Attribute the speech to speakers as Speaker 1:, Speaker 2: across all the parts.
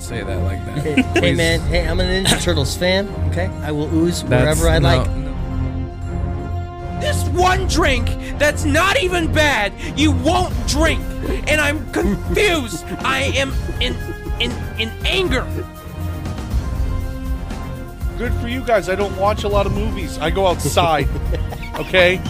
Speaker 1: say that like that.
Speaker 2: Hey, hey
Speaker 1: Please.
Speaker 2: man, hey, I'm a Ninja Turtles fan. Okay, I will ooze
Speaker 1: That's-
Speaker 2: wherever I
Speaker 1: no,
Speaker 2: like.
Speaker 1: no.
Speaker 3: This one drink that's not even bad, you won't drink. And I'm confused. I am in in in anger.
Speaker 4: Good for you guys. I don't watch a lot of movies. I go outside. okay?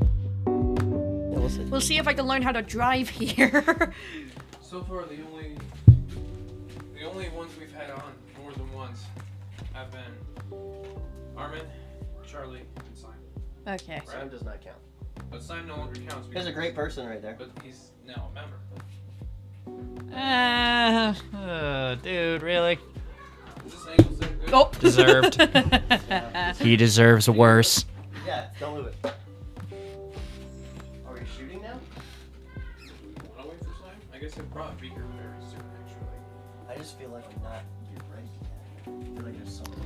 Speaker 2: Yeah, we'll see.
Speaker 5: We'll see if I can learn how to drive here.
Speaker 1: So far, the only the only ones we've had on more than once have been Armin, Charlie, and Simon.
Speaker 5: okay.
Speaker 2: Sam does not count.
Speaker 1: But Simon no longer counts.
Speaker 2: There's a
Speaker 1: because-
Speaker 2: great person right there.
Speaker 1: But he's now a member.
Speaker 6: Uh, uh, dude, really?
Speaker 1: Is this angle still good?
Speaker 5: Oh.
Speaker 6: Deserved. He deserves worse.
Speaker 2: Yeah, don't move it. Are we shooting now?
Speaker 1: Wanna wait for Simon? I guess he'll probably be here very soon. Actually,
Speaker 2: I just feel like I'm not ready yet. I feel like there's something.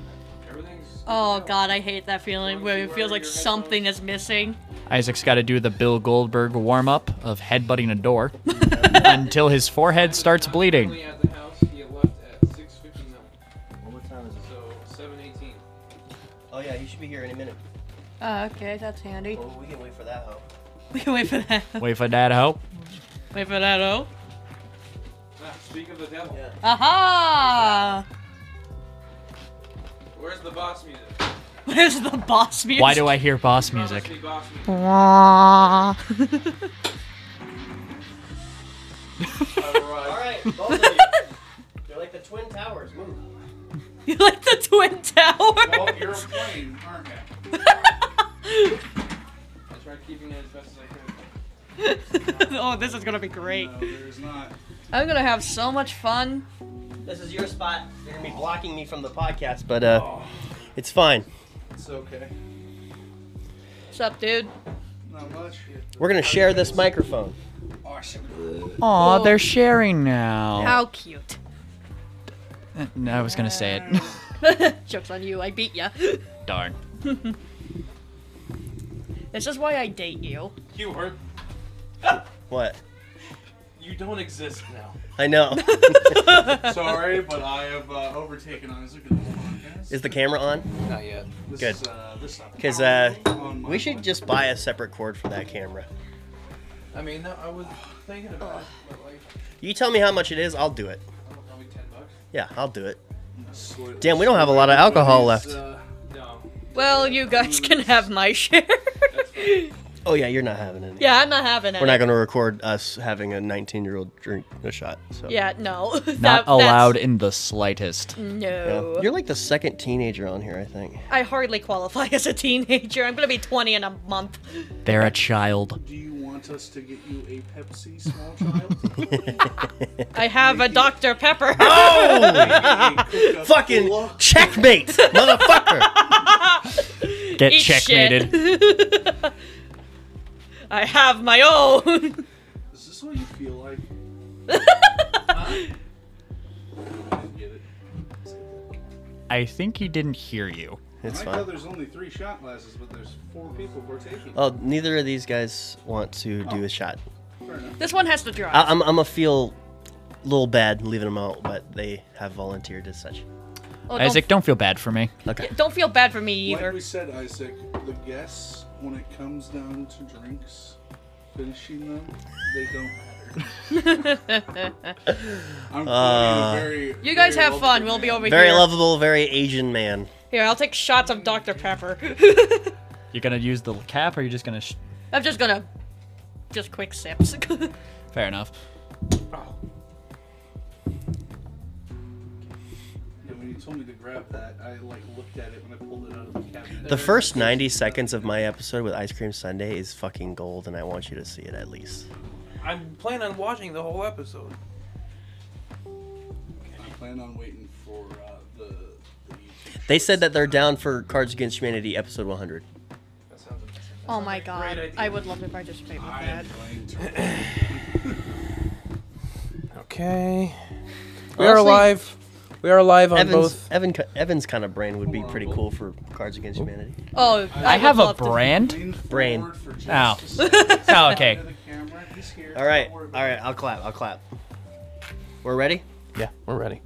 Speaker 1: everything's.
Speaker 5: oh god, I hate that feeling where it feels like something is missing.
Speaker 6: Isaac's got to do the Bill Goldberg warm up of headbutting a door until his forehead starts bleeding.
Speaker 1: Currently At the house, he left at 6:59,
Speaker 2: Well, what time is it?
Speaker 1: so 7:18.
Speaker 2: Oh yeah, he should be here any minute.
Speaker 5: Oh, okay, that's handy.
Speaker 2: Well, we can wait for that. Hope.
Speaker 5: We can wait for that.
Speaker 6: Wait for that hoe.
Speaker 5: Wait for that, oh.
Speaker 1: Ah, speak of the devil.
Speaker 2: Yeah.
Speaker 5: Aha!
Speaker 1: Where's the boss music?
Speaker 5: Where's the boss music?
Speaker 6: Why do I hear boss
Speaker 1: Promise
Speaker 6: music?
Speaker 1: me boss music.
Speaker 2: All
Speaker 5: I?
Speaker 1: Alright.
Speaker 2: right, both of you. You're like the twin towers. Move.
Speaker 5: you like the Twin
Speaker 7: Well,
Speaker 5: Towers?
Speaker 7: you're a plane, aren't you? Oh,
Speaker 1: I tried keeping it as best as I could.
Speaker 5: oh, this is gonna be great.
Speaker 7: No, there's not.
Speaker 5: I'm gonna have so much fun.
Speaker 2: This is your spot. You're gonna be blocking me from the podcast, but uh, it's fine.
Speaker 7: It's okay.
Speaker 5: What's up, dude?
Speaker 7: Not much.
Speaker 2: We're gonna share this microphone.
Speaker 7: Awesome.
Speaker 6: Aw, they're sharing now.
Speaker 5: How cute.
Speaker 6: Uh, no, I was gonna say it.
Speaker 5: Joke's on you, I beat ya.
Speaker 6: Darn.
Speaker 5: This is why I date you.
Speaker 1: You hurt.
Speaker 2: What?
Speaker 1: You don't exist now.
Speaker 2: I know.
Speaker 7: Sorry, but I have uh, overtaken on this. Look at the podcast.
Speaker 2: is the camera on?
Speaker 1: Not yet.
Speaker 7: This
Speaker 2: good.
Speaker 7: is, uh, this stuff.
Speaker 2: 'Cause, uh,
Speaker 7: On my
Speaker 2: We should
Speaker 7: one.
Speaker 2: just buy a separate cord for that camera.
Speaker 1: I mean, no, I was thinking about it, but like,
Speaker 2: You tell me how much it is, I'll do it.
Speaker 1: I don't know, maybe ten bucks.
Speaker 2: Yeah, I'll do it.
Speaker 7: Sli-
Speaker 2: Damn, we don't have a lot of alcohol
Speaker 1: It's,
Speaker 2: left.
Speaker 1: uh, no.
Speaker 5: Well, you guys can have my share.
Speaker 2: Oh yeah, you're not having any.
Speaker 5: yeah, I'm not having it.
Speaker 2: We're not gonna record us having a 19 year old drink a shot. So.
Speaker 5: Yeah, no. That-
Speaker 6: Not
Speaker 5: that's-
Speaker 6: allowed in the slightest.
Speaker 5: No.
Speaker 2: Yeah. You're like the second teenager on here, I think.
Speaker 5: I hardly qualify as a teenager. I'm gonna be 20 in a month.
Speaker 6: They're a child.
Speaker 7: Do you want us to get you a Pepsi, small child?
Speaker 5: I have a Dr. Pepper.
Speaker 6: Oh!
Speaker 7: Cooked up
Speaker 2: Fucking
Speaker 7: cola?
Speaker 2: checkmate, motherfucker!
Speaker 6: Get
Speaker 5: Eat shit.
Speaker 6: checkmated.
Speaker 5: I have my own.
Speaker 7: Is this what you feel like? I didn't get it.
Speaker 6: I think he didn't hear you.
Speaker 2: It's
Speaker 7: I
Speaker 2: fine.
Speaker 7: thought there's only three shot glasses, but there's four people partaking.
Speaker 2: Oh, neither of these guys want to do a shot.
Speaker 7: Fair enough.
Speaker 5: this one has to drive.
Speaker 2: I, I'm, I'm gonna feel a little bad leaving them out, but they have volunteered as such.
Speaker 5: Oh, don't,
Speaker 6: Isaac, don't feel bad for me.
Speaker 2: Okay.
Speaker 5: don't feel bad for me
Speaker 7: Like
Speaker 5: either.
Speaker 7: we said, Isaac, the guests, when it comes down to drinks, finishing them, they don't matter. I'm
Speaker 2: Uh,
Speaker 7: very, very
Speaker 5: You guys have
Speaker 7: loved
Speaker 5: fun.
Speaker 7: man.
Speaker 5: We'll be over
Speaker 2: Very
Speaker 5: here.
Speaker 2: lovable, very Asian man.
Speaker 5: Here, I'll take shots of Dr. Pepper.
Speaker 6: You're gonna use the cap, or you're just gonna? Sh-
Speaker 5: I'm just gonna. Just quick sips.
Speaker 6: Fair enough.
Speaker 7: And when you told me to grab that, I like looked at it when I pulled it out of the cabinet.
Speaker 2: The first 90 seconds of my episode with Ice Cream Sunday is fucking gold, and I want you to see it at least.
Speaker 1: I'm planning on watching the whole episode.
Speaker 7: I plan on waiting for uh, the. the YouTube.
Speaker 2: They said that they're down for Cards Against Humanity episode 100.
Speaker 1: That sounds amazing.
Speaker 5: oh my
Speaker 1: Great
Speaker 5: god.
Speaker 1: idea.
Speaker 5: I would love to participate with
Speaker 7: I
Speaker 5: that.
Speaker 7: am going to.
Speaker 1: Okay.
Speaker 2: We are Honestly-
Speaker 1: alive.
Speaker 3: We are live on
Speaker 2: Evan's,
Speaker 3: both.
Speaker 2: Evan, Evan's kind of brain would be pretty cool for Cards Against Humanity.
Speaker 5: Oh,
Speaker 6: I
Speaker 5: would
Speaker 6: have a
Speaker 5: love to-
Speaker 6: brand.
Speaker 7: Lean
Speaker 2: Brain.
Speaker 7: forward for just
Speaker 6: Ow.
Speaker 7: a second.
Speaker 6: Oh, okay.
Speaker 7: The camera, he's here.
Speaker 2: All right,
Speaker 7: Don't
Speaker 2: all
Speaker 7: worry about
Speaker 2: right, I'll clap, I'll clap. We're ready?
Speaker 4: Yeah, we're ready.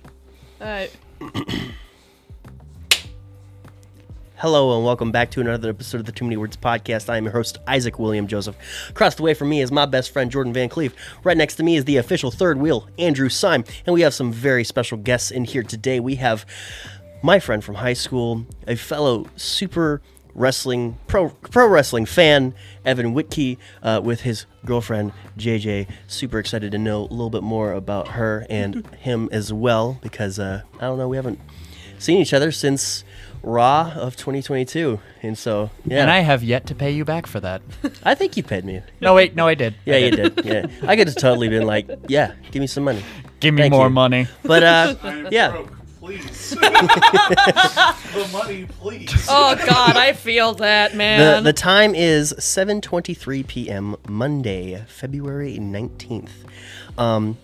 Speaker 5: Alright.
Speaker 2: Hello and welcome back to another episode of the Too Many Words podcast. I am your host Isaac William Joseph. Across the way from me is my best friend Jordan Van Cleef. Right next to me is the official third wheel Andrew Syme, and we have some very special guests in here today. We have my friend from high school, a fellow super wrestling pro pro wrestling fan Evan Whitkey uh, with his girlfriend JJ. Super excited to know a little bit more about her and him as well because uh, I don't know we haven't seen each other since Raw of 2022, and so yeah,
Speaker 6: And I have yet to pay you back for that.
Speaker 2: I think you paid me.
Speaker 6: No, wait, no, I did.
Speaker 2: Yeah, you did. Yeah, I could have totally been like, yeah, give me some money.
Speaker 6: Give me
Speaker 2: Thank
Speaker 6: more
Speaker 2: you.
Speaker 6: money.
Speaker 2: But uh,
Speaker 7: it. I am
Speaker 2: yeah.
Speaker 7: broke, please. the money, please.
Speaker 5: Oh god, I feel that,
Speaker 2: The,
Speaker 5: man.
Speaker 2: the time is 7:23 p.m. Monday, February 19th. Um,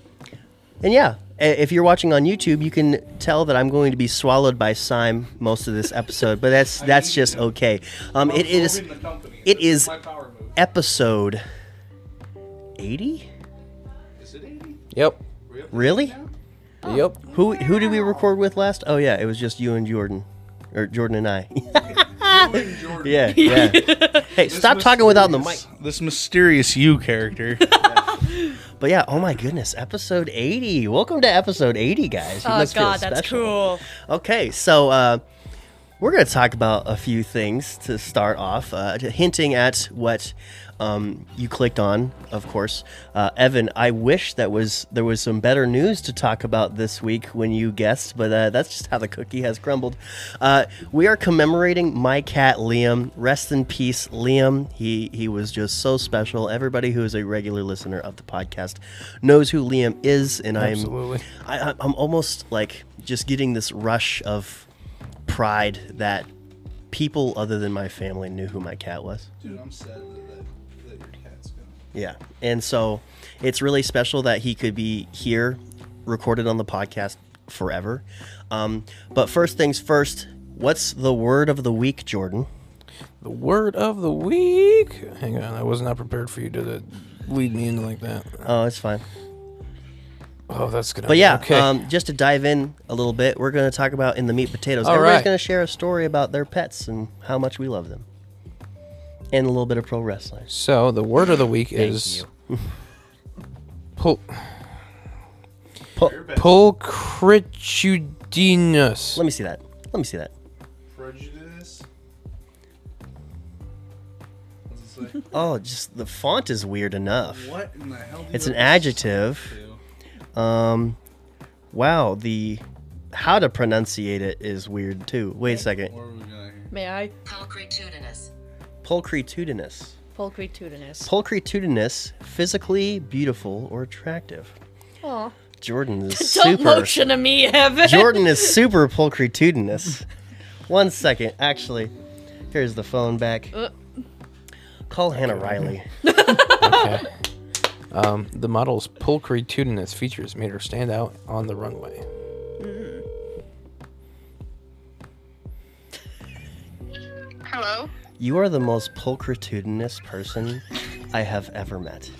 Speaker 2: and yeah, i- if you're watching on YouTube, you can tell that I'm going to be swallowed by Syme most of this episode, but that's that's just okay. Um, it is
Speaker 7: Absorbing the company.
Speaker 2: it
Speaker 7: This
Speaker 2: is-
Speaker 7: my power move.
Speaker 2: episode 80.
Speaker 7: Is it 80?
Speaker 3: Yep.
Speaker 2: Really?
Speaker 5: Oh.
Speaker 3: Yep.
Speaker 2: Who who did we record with last? Oh yeah, it was just you and Jordan, or Jordan and I.
Speaker 7: You and Jordan.
Speaker 2: yeah, yeah. hey, stop talking without the mic.
Speaker 7: This mysterious you character.
Speaker 2: But yeah, oh my goodness, episode 80. Welcome to episode 80, guys. You
Speaker 5: oh
Speaker 2: must feel
Speaker 5: god, that's
Speaker 2: special.
Speaker 5: cool.
Speaker 2: Okay, so uh, we're going to talk about a few things to start off, uh, to- hinting at what um, you clicked on, of course. Uh, Evan, I wish that was there was some better news to talk about this week when you guessed, but uh, that's just how the cookie has crumbled. Uh, we are commemorating my cat Liam. Rest in peace, Liam. He he was just so special. Everybody who is a regular listener of the podcast knows who Liam is, and
Speaker 4: Absolutely.
Speaker 2: I'm I, I- I'm almost like just getting this rush of pride that people other than my family knew who my cat was.
Speaker 7: Dude, I'm sad that, that, that your cat's gone.
Speaker 2: Yeah. And so it's really special that he could be here recorded on the podcast forever. Um, but first things first, what's the word of the week, Jordan?
Speaker 8: The word of the week. Hang on, I was not prepared for you to uh, lead me in like that.
Speaker 2: Oh, it's fine.
Speaker 8: Oh, that's good.
Speaker 2: But yeah,
Speaker 8: okay.
Speaker 2: um, just to dive in a little bit, we're going to talk about in the meat potatoes.
Speaker 8: All
Speaker 2: Everybody's
Speaker 8: right.
Speaker 2: going to share a story about their pets and how much we love them, and a little bit of pro wrestling.
Speaker 8: so the word of the week is pul
Speaker 2: Pull,
Speaker 8: pulchritudinous.
Speaker 2: let me see that. Let me see that.
Speaker 7: Prejudice? What's it say?
Speaker 2: Oh, just the font is weird enough.
Speaker 7: what in the hell do
Speaker 2: It's
Speaker 7: you
Speaker 2: an
Speaker 7: have to
Speaker 2: adjective.
Speaker 7: do?
Speaker 2: Um, wow, the how to pronunciate it is weird too. Wait a second.
Speaker 7: What are we got here?
Speaker 5: May I?
Speaker 9: Pulcritudinous.
Speaker 2: Pulcritudinous.
Speaker 5: Pulcritudinous.
Speaker 2: Pulcritudinous, physically beautiful or attractive.
Speaker 5: Aw.
Speaker 2: Jordan is
Speaker 5: Don't
Speaker 2: super.
Speaker 5: motion to me, Evan.
Speaker 2: Jordan is super pulcritudinous. One second, actually. Here's the phone back.
Speaker 5: Uh.
Speaker 2: Call Hannah Riley.
Speaker 8: Okay. Um, the model's pulchritudinous features made her stand out on the runway.
Speaker 9: Hello.
Speaker 2: You are the most pulcritudinous person I have ever met.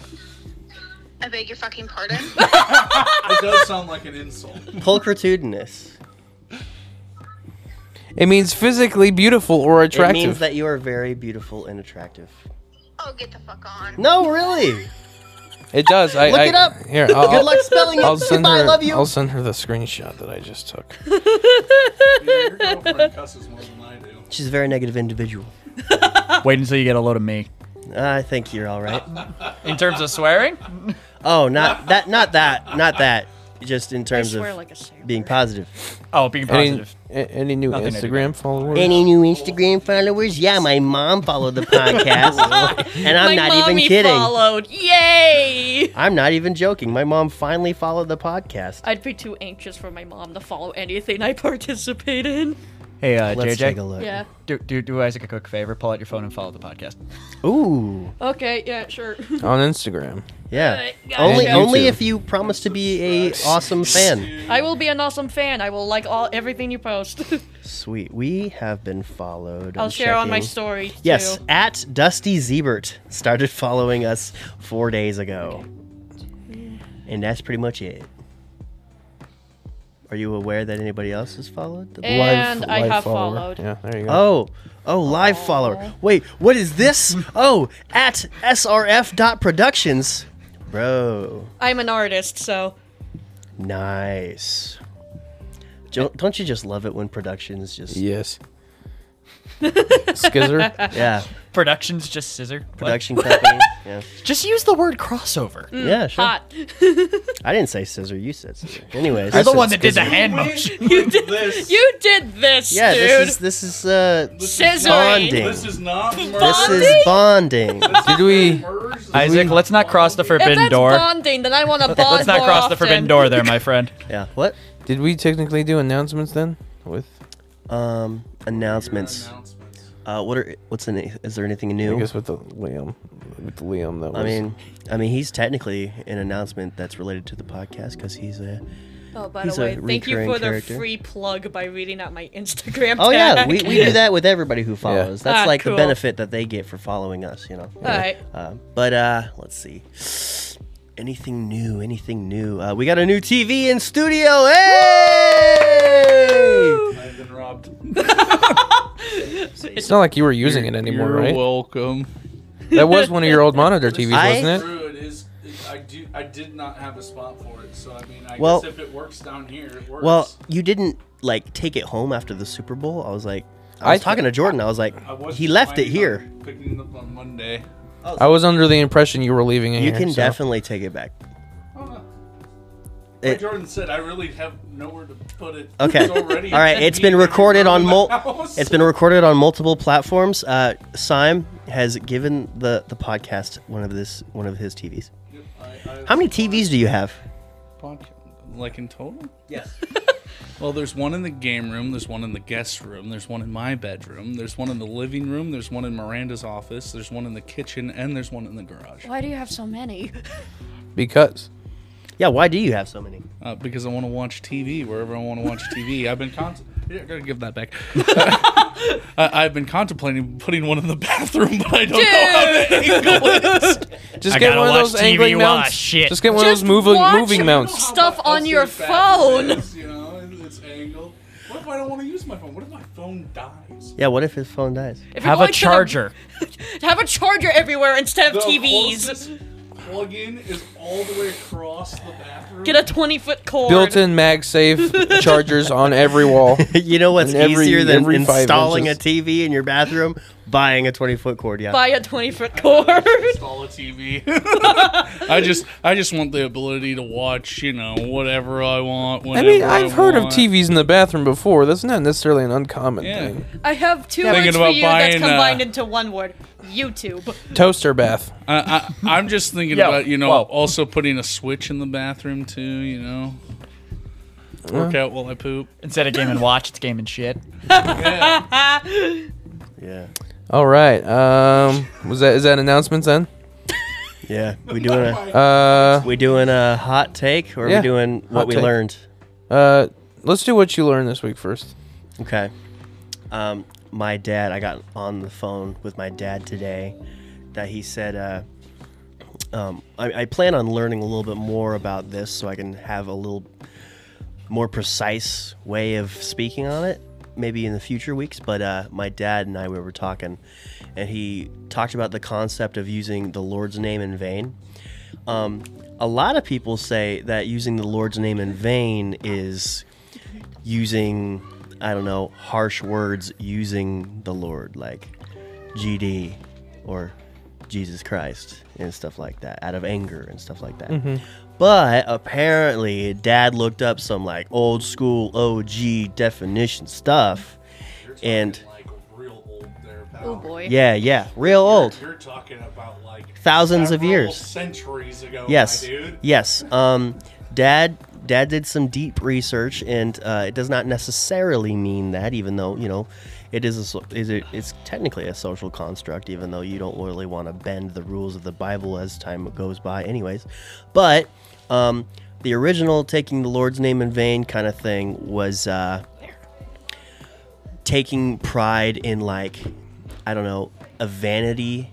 Speaker 9: I beg your fucking pardon.
Speaker 7: It does sound like an insult.
Speaker 2: Pulcritudinous.
Speaker 8: It means physically beautiful or
Speaker 2: It
Speaker 8: attractive.
Speaker 2: means that you are very beautiful and attractive.
Speaker 9: oh, get the fuck on.
Speaker 2: No, really.
Speaker 8: It does. I,
Speaker 2: Look
Speaker 8: I-
Speaker 2: it up.
Speaker 8: Here, I'll,
Speaker 2: Good luck spelling it.
Speaker 8: Uh, I'll send her.
Speaker 2: Goodbye, I love you.
Speaker 8: I'll send her the screenshot that I just took.
Speaker 7: Yeah, your girlfriend cusses more than I do.
Speaker 2: She's a very negative individual.
Speaker 6: Wait until you get a load of me.
Speaker 2: I think you're all right.
Speaker 6: In terms of swearing?
Speaker 2: Oh, not that, not that, not that. Just in
Speaker 5: I
Speaker 2: terms
Speaker 5: swear
Speaker 2: of
Speaker 5: like a sailor.
Speaker 2: being positive.
Speaker 6: Oh, being
Speaker 8: Any,
Speaker 6: positive.
Speaker 8: a- any new
Speaker 6: Nothing I do
Speaker 8: Instagram followers?
Speaker 2: Any new Instagram followers? Yeah, my mom followed the podcast, and I'm
Speaker 5: My
Speaker 2: not
Speaker 5: mommy
Speaker 2: even kidding.
Speaker 5: followed. Yay!
Speaker 2: I'm not even joking. My mom finally followed the podcast.
Speaker 5: I'd be too anxious for my mom to follow anything I participate in.
Speaker 10: Hey, uh,
Speaker 2: Let's
Speaker 10: JJ.
Speaker 2: take a look.
Speaker 5: Yeah.
Speaker 10: Do, do, do Isaac a quick favor. Pull out your phone and follow the podcast.
Speaker 2: Ooh.
Speaker 5: Okay, yeah, sure.
Speaker 8: on Instagram.
Speaker 2: Yeah.
Speaker 5: Alright, guys,
Speaker 2: only
Speaker 5: yeah.
Speaker 2: only if you promise to be a awesome fan.
Speaker 5: I will be an awesome fan. I will like all everything you post.
Speaker 2: Sweet. We have been followed.
Speaker 5: I'll
Speaker 2: I'm
Speaker 5: share on my
Speaker 2: checking.
Speaker 5: story.
Speaker 2: Yes,
Speaker 5: Too.
Speaker 2: at Dusty Zebert started following us four days ago. And that's pretty much it. Are you aware that anybody else has followed? the-
Speaker 5: And I
Speaker 8: live
Speaker 5: have
Speaker 8: follower.
Speaker 5: followed.
Speaker 8: Yeah, there you go.
Speaker 2: Oh, oh, live follower. Wait, what is this? Oh, at srf.productions. Bro,
Speaker 5: I'm an artist, so
Speaker 2: nice. Jo- Don't you just love it when productions just.
Speaker 8: Yes. Skizzer.
Speaker 2: Yeah,
Speaker 6: Productions just scissor. What?
Speaker 2: production Mm. company. Yeah,
Speaker 6: Just use the word crossover.
Speaker 2: yeah sure.
Speaker 5: Mm, hot.
Speaker 2: I didn't say scissor. You said scissor. Anyways,
Speaker 6: You're the
Speaker 2: I
Speaker 6: one
Speaker 2: said
Speaker 6: that did the
Speaker 2: scissor.
Speaker 6: hand motion.
Speaker 1: you did this.
Speaker 5: You did this,
Speaker 2: Yeah,
Speaker 5: dude.
Speaker 2: this is this is uh
Speaker 5: Scissoring.
Speaker 2: bonding.
Speaker 7: This is not
Speaker 2: This
Speaker 7: murder.
Speaker 2: is bonding.
Speaker 8: Did we?
Speaker 7: Murders is
Speaker 6: Isaac, let's not cross the
Speaker 5: if
Speaker 6: forbidden
Speaker 5: that's
Speaker 6: door.
Speaker 5: bonding, then I want to bond
Speaker 6: Let's not
Speaker 5: more
Speaker 6: cross the
Speaker 5: often.
Speaker 6: forbidden door there, my friend.
Speaker 2: yeah. What?
Speaker 8: Did we technically do announcements then? With
Speaker 2: Um, announcements.
Speaker 7: announcements.
Speaker 2: Uh, what are what's in? it? Is there anything
Speaker 8: I
Speaker 2: new?
Speaker 8: guess with the Liam, with the Liam that was.
Speaker 2: I mean, I mean, he's technically an announcement that's related to the podcast because he's a.
Speaker 5: Oh, by
Speaker 2: He's
Speaker 5: the
Speaker 2: a
Speaker 5: way, thank you
Speaker 2: recurring
Speaker 5: for
Speaker 2: character.
Speaker 5: the free plug by reading out my Instagram.
Speaker 2: Oh yeah,
Speaker 5: tag.
Speaker 2: we, we do that with everybody who follows. That's
Speaker 5: Ah,
Speaker 2: like the
Speaker 5: cool.
Speaker 2: benefit that they get for following us, you know.
Speaker 5: All right.
Speaker 2: Uh, but uh, let's see. Anything new? Anything new? Uh, we got a new TV in studio. Hey!
Speaker 7: I've been robbed.
Speaker 8: it's not like you were using it anymore,
Speaker 7: You're
Speaker 8: right?
Speaker 7: welcome.
Speaker 8: That was one of your old monitor TVs,
Speaker 2: I-
Speaker 8: wasn't it?
Speaker 7: True, it is. It, I do. I did not have a spot for it, so I mean, I
Speaker 2: Well-
Speaker 7: guess if it works down here, it works.
Speaker 2: Well, you didn't like take it home after the Super Bowl. I was like, I
Speaker 8: I
Speaker 2: was
Speaker 8: th-
Speaker 2: talking to Jordan. I was like,
Speaker 7: I was
Speaker 2: he left it
Speaker 7: planning
Speaker 2: here.
Speaker 7: on Picking it up on Monday.
Speaker 8: I was under the impression you were leaving it
Speaker 2: You
Speaker 8: here.
Speaker 2: can
Speaker 8: so-
Speaker 2: definitely take it back.
Speaker 7: Oh, no.
Speaker 2: It-
Speaker 7: Like Jordan said, I really have nowhere to put it.
Speaker 2: Okay.
Speaker 7: It's already
Speaker 2: All right.
Speaker 7: in
Speaker 2: It's
Speaker 7: me
Speaker 2: been
Speaker 7: in the
Speaker 2: recorded on
Speaker 7: middle of
Speaker 2: mul-
Speaker 7: the house.
Speaker 2: It's been recorded on multiple platforms. Uh, Sime has given the the podcast one of this one of his TVs.
Speaker 7: I-
Speaker 2: How many TVs do you have?
Speaker 7: Podca- Like in total? Yes. well, there's one in the game room, there's one in the guest room, there's one in my bedroom, there's one in the living room, there's one in Miranda's office, there's one in the kitchen, and there's one in the garage.
Speaker 5: Why do you have so many?
Speaker 8: Because
Speaker 2: Yeah. Why do you have so many?
Speaker 7: Uh, because I want to watch TV wherever I want to watch TV. I've been con- yeah, I gotta give that back. I- I've been contemplating putting one in the bathroom, but I don't know how to angle it.
Speaker 8: just
Speaker 6: I
Speaker 8: get
Speaker 6: gotta
Speaker 8: one of
Speaker 6: watch
Speaker 8: those
Speaker 6: TV
Speaker 8: angling
Speaker 6: while I
Speaker 8: mounts.
Speaker 6: shit.
Speaker 8: Just get one
Speaker 5: Just
Speaker 8: of those moving
Speaker 5: watch
Speaker 8: moving mounts.
Speaker 5: stuff on your phone.
Speaker 7: you know, it's angled. What if I don't want to use my phone? What if my phone dies?
Speaker 2: Yeah. What if his phone dies?
Speaker 5: If you're
Speaker 6: Have
Speaker 5: going
Speaker 6: a
Speaker 5: to the-
Speaker 6: charger.
Speaker 5: have a charger everywhere instead of
Speaker 7: The
Speaker 5: TVs.
Speaker 7: closest Plug-in is all the way across the bathroom.
Speaker 5: Get a 20 foot cord.
Speaker 8: Built-in MagSafe chargers on every wall.
Speaker 2: you know what's
Speaker 8: And every-
Speaker 2: easier than
Speaker 8: every five
Speaker 2: installing a
Speaker 8: inches.
Speaker 2: TV in your bathroom? Buying a twenty foot cord. Yeah.
Speaker 5: Buy a 20 foot cord.
Speaker 7: install a TV. I just, I just want the ability to watch, you know, whatever I want.
Speaker 8: I
Speaker 7: Whenever
Speaker 8: mean, I've heard of
Speaker 7: want.
Speaker 8: TVs in the bathroom before. That's not necessarily an uncommon
Speaker 7: Yeah.
Speaker 8: thing.
Speaker 5: I have two
Speaker 7: Thinking
Speaker 5: words for
Speaker 7: about
Speaker 5: you
Speaker 7: buying,
Speaker 5: that's combined
Speaker 7: uh,
Speaker 5: into one word YouTube.
Speaker 8: Toaster bath.
Speaker 7: I, I, I'm just thinking
Speaker 6: Yo,
Speaker 7: about, you know,
Speaker 6: whoa.
Speaker 7: also putting a switch in the bathroom too. You know, work out while I poop.
Speaker 6: Instead of game and watch, it's game and shit.
Speaker 2: Yeah.
Speaker 8: All right. Um, was that is that announcements then?
Speaker 2: Yeah. We doing a
Speaker 8: Uh,
Speaker 2: we doing a hot take or are
Speaker 8: Yeah,
Speaker 2: we doing what
Speaker 8: hot
Speaker 2: we
Speaker 8: take.
Speaker 2: learned?
Speaker 8: uh, let's do what you learned this week first.
Speaker 2: Okay. Um, my dad, I got on the phone with my dad today that he said, uh, um, I, I plan on learning a little bit more about this so I can have a little more precise way of speaking on it maybe in the future weeks. But uh, my dad and I, we were talking, and he talked about the concept of using the Lord's name in vain. Um, a lot of people say that using the Lord's name in vain is using I don't know harsh words using the Lord like GD or Jesus Christ and stuff like that out of anger and stuff like that. But apparently, Dad looked up some like old school OG definition stuff, and
Speaker 7: Like real old there, pal.
Speaker 5: Oh boy.
Speaker 2: yeah, yeah, real old,
Speaker 7: You're talking about like
Speaker 2: thousands of
Speaker 7: several
Speaker 2: years.
Speaker 7: centuries ago.
Speaker 2: Yes.
Speaker 7: my dude.
Speaker 2: Yes. Um, dad Dad did some deep research, and uh, it does not necessarily mean that, even though you know, it is a so- is it, it's technically a social construct, even though you don't really want to bend the rules of the Bible as time goes by, anyways. But um, the original taking the Lord's name in vain kind of thing was uh, taking pride in like I don't know a vanity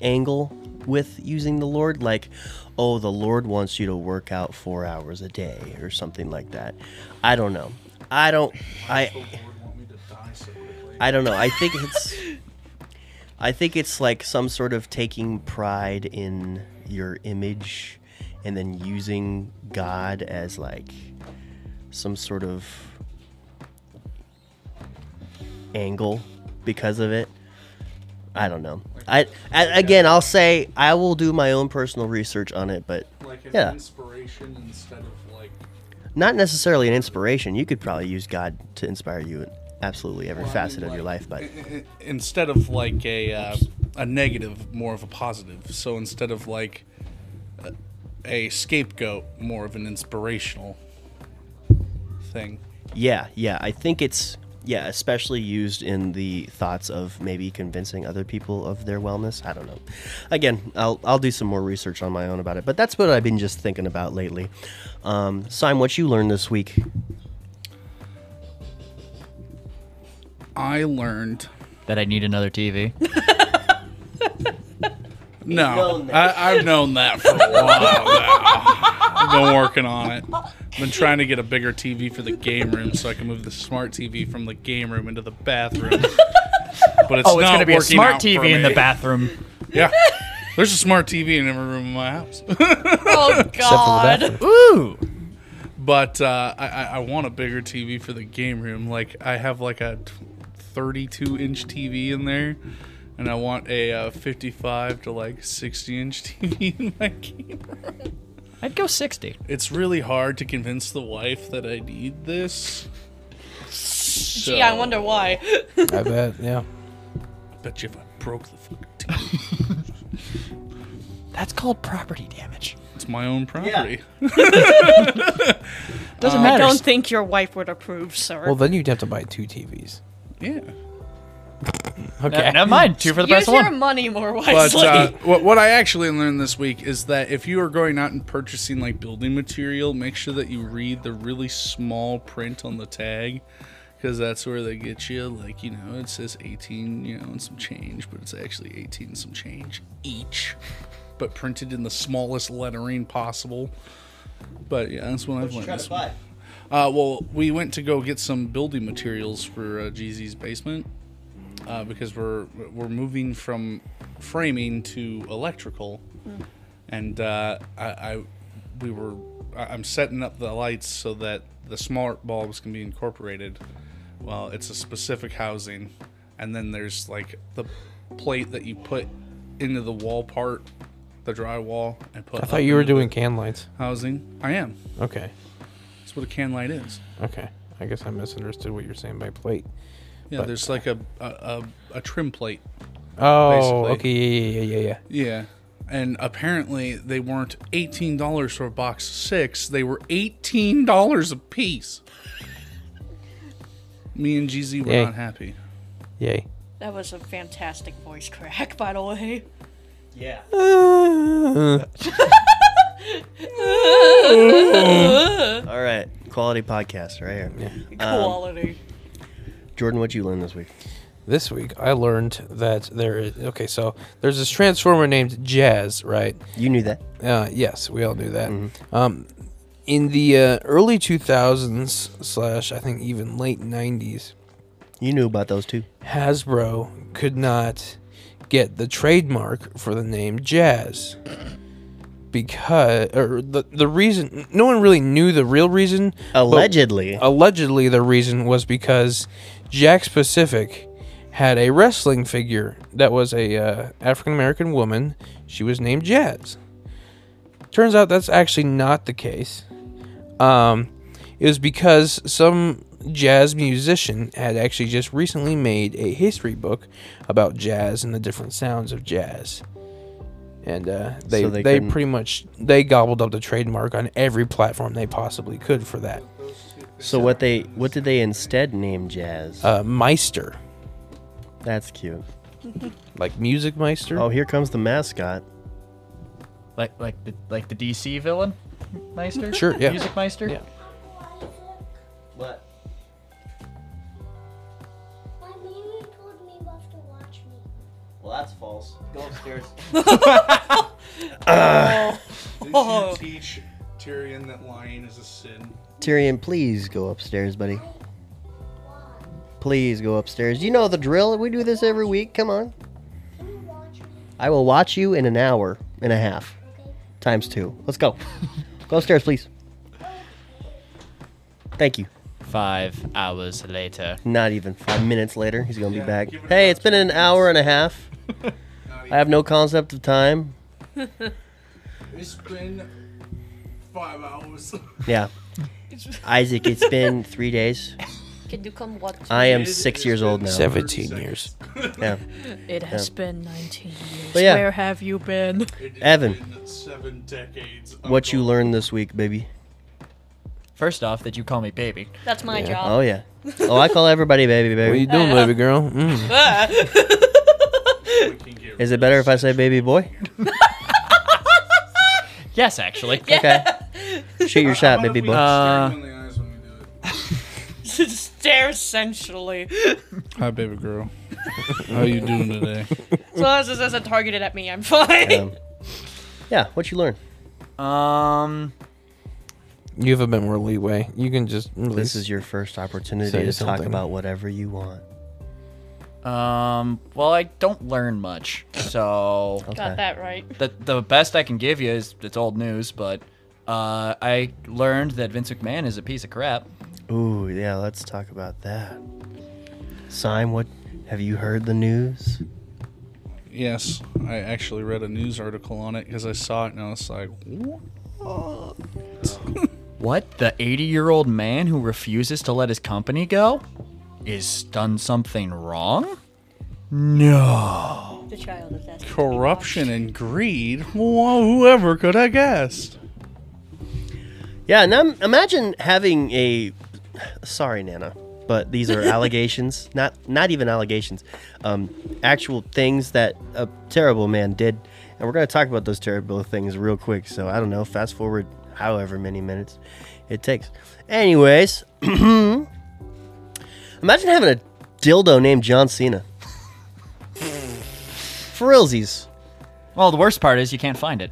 Speaker 2: angle with using the Lord, like oh the Lord wants you to work out four hours a day or something like that. I don't know. I don't. I. I don't know. I think it's. I think it's like some sort of taking pride in your image, and then using God as like some sort of angle because of it. I don't know. I, I again, I'll say I will do my own personal research on it, but
Speaker 4: Like an
Speaker 2: yeah,
Speaker 4: inspiration instead of like.
Speaker 2: not necessarily an inspiration. You could probably use God to inspire you in absolutely every
Speaker 7: Well, I mean,
Speaker 2: facet of your life, but
Speaker 7: I- I- instead of like a uh, a negative, more of a positive. So instead of like a, a scapegoat, more of an inspirational thing.
Speaker 2: yeah, yeah, I think it's yeah, especially used in the thoughts of maybe convincing other people of their wellness. I don't know. Again, I'll I'll do some more research on my own about it, but that's what I've been just thinking about lately. Um, Simon, what you learned this week?
Speaker 7: I learned
Speaker 6: that I need another TV.
Speaker 7: No, I, I've known that for a while. now. I've been working on it. I've been trying to get a bigger TV for the game room so I can move the smart TV from the game room into the bathroom. But it's
Speaker 6: oh, it's
Speaker 7: not
Speaker 6: gonna be a
Speaker 7: working
Speaker 6: smart
Speaker 7: out for
Speaker 6: TV in the
Speaker 7: me.
Speaker 6: bathroom.
Speaker 7: Yeah, there's a smart TV in every room in my house.
Speaker 5: Oh God.
Speaker 7: Ooh. But uh, I, I I want a bigger TV for the game room. Like I have like a t- 32 inch TV in there, and I want a uh, 55 to like 60 inch TV in my game room.
Speaker 6: I'd go 60.
Speaker 7: It's really hard to convince the wife that I need this.
Speaker 5: Gee, I wonder why.
Speaker 8: I bet, yeah.
Speaker 7: I bet you if I broke the fucking
Speaker 6: That's called property damage.
Speaker 7: It's my own property.
Speaker 6: Doesn't
Speaker 5: Uh, I
Speaker 6: matter.
Speaker 5: don't think your wife would approve, sir.
Speaker 8: Well, then you'd have to buy two TVs.
Speaker 7: Yeah.
Speaker 8: Okay.
Speaker 6: never mind. Two for the price
Speaker 5: Uh, Use
Speaker 6: of
Speaker 5: your
Speaker 6: one.
Speaker 5: money more
Speaker 7: But
Speaker 5: wisely.
Speaker 7: uh, what, what I actually learned this week is that if you are going out and purchasing like building material, make sure that you read the really small print on the tag because that's where they get you. Like, you know, it says 18, you know, and some change, but it's actually 18 and some change each, but printed in the smallest lettering possible. But yeah, that's what I've learned. this week. Uh, well, we went to go get some building materials for uh, GZ's basement uh, because we're we're moving from framing to electrical, and uh, I, I we were I- I'm setting up the lights so that the smart bulbs can be incorporated. Well, it's a specific housing, and then there's like the plate that you put into the wall part, the drywall, and put.
Speaker 8: I
Speaker 7: up
Speaker 8: thought you were
Speaker 7: into the
Speaker 8: doing can lights.
Speaker 7: housing. I am.
Speaker 8: Okay.
Speaker 7: That's what a can light is.
Speaker 8: Okay. I guess I misunderstood what you're saying by plate.
Speaker 7: Yeah,
Speaker 8: But-
Speaker 7: there's like a a, a a trim plate.
Speaker 8: Oh,
Speaker 7: Basically.
Speaker 8: okay. Yeah, yeah, yeah, yeah, yeah.
Speaker 7: Yeah. And apparently they weren't eighteen dollars for a box of six. They were eighteen dollars a piece. Me and GZ were
Speaker 8: Yay.
Speaker 7: not happy.
Speaker 8: Yay.
Speaker 5: that was a fantastic voice crack, by the way.
Speaker 2: All right, quality podcast right here.
Speaker 5: Quality.
Speaker 2: Jordan, what you learn this week?
Speaker 8: This week I learned that there is okay, so there's this transformer named Jazz, right?
Speaker 2: You knew that.
Speaker 8: Uh, yes, we all knew that. Um, in the uh, early 2000s slash I think even late 90s,
Speaker 2: You knew about those two.
Speaker 8: Hasbro could not get the trademark for the name Jazz because or the the reason no one really knew the real reason
Speaker 2: Oh.
Speaker 8: but
Speaker 2: Allegedly.
Speaker 8: allegedly the reason was because Jax Pacific had a wrestling figure that was a uh, African American woman she was named Jazz turns out that's actually not the case um it was because some jazz musician had actually just recently made a history book about jazz and the different sounds of jazz. and uh, they
Speaker 2: So they
Speaker 8: they,
Speaker 2: couldn't-
Speaker 8: pretty much they gobbled up the trademark on every platform they possibly could for that.
Speaker 2: So what they what did they instead name Jazz?
Speaker 8: Uh, Meister,
Speaker 2: That's cute.
Speaker 8: like Music Meister.
Speaker 2: Oh, here comes the mascot.
Speaker 6: Like like the like the DC villain, Meister.
Speaker 8: Sure, yeah.
Speaker 6: Music Meister.
Speaker 8: Yeah.
Speaker 2: What?
Speaker 11: My mimi told me you have to watch me.
Speaker 2: Well, that's false. Go upstairs.
Speaker 7: Did you teach Tyrion that lying is a sin?
Speaker 2: Tyrion, please go upstairs, buddy. Please go upstairs. You know the drill. We do this every week. Come on. I will watch you in an hour and a half. Times two. Let's go. go upstairs, please. Thank you.
Speaker 6: Five hours later.
Speaker 2: Not even five minutes later, he's gonna be back. Hey, it's been an hour and a half. I have no concept of time.
Speaker 7: It's been five hours.
Speaker 2: Yeah. Isaac, it's been three days.
Speaker 12: Can you come watch?
Speaker 2: I am
Speaker 12: me?
Speaker 2: six years old now.
Speaker 8: 17 years.
Speaker 2: Yeah.
Speaker 12: It has
Speaker 2: Yeah.
Speaker 12: been 19 years.
Speaker 2: But yeah.
Speaker 12: Where have you been?
Speaker 2: Evan,
Speaker 7: Seven decades.
Speaker 2: what you learned this week, baby?
Speaker 6: First off, that you call me baby.
Speaker 12: That's my
Speaker 2: Yeah.
Speaker 12: job.
Speaker 5: Uh,
Speaker 2: Oh yeah. Oh, I call everybody baby, baby.
Speaker 8: What you doing, baby girl?
Speaker 5: Oh.
Speaker 8: Mm.
Speaker 2: Is it better if I say baby boy?
Speaker 6: Yes, actually.
Speaker 2: Okay. Shoot your shot, baby boy.
Speaker 7: Uh,
Speaker 5: Stare essentially.
Speaker 7: Hi, baby girl. How you doing today?
Speaker 5: As long as this isn't targeted at me, I'm fine.
Speaker 2: Um, yeah. What you learn?
Speaker 6: Um.
Speaker 8: You have a bit more leeway. You can just.
Speaker 2: This
Speaker 8: release-
Speaker 2: is your first opportunity
Speaker 8: Say
Speaker 2: to talk
Speaker 8: something.
Speaker 2: about whatever you want.
Speaker 6: Um. Well, I don't learn much, so
Speaker 5: Got that right.
Speaker 6: the the best I can give you is it's old news, but uh, I learned that Vince McMahon is a piece of crap.
Speaker 2: Ooh, yeah. Let's talk about that. Sime, what have you heard the news?
Speaker 7: Yes, I actually read a news article on it because I saw it and I was like, what?
Speaker 6: What the 80 year old man who refuses to let his company go is done something wrong? No.
Speaker 12: The child of that.
Speaker 7: Corruption and greed? Whoa, whoever could have guessed?
Speaker 2: Yeah, and I'm, imagine having a. Sorry, Nana, but these are allegations. not not even allegations. Um, actual things that a terrible man did, and we're gonna talk about those terrible things real quick. So I don't know. Fast forward however many minutes it takes. Anyways, imagine having a dildo named John Cena. For realsies.
Speaker 6: Well, the worst part is you can't find it.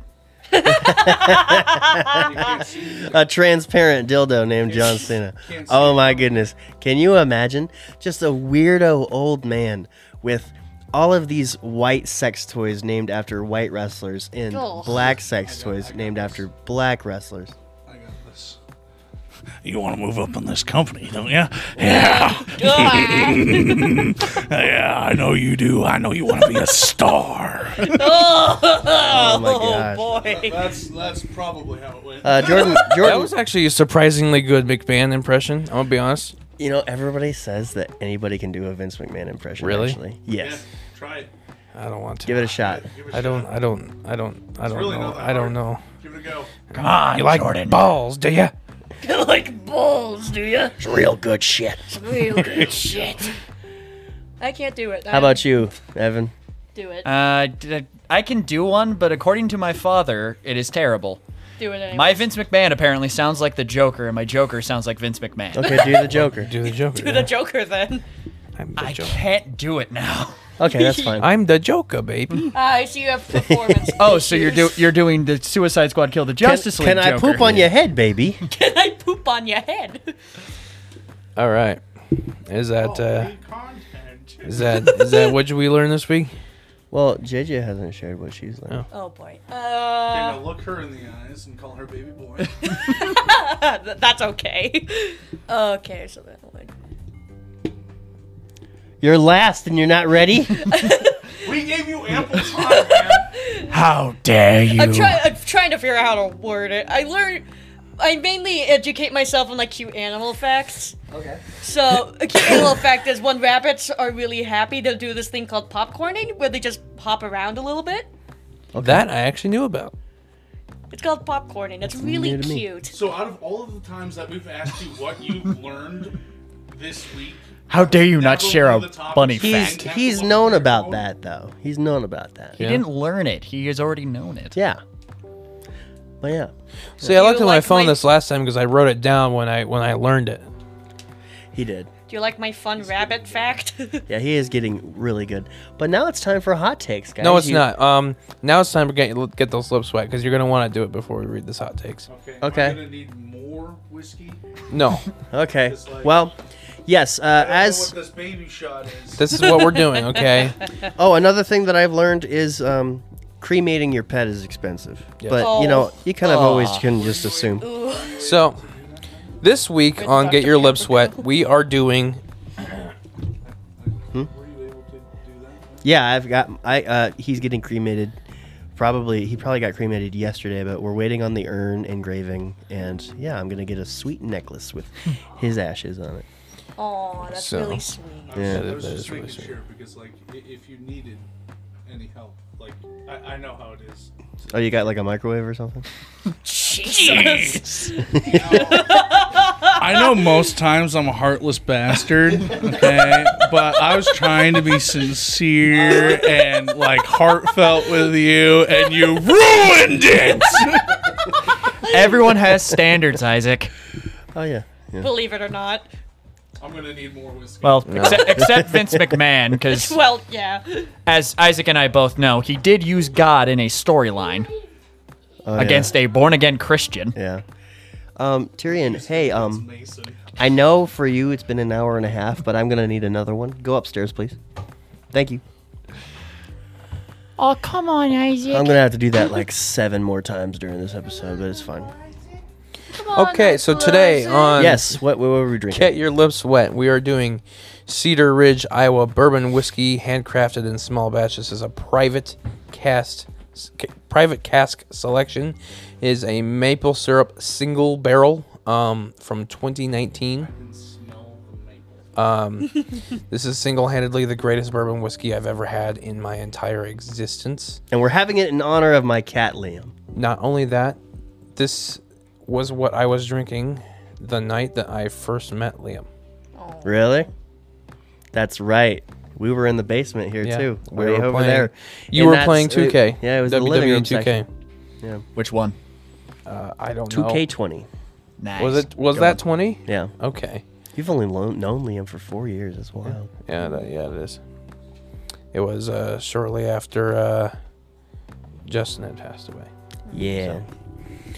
Speaker 2: a transparent dildo named John Cena. Oh my goodness. Can you imagine? Just a weirdo old man with all of these white sex toys named after white wrestlers and
Speaker 7: Ugh.
Speaker 2: black sex toys named after black wrestlers.
Speaker 7: You want to move up in this company, don't you? Yeah. yeah, I know you do. I know you want to be a star.
Speaker 5: oh,
Speaker 2: my gosh.
Speaker 5: boy.
Speaker 7: That's that's probably how it went.
Speaker 2: Uh, Jordan, Jordan,
Speaker 8: That was actually a surprisingly good McMahon impression. I'm gonna be honest.
Speaker 2: you know, everybody says that anybody can do a Vince McMahon impression.
Speaker 8: Really?
Speaker 2: Actually. Yes.
Speaker 7: Try it.
Speaker 8: I don't want to.
Speaker 2: Give it a shot.
Speaker 8: I don't. I don't. I don't. I don't
Speaker 7: really
Speaker 8: know.
Speaker 7: not that
Speaker 8: I don't
Speaker 7: hard.
Speaker 8: know.
Speaker 7: Give it a go.
Speaker 6: Come on,
Speaker 8: you like
Speaker 6: Jordan.
Speaker 8: balls, do you?
Speaker 12: like balls, do ya?
Speaker 2: It's real good shit.
Speaker 12: Real good shit. I can't do it.
Speaker 2: How about you, Evan?
Speaker 12: Do it.
Speaker 6: Uh, d- I can do one, but according to my father, it is terrible.
Speaker 5: Do it anyway.
Speaker 6: My Vince McMahon apparently sounds like the Joker, and my Joker sounds like Vince McMahon.
Speaker 2: Okay, do the Joker.
Speaker 8: Do the Joker.
Speaker 5: Do the Joker then.
Speaker 8: I'm the
Speaker 6: I
Speaker 8: Joker.
Speaker 6: can't do it now.
Speaker 2: Okay, that's fine.
Speaker 8: I'm the Joker, baby.
Speaker 5: I see you have performance.
Speaker 6: Oh, so you're do- you're doing the Suicide Squad kill the Justice
Speaker 2: can,
Speaker 6: League?
Speaker 2: Can I poop on your head, baby?
Speaker 5: Can I poop on your head?
Speaker 8: All right. Is that
Speaker 7: Oh,
Speaker 8: uh, is that is that what we learned this week?
Speaker 2: Well, JJ hasn't shared what she's learned.
Speaker 5: Oh boy. Uh,
Speaker 7: look her in the eyes and call her baby boy.
Speaker 5: th- that's okay.
Speaker 12: Okay, so then what?
Speaker 2: You're last and you're not ready?
Speaker 7: we gave you ample time, man.
Speaker 6: How dare you?
Speaker 5: I'm trying. I'm trying to figure out how to word it. I learned. I mainly educate myself on like cute animal facts.
Speaker 2: okay.
Speaker 5: So a cute animal fact is when rabbits are really happy, they'll do this thing called popcorning, where they just hop around a little bit.
Speaker 8: That I actually knew about.
Speaker 5: It's called popcorning. It's really cute.
Speaker 7: So, out of all of the times that we've asked you what you learned this week,
Speaker 6: How dare you not share a bunny
Speaker 2: He's
Speaker 6: fact?
Speaker 2: he's known about that though. He's known about that.
Speaker 6: He didn't learn it. He has already known it.
Speaker 2: Yeah. But yeah.
Speaker 8: See, I looked at my phone this last time because I wrote it down when I when I learned it.
Speaker 2: He did.
Speaker 5: Do you like my fun rabbit fact?
Speaker 2: Yeah, he is getting really good. But now it's time for hot takes, guys.
Speaker 8: no, it's
Speaker 2: You-
Speaker 8: not. Um, now it's time to get get those lips wet because you're gonna want to do it before we read this hot takes.
Speaker 7: Okay.
Speaker 2: Okay.
Speaker 7: I'm gonna need more whiskey.
Speaker 8: No.
Speaker 2: okay.
Speaker 7: It's like-
Speaker 2: Well, yes. Uh, as
Speaker 7: What this baby shot is.
Speaker 8: This is what we're doing, okay?
Speaker 2: oh, another thing that I've learned is um, cremating your pet is expensive.
Speaker 8: Yeah.
Speaker 2: But you know,
Speaker 8: Oh.
Speaker 2: you kind of always
Speaker 8: Aw.
Speaker 2: can just assume.
Speaker 8: So, this week on Get Your Lips Wet, we are doing.
Speaker 2: Yeah, I've got. I uh, he's getting cremated. Probably he probably got cremated yesterday, but we're waiting on the urn engraving, and yeah, I'm gonna get a sweet necklace with his ashes on it.
Speaker 5: Oh, that's
Speaker 2: So-
Speaker 5: really sweet.
Speaker 7: I was,
Speaker 2: Yeah,
Speaker 7: I was
Speaker 2: that
Speaker 7: just
Speaker 2: is really
Speaker 7: making
Speaker 2: sweet.
Speaker 7: sure because, like, i- if you needed any help, like, I, I know how it is.
Speaker 2: Oh, you got like a microwave or something?
Speaker 5: Jesus.
Speaker 7: I know most times I'm a heartless bastard, okay? But I was trying to be sincere and like heartfelt with you, and you ruined it.
Speaker 6: Everyone has standards, Isaac.
Speaker 2: Oh yeah.
Speaker 5: Believe it or not.
Speaker 7: I'm gonna need more whiskey.
Speaker 6: Well, except, except Vince McMahon, because
Speaker 5: Well, yeah.
Speaker 6: as Isaac and I both know, he did use God in a storyline
Speaker 2: Oh, yeah.
Speaker 6: against a born again Christian.
Speaker 2: Yeah. Um, Tyrion, hey, um, I know for you it's been an hour and a half, but I'm gonna need another one. Go upstairs, please. Thank you.
Speaker 13: Oh, come on, Isaac.
Speaker 2: I'm gonna have to do that like seven more times during this episode, but it's fine.
Speaker 8: Okay, so today on
Speaker 2: yes, what what were we drinking?
Speaker 8: Get Your Lips Wet, we are doing Cedar Ridge, Iowa bourbon whiskey, handcrafted in small batches. This is a private cast, private cask selection. It Is a maple syrup single barrel um, from 2019. Um, this is single-handedly the greatest bourbon whiskey I've ever had in my entire existence.
Speaker 2: And we're having it in honor of my cat Liam.
Speaker 8: Not only that, this was what I was drinking the night that I first met Liam.
Speaker 2: Really? That's right. We were in the basement here
Speaker 8: Yeah,
Speaker 2: too.
Speaker 8: we
Speaker 2: way
Speaker 8: were
Speaker 2: over
Speaker 8: playing-
Speaker 2: there.
Speaker 8: you
Speaker 2: And
Speaker 8: were
Speaker 2: that's-
Speaker 8: playing 2K,
Speaker 2: yeah, it was the living room
Speaker 8: WWE 2K.
Speaker 2: section. Yeah.
Speaker 6: Which one?
Speaker 8: Uh, I don't know.
Speaker 2: 2K20.
Speaker 6: Nice.
Speaker 8: Was it? Was
Speaker 2: Good
Speaker 8: that
Speaker 2: one.
Speaker 8: twenty?
Speaker 2: Yeah.
Speaker 8: Okay.
Speaker 2: You've only lo- known Liam for four years. That's wild.
Speaker 8: Yeah. That, yeah. It is. It was uh, shortly after uh, Justin had passed away.
Speaker 2: Yeah.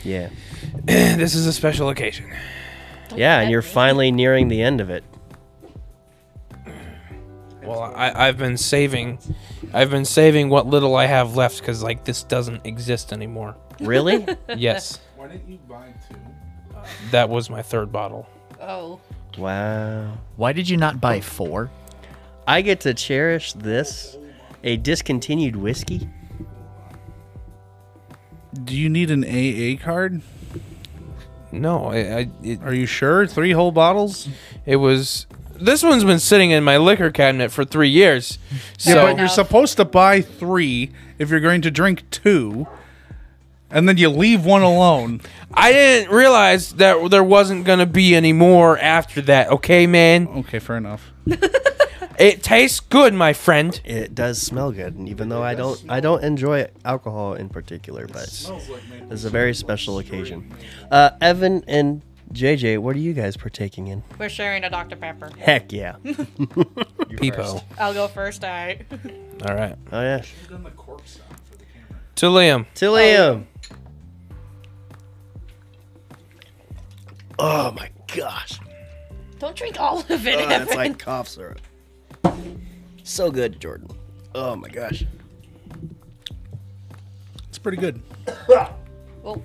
Speaker 2: Yeah.
Speaker 8: this is a special occasion.
Speaker 2: yeah, and you're finally nearing the end of it.
Speaker 8: Well, I, I've been saving, I've been saving what little I have left because like this doesn't exist anymore.
Speaker 2: Really?
Speaker 8: yes.
Speaker 7: Why didn't you buy two?
Speaker 8: That was my third bottle.
Speaker 5: Oh.
Speaker 2: Wow.
Speaker 6: Why did you not buy four?
Speaker 2: I get to cherish this, a discontinued whiskey.
Speaker 7: Do you need an AA card?
Speaker 8: No, I. I it,
Speaker 7: Are you sure? Three whole bottles?
Speaker 8: It was. This one's been sitting in my liquor cabinet for three years. So
Speaker 7: yeah, but you're supposed to buy three if you're going to drink two, and then you leave one alone.
Speaker 8: I didn't realize that there wasn't gonna be any more after that. Okay, man.
Speaker 7: Okay, fair enough.
Speaker 8: it tastes good, my friend.
Speaker 2: It does smell good, and even though I don't, I don't enjoy alcohol in particular, but it's a very special occasion. Uh, Evan and JJ, what are you guys partaking in?
Speaker 5: We're sharing a Dr. Pepper.
Speaker 2: Heck yeah.
Speaker 8: Peepo.
Speaker 5: I'll go first, alright.
Speaker 8: All right.
Speaker 2: Oh yeah.
Speaker 8: To Liam.
Speaker 2: To Liam. Oh my gosh.
Speaker 5: Don't drink all of it,
Speaker 2: Oh,
Speaker 5: Evan.
Speaker 2: that's like cough syrup. So good, Jordan. Oh my gosh.
Speaker 7: It's pretty good.
Speaker 5: Well,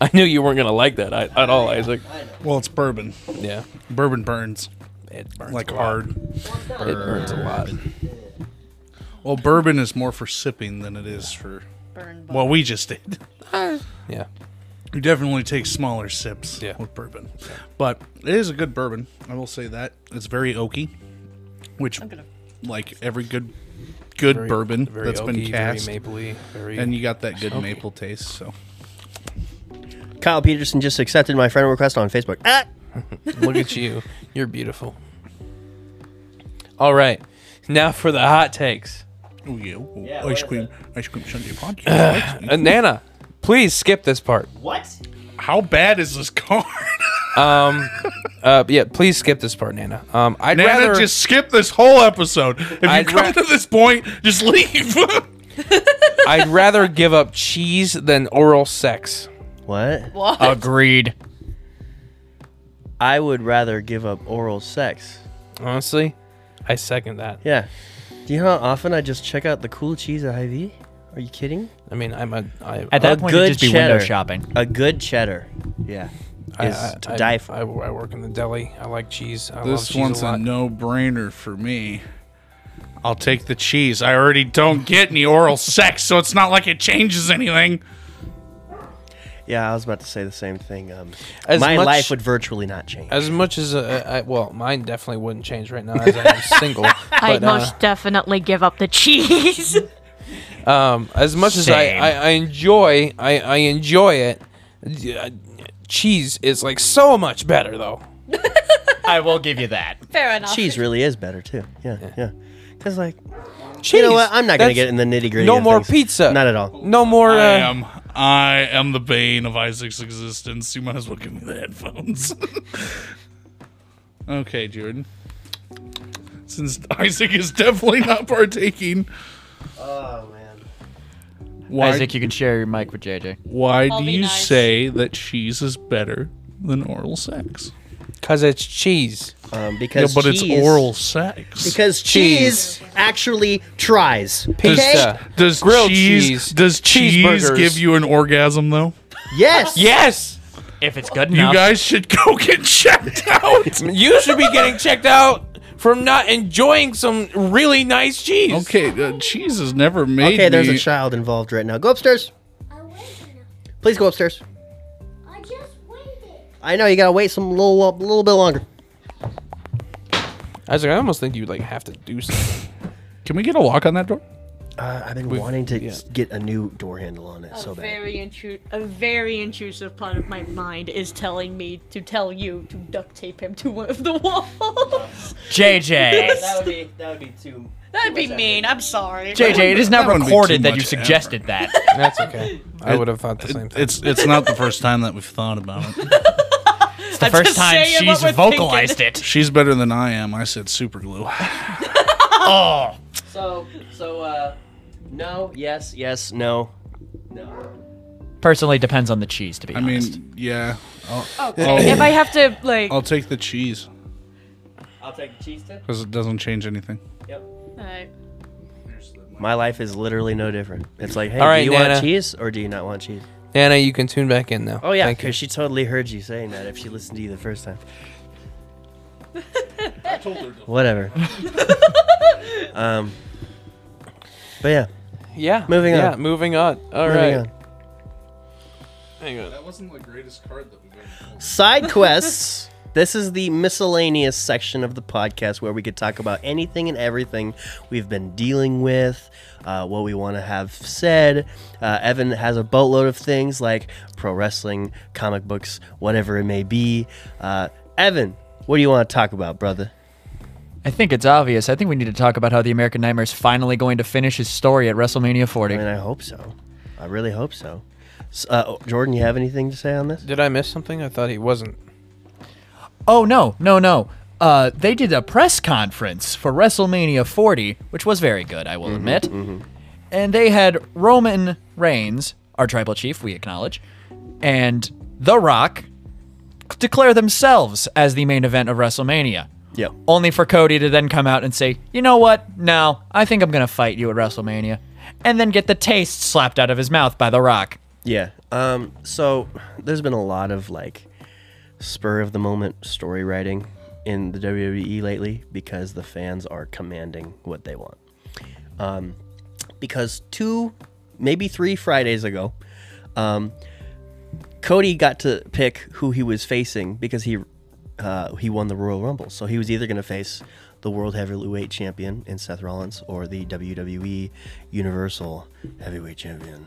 Speaker 8: I knew you weren't gonna like that I, at all, Isaac.
Speaker 7: Well, it's bourbon.
Speaker 8: Yeah.
Speaker 7: Bourbon burns.
Speaker 8: It burns
Speaker 7: like
Speaker 8: a lot.
Speaker 7: hard.
Speaker 8: It burns a lot.
Speaker 7: Well, bourbon is more for sipping than it is for
Speaker 5: Burn
Speaker 7: what we just did.
Speaker 8: yeah.
Speaker 7: You definitely take smaller sips with bourbon. But it is a good bourbon. I will say that. It's very oaky, which like every good good
Speaker 8: Very-
Speaker 7: bourbon
Speaker 8: very
Speaker 7: that's been
Speaker 8: oaky, very
Speaker 7: cast.
Speaker 8: mapley, very
Speaker 7: and you got that good
Speaker 8: smoky.
Speaker 7: maple taste. So
Speaker 2: Kyle Peterson just accepted my friend request on Facebook. Ah!
Speaker 8: Look at you. You're beautiful. All right. Now for the hot takes.
Speaker 7: Ooh, yeah. Ooh, ice cream, ice cream Sunday podcast.
Speaker 8: Uh, Nana, please skip this part.
Speaker 2: What?
Speaker 7: How bad is this card?
Speaker 8: Um, uh, yeah, please skip this part, Nana. Um, I'd
Speaker 7: Nana,
Speaker 8: rather
Speaker 7: just skip this whole episode. If you
Speaker 8: I'd
Speaker 7: come
Speaker 8: ra-
Speaker 7: to this point, just leave.
Speaker 8: I'd rather give up cheese than oral sex.
Speaker 2: What?
Speaker 5: What?
Speaker 2: Agreed. I would rather give up oral sex.
Speaker 8: Honestly, I second that.
Speaker 2: Yeah. Do you know how often I just check out the cool cheese at Hy-Vee? Are you kidding?
Speaker 8: I mean, I'm a I,
Speaker 2: A
Speaker 8: At that point, it'd just be window
Speaker 2: shopping. A good cheddar. Yeah.
Speaker 8: I-
Speaker 2: Is
Speaker 8: I-
Speaker 2: to
Speaker 8: I-
Speaker 2: die for.
Speaker 8: I, I work in the deli. I like cheese. I love
Speaker 7: this
Speaker 8: cheese
Speaker 7: one's
Speaker 8: a
Speaker 7: a,
Speaker 8: lot.
Speaker 7: no-brainer for me. I'll take the cheese. I already don't get any oral sex, so it's not like it changes anything.
Speaker 2: Yeah, I was about to say the same thing. Um,
Speaker 8: As
Speaker 2: my
Speaker 8: much-
Speaker 2: life would virtually not change.
Speaker 8: As much as uh, I, well, mine definitely wouldn't change right now as I am single.
Speaker 12: I'd
Speaker 8: but, uh,
Speaker 12: most definitely give up the cheese.
Speaker 8: um, as much as I,
Speaker 12: Same.
Speaker 8: I, I enjoy I, I enjoy it, d- uh, cheese is like so much better though.
Speaker 10: I will give you that.
Speaker 5: Fair enough.
Speaker 2: Cheese really is better too. Yeah, yeah. Because like,
Speaker 8: cheese.
Speaker 2: you know what? I'm not gonna
Speaker 8: That's-
Speaker 2: get in the nitty gritty.
Speaker 8: No more pizza.
Speaker 2: Not at all.
Speaker 8: No more. Uh,
Speaker 7: I am. I am the bane of Isaac's existence. You might as well give me the headphones. okay, Jordan. Since Isaac is definitely not partaking,
Speaker 2: Oh man.
Speaker 7: why
Speaker 10: Isaac, you can share your mic with JJ.
Speaker 7: why
Speaker 10: I'll
Speaker 7: do
Speaker 10: be
Speaker 7: you
Speaker 10: nice.
Speaker 7: say that cheese is better than oral sex?
Speaker 8: Because it's cheese.
Speaker 2: Um, because
Speaker 7: yeah, but
Speaker 2: cheese-
Speaker 7: it's oral sex.
Speaker 2: Because cheese, actually tries.
Speaker 7: Does,
Speaker 8: uh,
Speaker 2: Okay?
Speaker 7: does
Speaker 2: Grilled
Speaker 7: cheese,
Speaker 2: cheese,
Speaker 7: does cheese
Speaker 2: cheeseburgers.
Speaker 7: give you an orgasm though?
Speaker 2: Yes.
Speaker 8: yes.
Speaker 10: If it's good
Speaker 7: You guys should go get checked out.
Speaker 8: you should be getting checked out from not enjoying some really nice cheese.
Speaker 7: Okay, uh, cheese has never made
Speaker 2: Okay, there's
Speaker 7: me-
Speaker 2: a child involved right now. Go upstairs. Please go upstairs.
Speaker 11: I just waited.
Speaker 2: I know you gotta wait some little a little bit longer.
Speaker 8: Isaac, I almost think you like have to do something.
Speaker 7: Can we get a lock on that door?
Speaker 2: Uh, I've been wanting to s- get a new door handle on it so
Speaker 5: a
Speaker 2: bad.
Speaker 5: very intru- a very intrusive part of my mind is telling me to tell you to duct tape him to one of the walls.
Speaker 10: JJ.
Speaker 2: That would be that would be too.
Speaker 5: That'd be mean. I'm sorry.
Speaker 10: JJ, it is
Speaker 7: That
Speaker 10: not
Speaker 7: wouldn't be too
Speaker 10: recorded that
Speaker 7: much
Speaker 10: you suggested that.
Speaker 8: That's okay. I
Speaker 7: It-
Speaker 8: would have thought the same thing.
Speaker 7: It's it's not the first time that we've thought about it.
Speaker 10: It's the first time
Speaker 5: saying what
Speaker 10: she's
Speaker 5: we're
Speaker 10: vocalized it.
Speaker 7: She's better than I am. I said super glue.
Speaker 10: Oh.
Speaker 2: So so uh, no, yes, yes, no, no.
Speaker 10: Personally, depends on the cheese, to be
Speaker 7: I
Speaker 10: honest.
Speaker 7: mean, yeah. I'll,
Speaker 5: Okay.
Speaker 2: Oh.
Speaker 7: I'll-
Speaker 5: if I have to like,
Speaker 7: I'll take the cheese
Speaker 2: I'll take the cheese tip.
Speaker 7: because it doesn't change anything.
Speaker 5: Alright.
Speaker 2: My life is literally no different. It's like, hey,
Speaker 8: All right,
Speaker 2: do you
Speaker 8: Nana.
Speaker 2: want cheese or do you not want cheese?
Speaker 8: Nana, you can tune back in now.
Speaker 2: Oh yeah,
Speaker 8: Thank you.
Speaker 2: because she totally heard you saying that if she listened to you the first time.
Speaker 7: I told her.
Speaker 2: Whatever. um. But yeah,
Speaker 8: Yeah.
Speaker 2: Moving
Speaker 8: yeah,
Speaker 2: on.
Speaker 8: Moving on. All right.
Speaker 2: Moving
Speaker 8: Hang on.
Speaker 7: That wasn't the greatest card that we got.
Speaker 2: side quests. This is the miscellaneous section of the podcast where we could talk about anything and everything we've been dealing with, uh, what we want to have said. Uh, Evan has a boatload of things like pro wrestling, comic books, whatever it may be. Uh, Evan, what do you want to talk about, brother?
Speaker 10: I think it's obvious. I think we need to talk about how the American Nightmare is finally going to finish his story at WrestleMania 40.
Speaker 2: I mean, I hope so. I really hope so. S- Uh, Jordan, you have anything to say on this?
Speaker 8: Did I miss something? I thought he wasn't.
Speaker 10: Oh no, no, no. Uh, they did a press conference for WrestleMania 40, which was very good, I will admit. And they had Roman Reigns, our tribal chief, we acknowledge, and The Rock declare themselves as the main event of WrestleMania.
Speaker 2: Yep.
Speaker 10: Only for Cody to then come out and say, you know what? No, I think I'm going to fight you at WrestleMania. And then get the taste slapped out of his mouth by The Rock.
Speaker 2: Yeah. Um, so there's been a lot of like spur of the moment story writing in the WWE lately because the fans are commanding what they want. Um, because two, maybe three Fridays ago, um, Cody got to pick who he was facing because he uh, he won the Royal Rumble, so he was either going to face the World Heavyweight Champion in Seth Rollins or the WWE Universal Heavyweight Champion.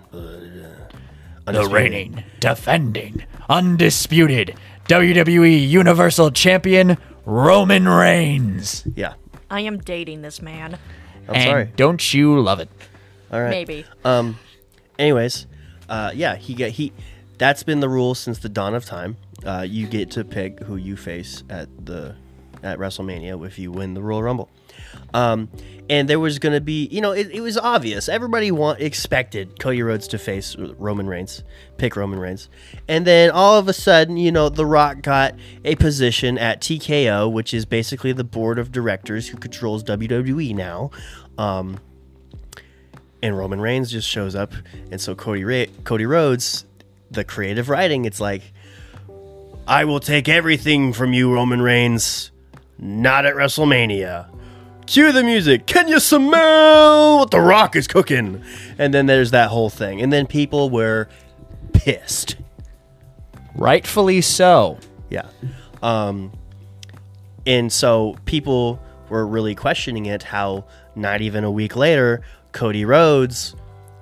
Speaker 6: The reigning, defending, undisputed WWE Universal Champion Roman Reigns.
Speaker 2: Yeah.
Speaker 14: I am dating this man.
Speaker 2: I'm sorry.
Speaker 6: Don't you love it?
Speaker 2: All right.
Speaker 14: Maybe.
Speaker 2: Um. Anyways, uh, yeah, he get he. That's been the rule since the dawn of time. Uh, you get to pick who you face at the at WrestleMania if you win the Royal Rumble. Um, and there was going to be, you know, it, it was obvious. Everybody want, expected Cody Rhodes to face Roman Reigns, pick Roman Reigns. And then all of a sudden, you know, The Rock got a position at TKO, which is basically the board of directors who controls WWE now. Um, and Roman Reigns just shows up, and so Cody Ra- Cody Rhodes, the creative writing, it's like, I will take everything from you, Roman Reigns, not at WrestleMania. Cue the music. Can you smell what the Rock is cooking? And then there's that whole thing, and then people were pissed.
Speaker 6: Rightfully so.
Speaker 2: Yeah. Um, and so people were really questioning it how not even a week later, Cody Rhodes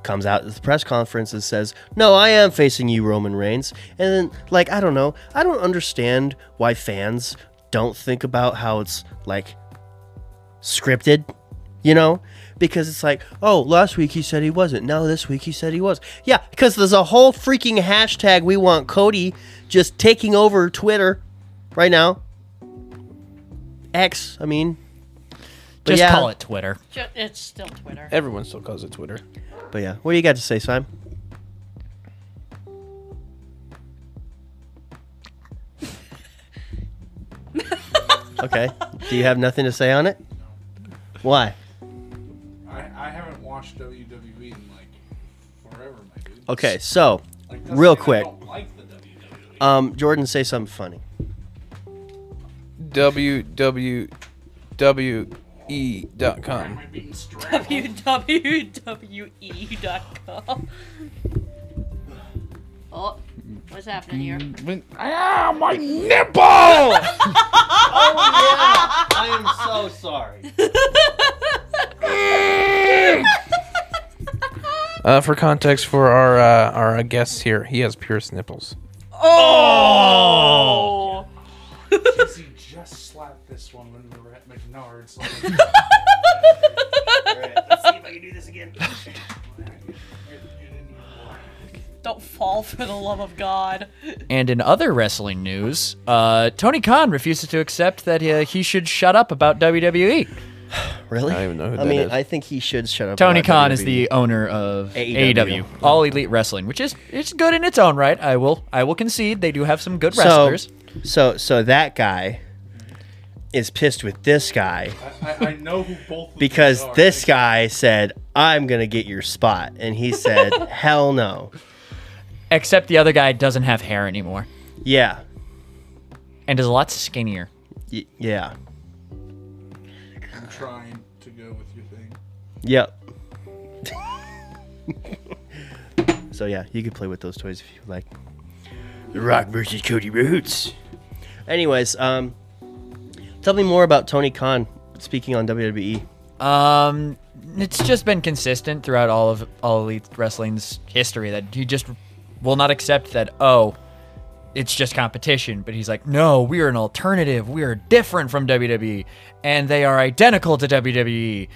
Speaker 2: comes out at the press conference and says, No, I am facing you, Roman Reigns. And then, like, I don't know. I don't understand why fans don't think about how it's, like, scripted, you know? Because it's like, oh, last week he said he wasn't. No, this week he said he was. Yeah, because there's a whole freaking hashtag we want Cody just taking over Twitter right now. X, I mean. But
Speaker 6: Just
Speaker 2: yeah.
Speaker 6: call it Twitter.
Speaker 5: Ju- It's still Twitter.
Speaker 8: Everyone still calls it Twitter.
Speaker 2: But yeah, what do you got to say, Simon? okay. Do you have nothing to say on it? Why?
Speaker 7: I, I haven't watched WWE in like forever, my dude.
Speaker 2: Okay, so
Speaker 7: doesn't
Speaker 2: real
Speaker 7: mean I
Speaker 2: quick.
Speaker 7: don't like the E.
Speaker 2: Um, Jordan, say something funny.
Speaker 8: E www.e.com.
Speaker 5: E www.e.com.
Speaker 14: Oh, what's happening here?
Speaker 5: Ah, my
Speaker 14: nipple!
Speaker 2: oh, yeah. I am so sorry.
Speaker 8: Uh, for context for our uh, our uh, guests here, he has pierced nipples.
Speaker 7: Oh! Jesse just slapped this one when we were at McNard's.
Speaker 2: Let's see if I can do this again.
Speaker 5: Don't fall for the love of God.
Speaker 6: And in other wrestling news, uh, Tony Khan refuses to accept that uh, he should shut up about E. WWE.
Speaker 2: Really? I don't
Speaker 8: even know
Speaker 2: I mean, I think he should shut up.
Speaker 6: Tony
Speaker 2: about
Speaker 6: Khan is
Speaker 2: WWE.
Speaker 6: the owner of
Speaker 2: AEW.
Speaker 6: AEW, All Elite Wrestling, which is it's good in its own right. I will I will concede they do have some good
Speaker 2: so,
Speaker 6: wrestlers.
Speaker 2: so, so that guy is pissed with this guy.
Speaker 7: I, I know who both of
Speaker 2: because
Speaker 7: these are.
Speaker 2: this guy said, "I'm gonna get your spot," and he said, "Hell no."
Speaker 6: Except the other guy doesn't have hair anymore
Speaker 2: Yeah,
Speaker 6: and is a lot skinnier.
Speaker 2: y- yeah,
Speaker 7: I'm trying to go with your thing.
Speaker 2: yep. so yeah, you could play with those toys if you like. The Rock versus Cody Rhodes. Anyways, um, tell me more about Tony Khan speaking on E. WWE.
Speaker 6: Um, it's just been consistent throughout all of all Elite Wrestling's history that he just will not accept that. Oh, it's just competition. But he's like, no, we are an alternative. We are different from WWE, and they are identical to WWE.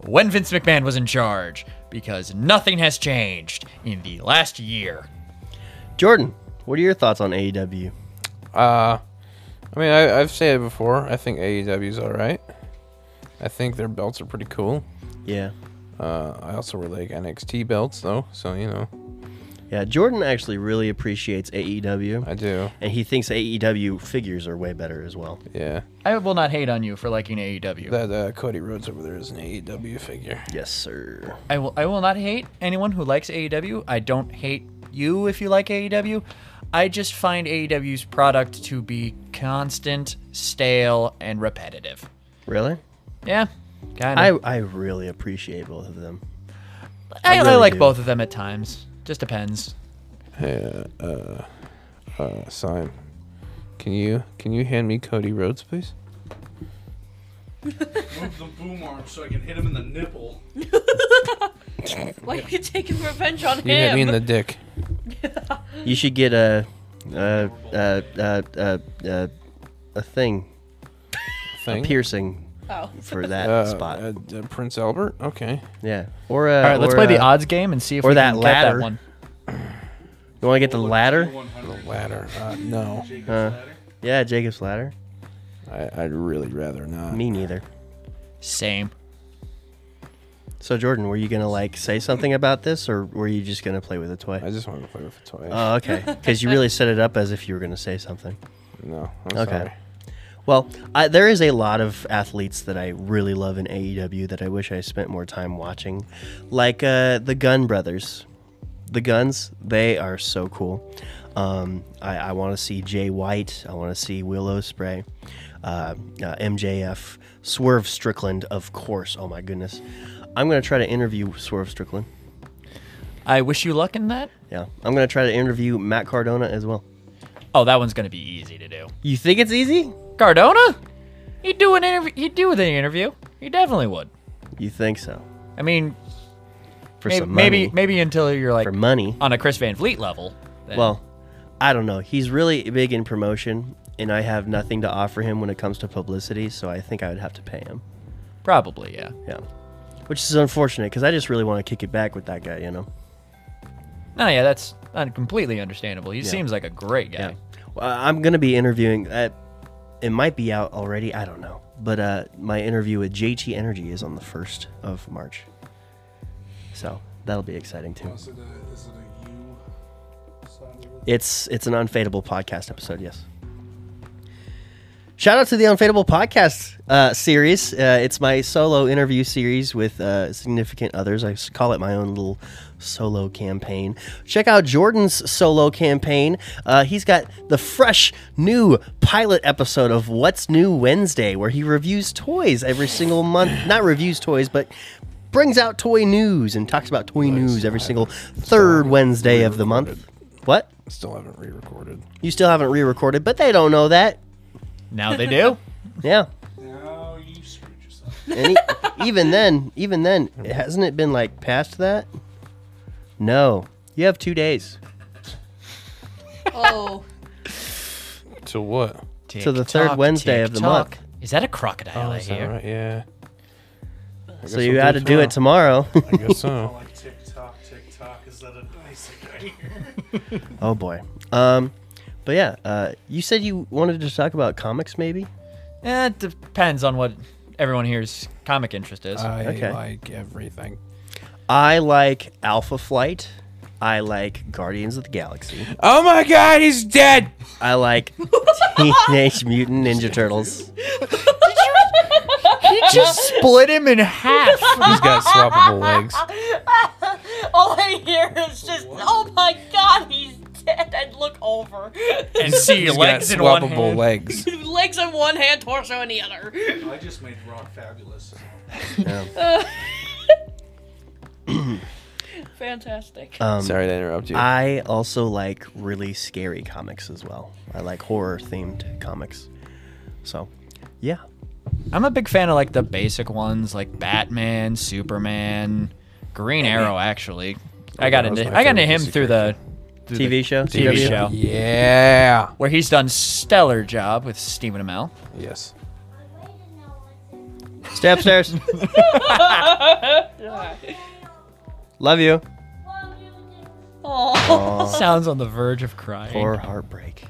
Speaker 6: When Vince McMahon was in charge, because nothing has changed in the last year.
Speaker 2: Jordan, what are your thoughts on E AEW?
Speaker 8: Uh, I mean, I, I've said it before. I think AEW's all right. I think their belts are pretty cool.
Speaker 2: Yeah.
Speaker 8: Uh, I also really like NXT belts though, so you know.
Speaker 2: Yeah, Jordan actually really appreciates AEW.
Speaker 8: I do.
Speaker 2: And he thinks AEW figures are way better as well.
Speaker 8: Yeah.
Speaker 6: I will not hate on you for liking E AEW.
Speaker 8: That uh, Cody Rhodes over there is an AEW figure.
Speaker 2: Yes, sir.
Speaker 6: I will I will not hate anyone who likes AEW. I don't hate you if you like AEW. I just find AEW's product to be constant, stale, and repetitive.
Speaker 2: Really?
Speaker 6: Yeah. Kind
Speaker 2: I,
Speaker 6: of.
Speaker 2: I really appreciate both of them.
Speaker 6: I, I,
Speaker 2: really
Speaker 6: like
Speaker 2: do.
Speaker 6: both of them at times. Just depends.
Speaker 8: Hey, uh, uh, uh, Sime, can you can you hand me Cody Rhodes, please?
Speaker 7: Move the boom arm so I can hit him in the nipple.
Speaker 5: Why are you taking revenge on him?
Speaker 2: You hit me in the
Speaker 8: dick.
Speaker 2: You should get a a a a a, a, a thing.
Speaker 8: Thing?
Speaker 2: A piercing.
Speaker 5: Oh.
Speaker 2: For that
Speaker 8: Uh,
Speaker 2: spot.
Speaker 8: uh, uh, Prince Albert. Okay.
Speaker 2: Yeah. Or uh,
Speaker 6: All right, let's
Speaker 2: or,
Speaker 6: play the
Speaker 2: uh,
Speaker 6: odds game and see if
Speaker 2: or
Speaker 6: we
Speaker 2: that
Speaker 6: can
Speaker 2: ladder.
Speaker 6: get that one.
Speaker 2: You want to get the ladder?
Speaker 8: The ladder. Uh, no.
Speaker 2: Uh, yeah, Jacob's ladder.
Speaker 8: I, I'd really rather not.
Speaker 2: Me neither.
Speaker 6: Same.
Speaker 2: So Jordan, were you gonna like say something about this, or were you just gonna play with a toy? I
Speaker 8: just wanted to play with a toy.
Speaker 2: Oh, okay. Because you really set it up as if you were gonna say something.
Speaker 8: No. I'm
Speaker 2: okay.
Speaker 8: sorry.
Speaker 2: Well, I, there is a lot of athletes that I really love in AEW that I wish I spent more time watching, like uh, the Gun Brothers. The Guns, they are so cool. Um, I, I want to see Jay White. I want to see Willow Spray, uh, uh, MJF, Swerve Strickland, of course. Oh my goodness, I'm gonna try to interview Swerve Strickland.
Speaker 6: I wish you luck in that.
Speaker 2: Yeah, I'm gonna try to interview Matt Cardona as well.
Speaker 6: Oh, that one's gonna be easy to do.
Speaker 2: You think it's easy?
Speaker 6: Cardona? He'd do an interview. He'd do the interview. He definitely would.
Speaker 2: You think so?
Speaker 6: I mean,
Speaker 2: For
Speaker 6: maybe,
Speaker 2: some
Speaker 6: maybe
Speaker 2: money.
Speaker 6: maybe until you're like
Speaker 2: For money.
Speaker 6: on a Chris Van Fleet level. then-
Speaker 2: Well, I don't know. He's really big in promotion, and I have nothing to offer him when it comes to publicity, so I think I would have to pay him.
Speaker 6: Probably, yeah.
Speaker 2: Yeah. Which is unfortunate because I just really want to kick it back with that guy, you know?
Speaker 6: no, yeah, that's uh, completely understandable. He
Speaker 2: Yeah.
Speaker 6: seems like a great guy.
Speaker 2: Well, I'm going to be interviewing. Uh, it might be out already. I don't know. But uh, my interview with JT Energy is on the 1st of March. So that'll be exciting too.
Speaker 7: Is it a, is it a you side of it?
Speaker 2: It's it's an unfadable podcast episode. Yes. Shout out to the Unfadable podcast uh, series. Uh, it's my solo interview series with uh, significant others. I s- call it my own little solo campaign. Check out Jordan's solo campaign. Uh, he's got the fresh new pilot episode of What's New Wednesday, where he reviews toys every single month. Not reviews toys, but brings out toy news and talks about toy news every single third Wednesday of the month. What?
Speaker 8: Still haven't re-recorded.
Speaker 2: You still haven't re recorded, but they don't know that.
Speaker 6: Now they do?
Speaker 2: yeah. Now you screwed yourself. And e- even then, even then, hasn't it been like past that? No. You have two days.
Speaker 5: Oh.
Speaker 8: To what?
Speaker 2: To the third
Speaker 6: Tick-tock,
Speaker 2: Wednesday of the month.
Speaker 6: tick-tock. Is that a crocodile
Speaker 8: Oh,
Speaker 6: I
Speaker 8: is that
Speaker 6: hear?
Speaker 8: right? Yeah.
Speaker 2: So you had to do it tomorrow.
Speaker 8: I guess so.
Speaker 7: like tick tock, tick tock. Is that a nice here?
Speaker 2: oh boy. Um, but yeah, uh, you said you wanted to talk about comics, maybe.
Speaker 6: Eh, it depends on what everyone here's comic interest is.
Speaker 8: I like everything.
Speaker 2: I like Alpha Flight. I like Guardians of the Galaxy.
Speaker 8: Oh my God, he's dead.
Speaker 2: I like Teenage Mutant Ninja Turtles.
Speaker 6: he just split him in half.
Speaker 8: He's got swappable legs.
Speaker 5: Oh. All I hear is just, oh my god, he's dead. And look over.
Speaker 6: And see
Speaker 8: He's
Speaker 6: legs
Speaker 8: got
Speaker 6: in one
Speaker 8: swappable
Speaker 6: hand.
Speaker 8: legs.
Speaker 5: Legs in one hand, torso in the other.
Speaker 7: I just made Rock fabulous.
Speaker 5: Uh, Fantastic.
Speaker 6: Uh,
Speaker 8: Sorry to interrupt you.
Speaker 2: I also like really scary comics as well. I like horror themed comics. So, yeah.
Speaker 6: I'm a big fan of like the basic ones, like Batman, Superman, Green Arrow. Actually, I got
Speaker 2: That was
Speaker 6: into
Speaker 2: my
Speaker 6: I got into
Speaker 2: favorite
Speaker 6: him
Speaker 2: DC
Speaker 6: through the through
Speaker 2: TV
Speaker 6: the
Speaker 2: show?
Speaker 6: TV
Speaker 2: CW?
Speaker 6: show.
Speaker 8: Yeah.
Speaker 6: where he's done stellar job with Stephen Amell.
Speaker 8: Yes.
Speaker 2: Stay upstairs. Love you.
Speaker 6: uh,
Speaker 5: Aw.
Speaker 6: Sounds on the verge of crying.
Speaker 2: Poor heartbreak.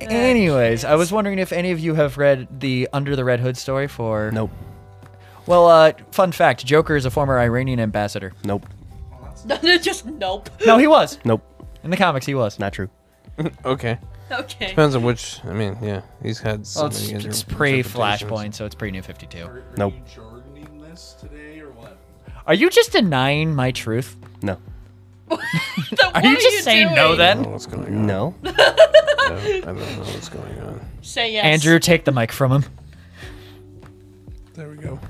Speaker 6: Anyways, I was wondering if any of you have read the Under the Red Hood story for.
Speaker 2: Nope.
Speaker 6: Well, uh, fun fact: Joker is a former Iranian ambassador.
Speaker 2: Nope.
Speaker 5: just nope.
Speaker 6: No, he was.
Speaker 2: Nope.
Speaker 6: In the comics, he was.
Speaker 2: Not true.
Speaker 8: okay.
Speaker 5: Okay.
Speaker 8: Depends on which. I mean, yeah. He's had. So
Speaker 6: Well, it's,
Speaker 8: many inter-
Speaker 6: it's pre Flashpoint,
Speaker 8: interpretations.
Speaker 6: so it's pre New Fifty Two.
Speaker 2: Nope.
Speaker 7: Jordaning this today or what?
Speaker 6: Are you just denying my truth?
Speaker 2: No.
Speaker 6: Are you just saying no
Speaker 8: I
Speaker 6: then?
Speaker 8: don't know what's going on.
Speaker 2: No.
Speaker 8: I don't, I don't know what's going on.
Speaker 5: Say yes.
Speaker 6: Andrew, take the mic from him.
Speaker 7: There we go.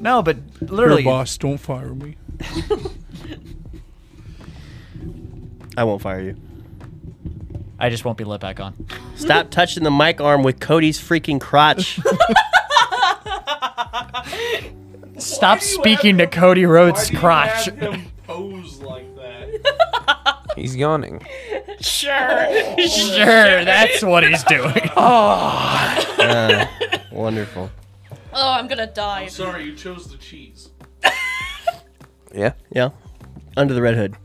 Speaker 6: No, but literally,
Speaker 7: Your boss, don't fire me.
Speaker 2: I won't fire you.
Speaker 6: I just won't be let back on.
Speaker 2: Stop touching the mic arm with Cody's freaking crotch.
Speaker 6: Stop speaking to Cody Rhodes' crotch.
Speaker 15: Pose like that.
Speaker 8: He's yawning.
Speaker 5: Sure.
Speaker 6: Sure, that's what he's doing.
Speaker 2: Uh, wonderful.
Speaker 5: Oh, I'm gonna die.
Speaker 15: I'm sorry, you chose the cheese.
Speaker 2: Yeah. Yeah. Under the red hood.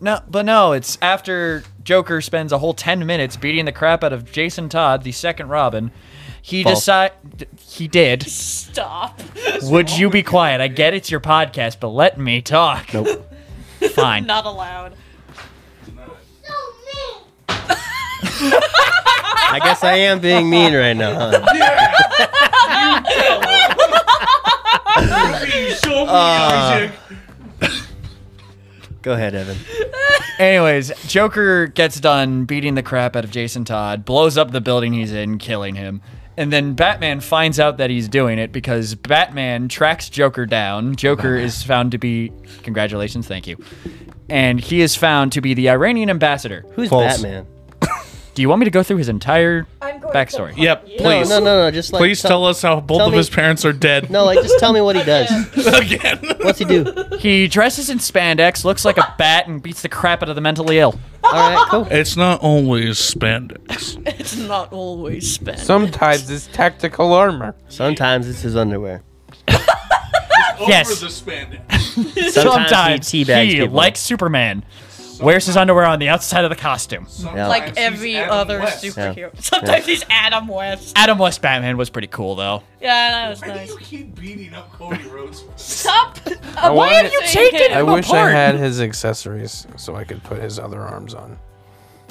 Speaker 6: No, but no, it's after Joker spends a whole 10 minutes beating the crap out of Jason Todd, the second Robin. He
Speaker 2: False.
Speaker 6: decide he did.
Speaker 5: Stop.
Speaker 6: Would you be quiet? I get it's your podcast, but let me talk.
Speaker 2: Nope.
Speaker 6: Fine.
Speaker 5: Not allowed.
Speaker 2: I guess I am being mean right now. Huh? Uh, go ahead, Evan.
Speaker 6: Anyways, Joker gets done beating the crap out of Jason Todd, blows up the building he's in, killing him. And then Batman finds out that he's doing it because Batman tracks Joker down. Joker is found to be congratulations, thank you. And he is found to be the Iranian ambassador.
Speaker 2: Who's Batman?
Speaker 6: Do you want me to go through his entire
Speaker 16: I'm going to
Speaker 6: backstory?
Speaker 7: Yep,
Speaker 2: No,
Speaker 7: please.
Speaker 2: no, no, no, just like
Speaker 7: please
Speaker 2: tell-
Speaker 7: tell us how both
Speaker 2: tell
Speaker 7: of
Speaker 2: me-
Speaker 7: his parents are dead.
Speaker 2: No, like just tell me what he does.
Speaker 7: Again.
Speaker 2: What's he do?
Speaker 6: He dresses in spandex, looks like a bat, and beats the crap out of the mentally ill.
Speaker 2: All right, cool.
Speaker 7: It's not always spandex.
Speaker 5: It's not always spent.
Speaker 8: Sometimes it's tactical armor.
Speaker 2: Sometimes it's his underwear.
Speaker 6: Yes.
Speaker 15: Over the spandex.
Speaker 2: Sometimes,
Speaker 6: Sometimes
Speaker 2: he teabags
Speaker 6: he,
Speaker 2: people.
Speaker 6: like Superman, wears his underwear on the outside of the costume.
Speaker 2: Yeah.
Speaker 5: Like every other superhero. Sometimes he's Adam West.
Speaker 6: Adam West Batman was pretty cool though.
Speaker 5: Yeah, that was
Speaker 15: Why do
Speaker 5: nice.
Speaker 15: you keep beating up Cody Rhodes?
Speaker 5: Stop! Uh,
Speaker 8: I
Speaker 6: Why
Speaker 8: want
Speaker 6: have you
Speaker 5: it-
Speaker 6: taken
Speaker 8: I
Speaker 6: him
Speaker 8: wish
Speaker 6: apart?
Speaker 8: I had his accessories so I could put his other arms on.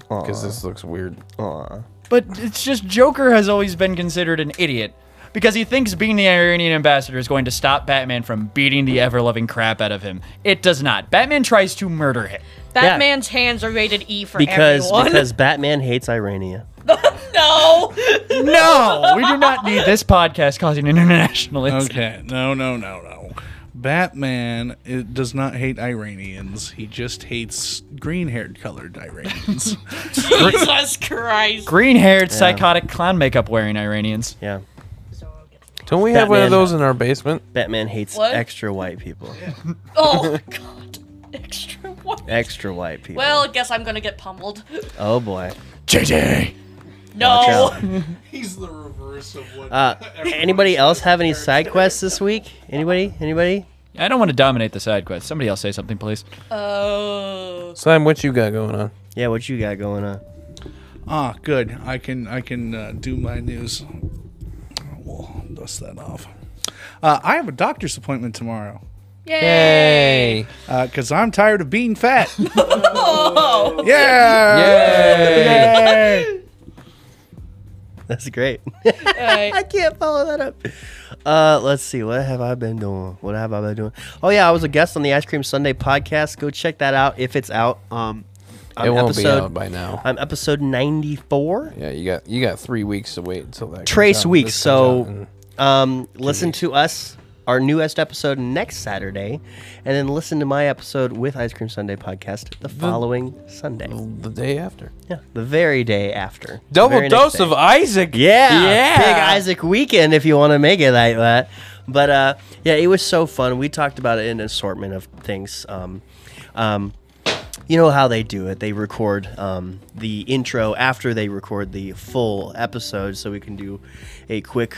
Speaker 8: Because this looks weird.
Speaker 2: Aw.
Speaker 6: But it's just Joker has always been considered an idiot because he thinks being the Iranian ambassador is going to stop Batman from beating the ever-loving crap out of him. It does not. Batman tries to murder him.
Speaker 5: Batman's hands are rated E for
Speaker 2: Because
Speaker 5: everyone.
Speaker 2: because Batman hates Irania.
Speaker 5: no.
Speaker 6: No, we do not need this podcast causing an international incident.
Speaker 7: Okay, no, no, no, no. Batman it does not hate Iranians. He just hates green-haired colored Iranians.
Speaker 5: Jesus Christ.
Speaker 6: Green-haired,
Speaker 2: Yeah.
Speaker 6: psychotic clown makeup wearing Iranians.
Speaker 2: Yeah.
Speaker 8: Don't we have one of
Speaker 2: Batman.
Speaker 8: those in our basement?
Speaker 2: Batman hates
Speaker 5: What?
Speaker 2: extra white people.
Speaker 5: Oh God. Extra white.
Speaker 2: Extra white people.
Speaker 5: Well, guess I'm gonna get pummeled.
Speaker 2: oh boy. Watch
Speaker 6: JJ.
Speaker 5: No.
Speaker 2: out.
Speaker 15: He's the reverse of what.
Speaker 2: Uh, anybody else have any side quests this week? Anybody? Anybody?
Speaker 6: I don't want to dominate the side quest. Somebody else say something, please.
Speaker 5: Oh.
Speaker 8: Slime, what you got going on?
Speaker 2: Yeah, what you got going on?
Speaker 7: ah, good. I can I can uh, do my news. We'll dust that off. Uh, I have a doctor's appointment tomorrow
Speaker 8: Yay!
Speaker 7: because I'm tired of being fat. yeah.
Speaker 8: Yay!
Speaker 7: Yay.
Speaker 2: That's great.
Speaker 5: Alright.
Speaker 2: I can't follow that up. Uh, let's see. What have I been doing? What have I been doing? Oh yeah, I was a guest on the Ice Cream Sunday podcast. Go check that out if it's out. Um, I'm
Speaker 8: It won't be
Speaker 2: episode,
Speaker 8: out by now.
Speaker 2: I'm episode 94.
Speaker 8: Yeah, you got you got three weeks to wait until that. comes
Speaker 2: Trace
Speaker 8: out.
Speaker 2: weeks.
Speaker 8: This comes out
Speaker 2: So,
Speaker 8: in-
Speaker 2: um, listen to us our newest episode next Saturday, and then listen to my episode with Ice Cream Sunday podcast the following Sunday.
Speaker 8: the day after.
Speaker 2: Yeah, the very day after. The
Speaker 8: Double
Speaker 2: very next
Speaker 8: dose
Speaker 2: day.
Speaker 8: of Isaac.
Speaker 2: Yeah,
Speaker 8: yeah.
Speaker 2: Big Isaac weekend if you want to make it like that. But uh, yeah, it was so fun. We talked about it in an assortment of things. Um, um, you know how they do it. They record um, the intro after they record the full episode, so we can do a quick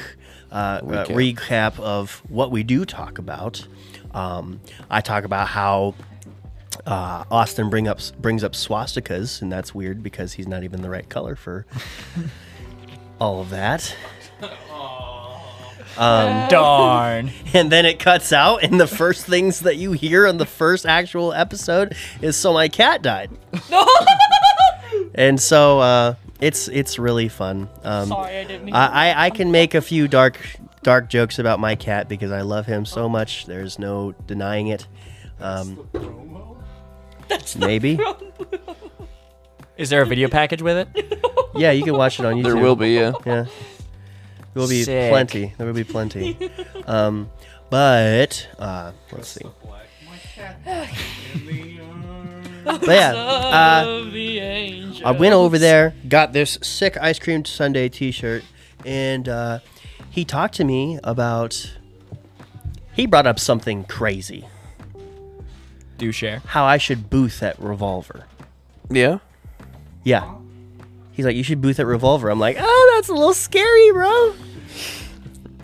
Speaker 2: uh, recap. Uh, recap of what we do talk about. Um, I talk about how uh, Austin bring up brings up swastikas, and that's weird because he's not even the right color for all of that.
Speaker 6: Darn.
Speaker 2: And then it cuts out, and the first things that you hear on the first actual episode is "So my cat died," and so uh, it's it's really fun. Um,
Speaker 5: Sorry, I didn't mean.
Speaker 2: I, I I can make a few dark dark jokes about my cat because I love him so much. There's no denying it. Um, maybe,
Speaker 6: Is there a video package with it?
Speaker 2: yeah. You can watch it on YouTube.
Speaker 1: There will be, yeah.
Speaker 2: Yeah. There will be
Speaker 6: Sick.
Speaker 2: plenty. There will be plenty. um, but uh, let's see.
Speaker 15: In the
Speaker 2: But yeah, uh, I went over there, got this sick ice cream Sunday T-shirt, and uh, he talked to me about. He brought up something crazy.
Speaker 6: Do share
Speaker 2: how I should booth at Revolver.
Speaker 8: Yeah.
Speaker 2: Yeah. He's like, you should booth at Revolver. I'm like, oh, that's a little scary, bro.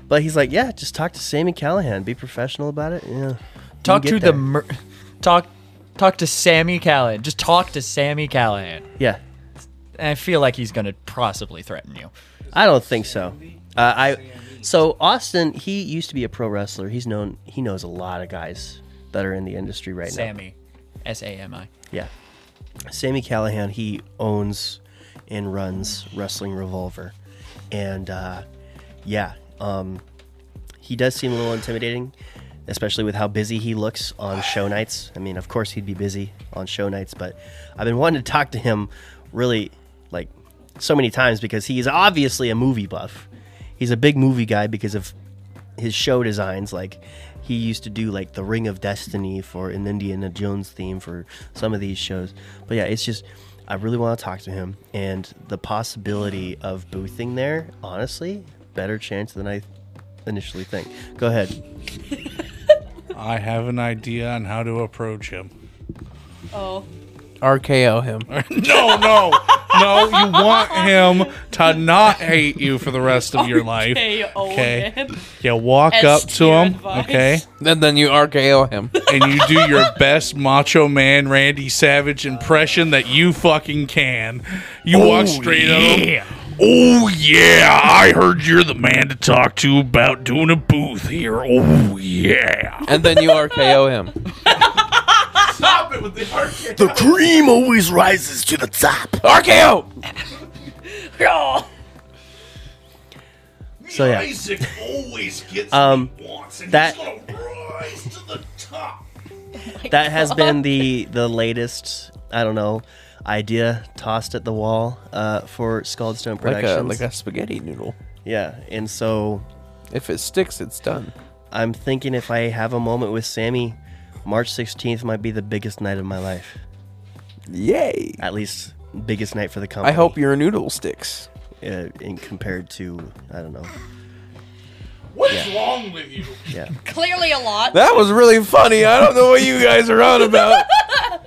Speaker 2: But he's like, yeah, just talk to Sammy Callahan. Be professional about it. Yeah.
Speaker 6: Talk
Speaker 2: You can get
Speaker 6: to the
Speaker 2: there.
Speaker 6: mer- talk talk to Sammy Callahan. Just talk to Sammy Callahan.
Speaker 2: Yeah.
Speaker 6: I feel like he's gonna possibly threaten you.
Speaker 2: I don't think so. Uh, I so Austin, he used to be a pro wrestler. He's known he knows a lot of guys that are in the industry right
Speaker 6: Sammy, S A M I.
Speaker 2: now. Yeah. Sammy Callahan, he owns and runs Wrestling Revolver. And uh, yeah, um, he does seem a little intimidating, especially with how busy he looks on show nights. I mean, of course he'd be busy on show nights, but I've been wanting to talk to him really like so many times because he's obviously a movie buff. He's a big movie guy because of his show designs. Like he used to do like the Ring of Destiny for an Indiana Jones theme for some of these shows. But yeah, it's just I really want to talk to him and the possibility of boothing there. Honestly, better chance than I initially think. Go ahead.
Speaker 7: I have an idea on how to approach him.
Speaker 5: Oh.
Speaker 8: RKO him.
Speaker 7: no, no, no. You want him to not hate you for the rest of your life.
Speaker 5: RKO him.
Speaker 7: You walk
Speaker 5: As
Speaker 7: up to
Speaker 5: tier
Speaker 7: him,
Speaker 5: advice.
Speaker 7: okay?
Speaker 8: Then then you RKO him.
Speaker 7: And you do your best Macho Man Randy Savage impression that you fucking can. You walk
Speaker 13: Oh,
Speaker 7: straight
Speaker 13: yeah.
Speaker 7: up. Oh yeah, I heard you're the man to talk to about doing a booth here. Oh yeah.
Speaker 8: And then you RKO him.
Speaker 13: Stop it with the RKO.
Speaker 8: The cream always rises to the top. RKO.
Speaker 2: So yeah.
Speaker 13: Isaac always gets
Speaker 2: Um,
Speaker 13: what he wants, and
Speaker 2: that-
Speaker 13: he's gonna rise to the top.
Speaker 2: that has been the the latest i don't know idea tossed at the wall uh, for scaldstone
Speaker 8: Like
Speaker 2: productions
Speaker 8: a like a spaghetti noodle.
Speaker 2: yeah and so
Speaker 8: if it sticks it's done
Speaker 2: i'm thinking if i have a moment with sammy march 16th might be the biggest night of my life
Speaker 8: yay
Speaker 2: at least biggest night for the company
Speaker 8: I hope your noodle sticks.
Speaker 2: uh, in compared to i don't know
Speaker 13: What's
Speaker 2: Yeah.
Speaker 13: wrong with you?
Speaker 2: yeah
Speaker 5: Clearly a lot.
Speaker 8: That was really funny. I don't know what you guys are on about.
Speaker 13: I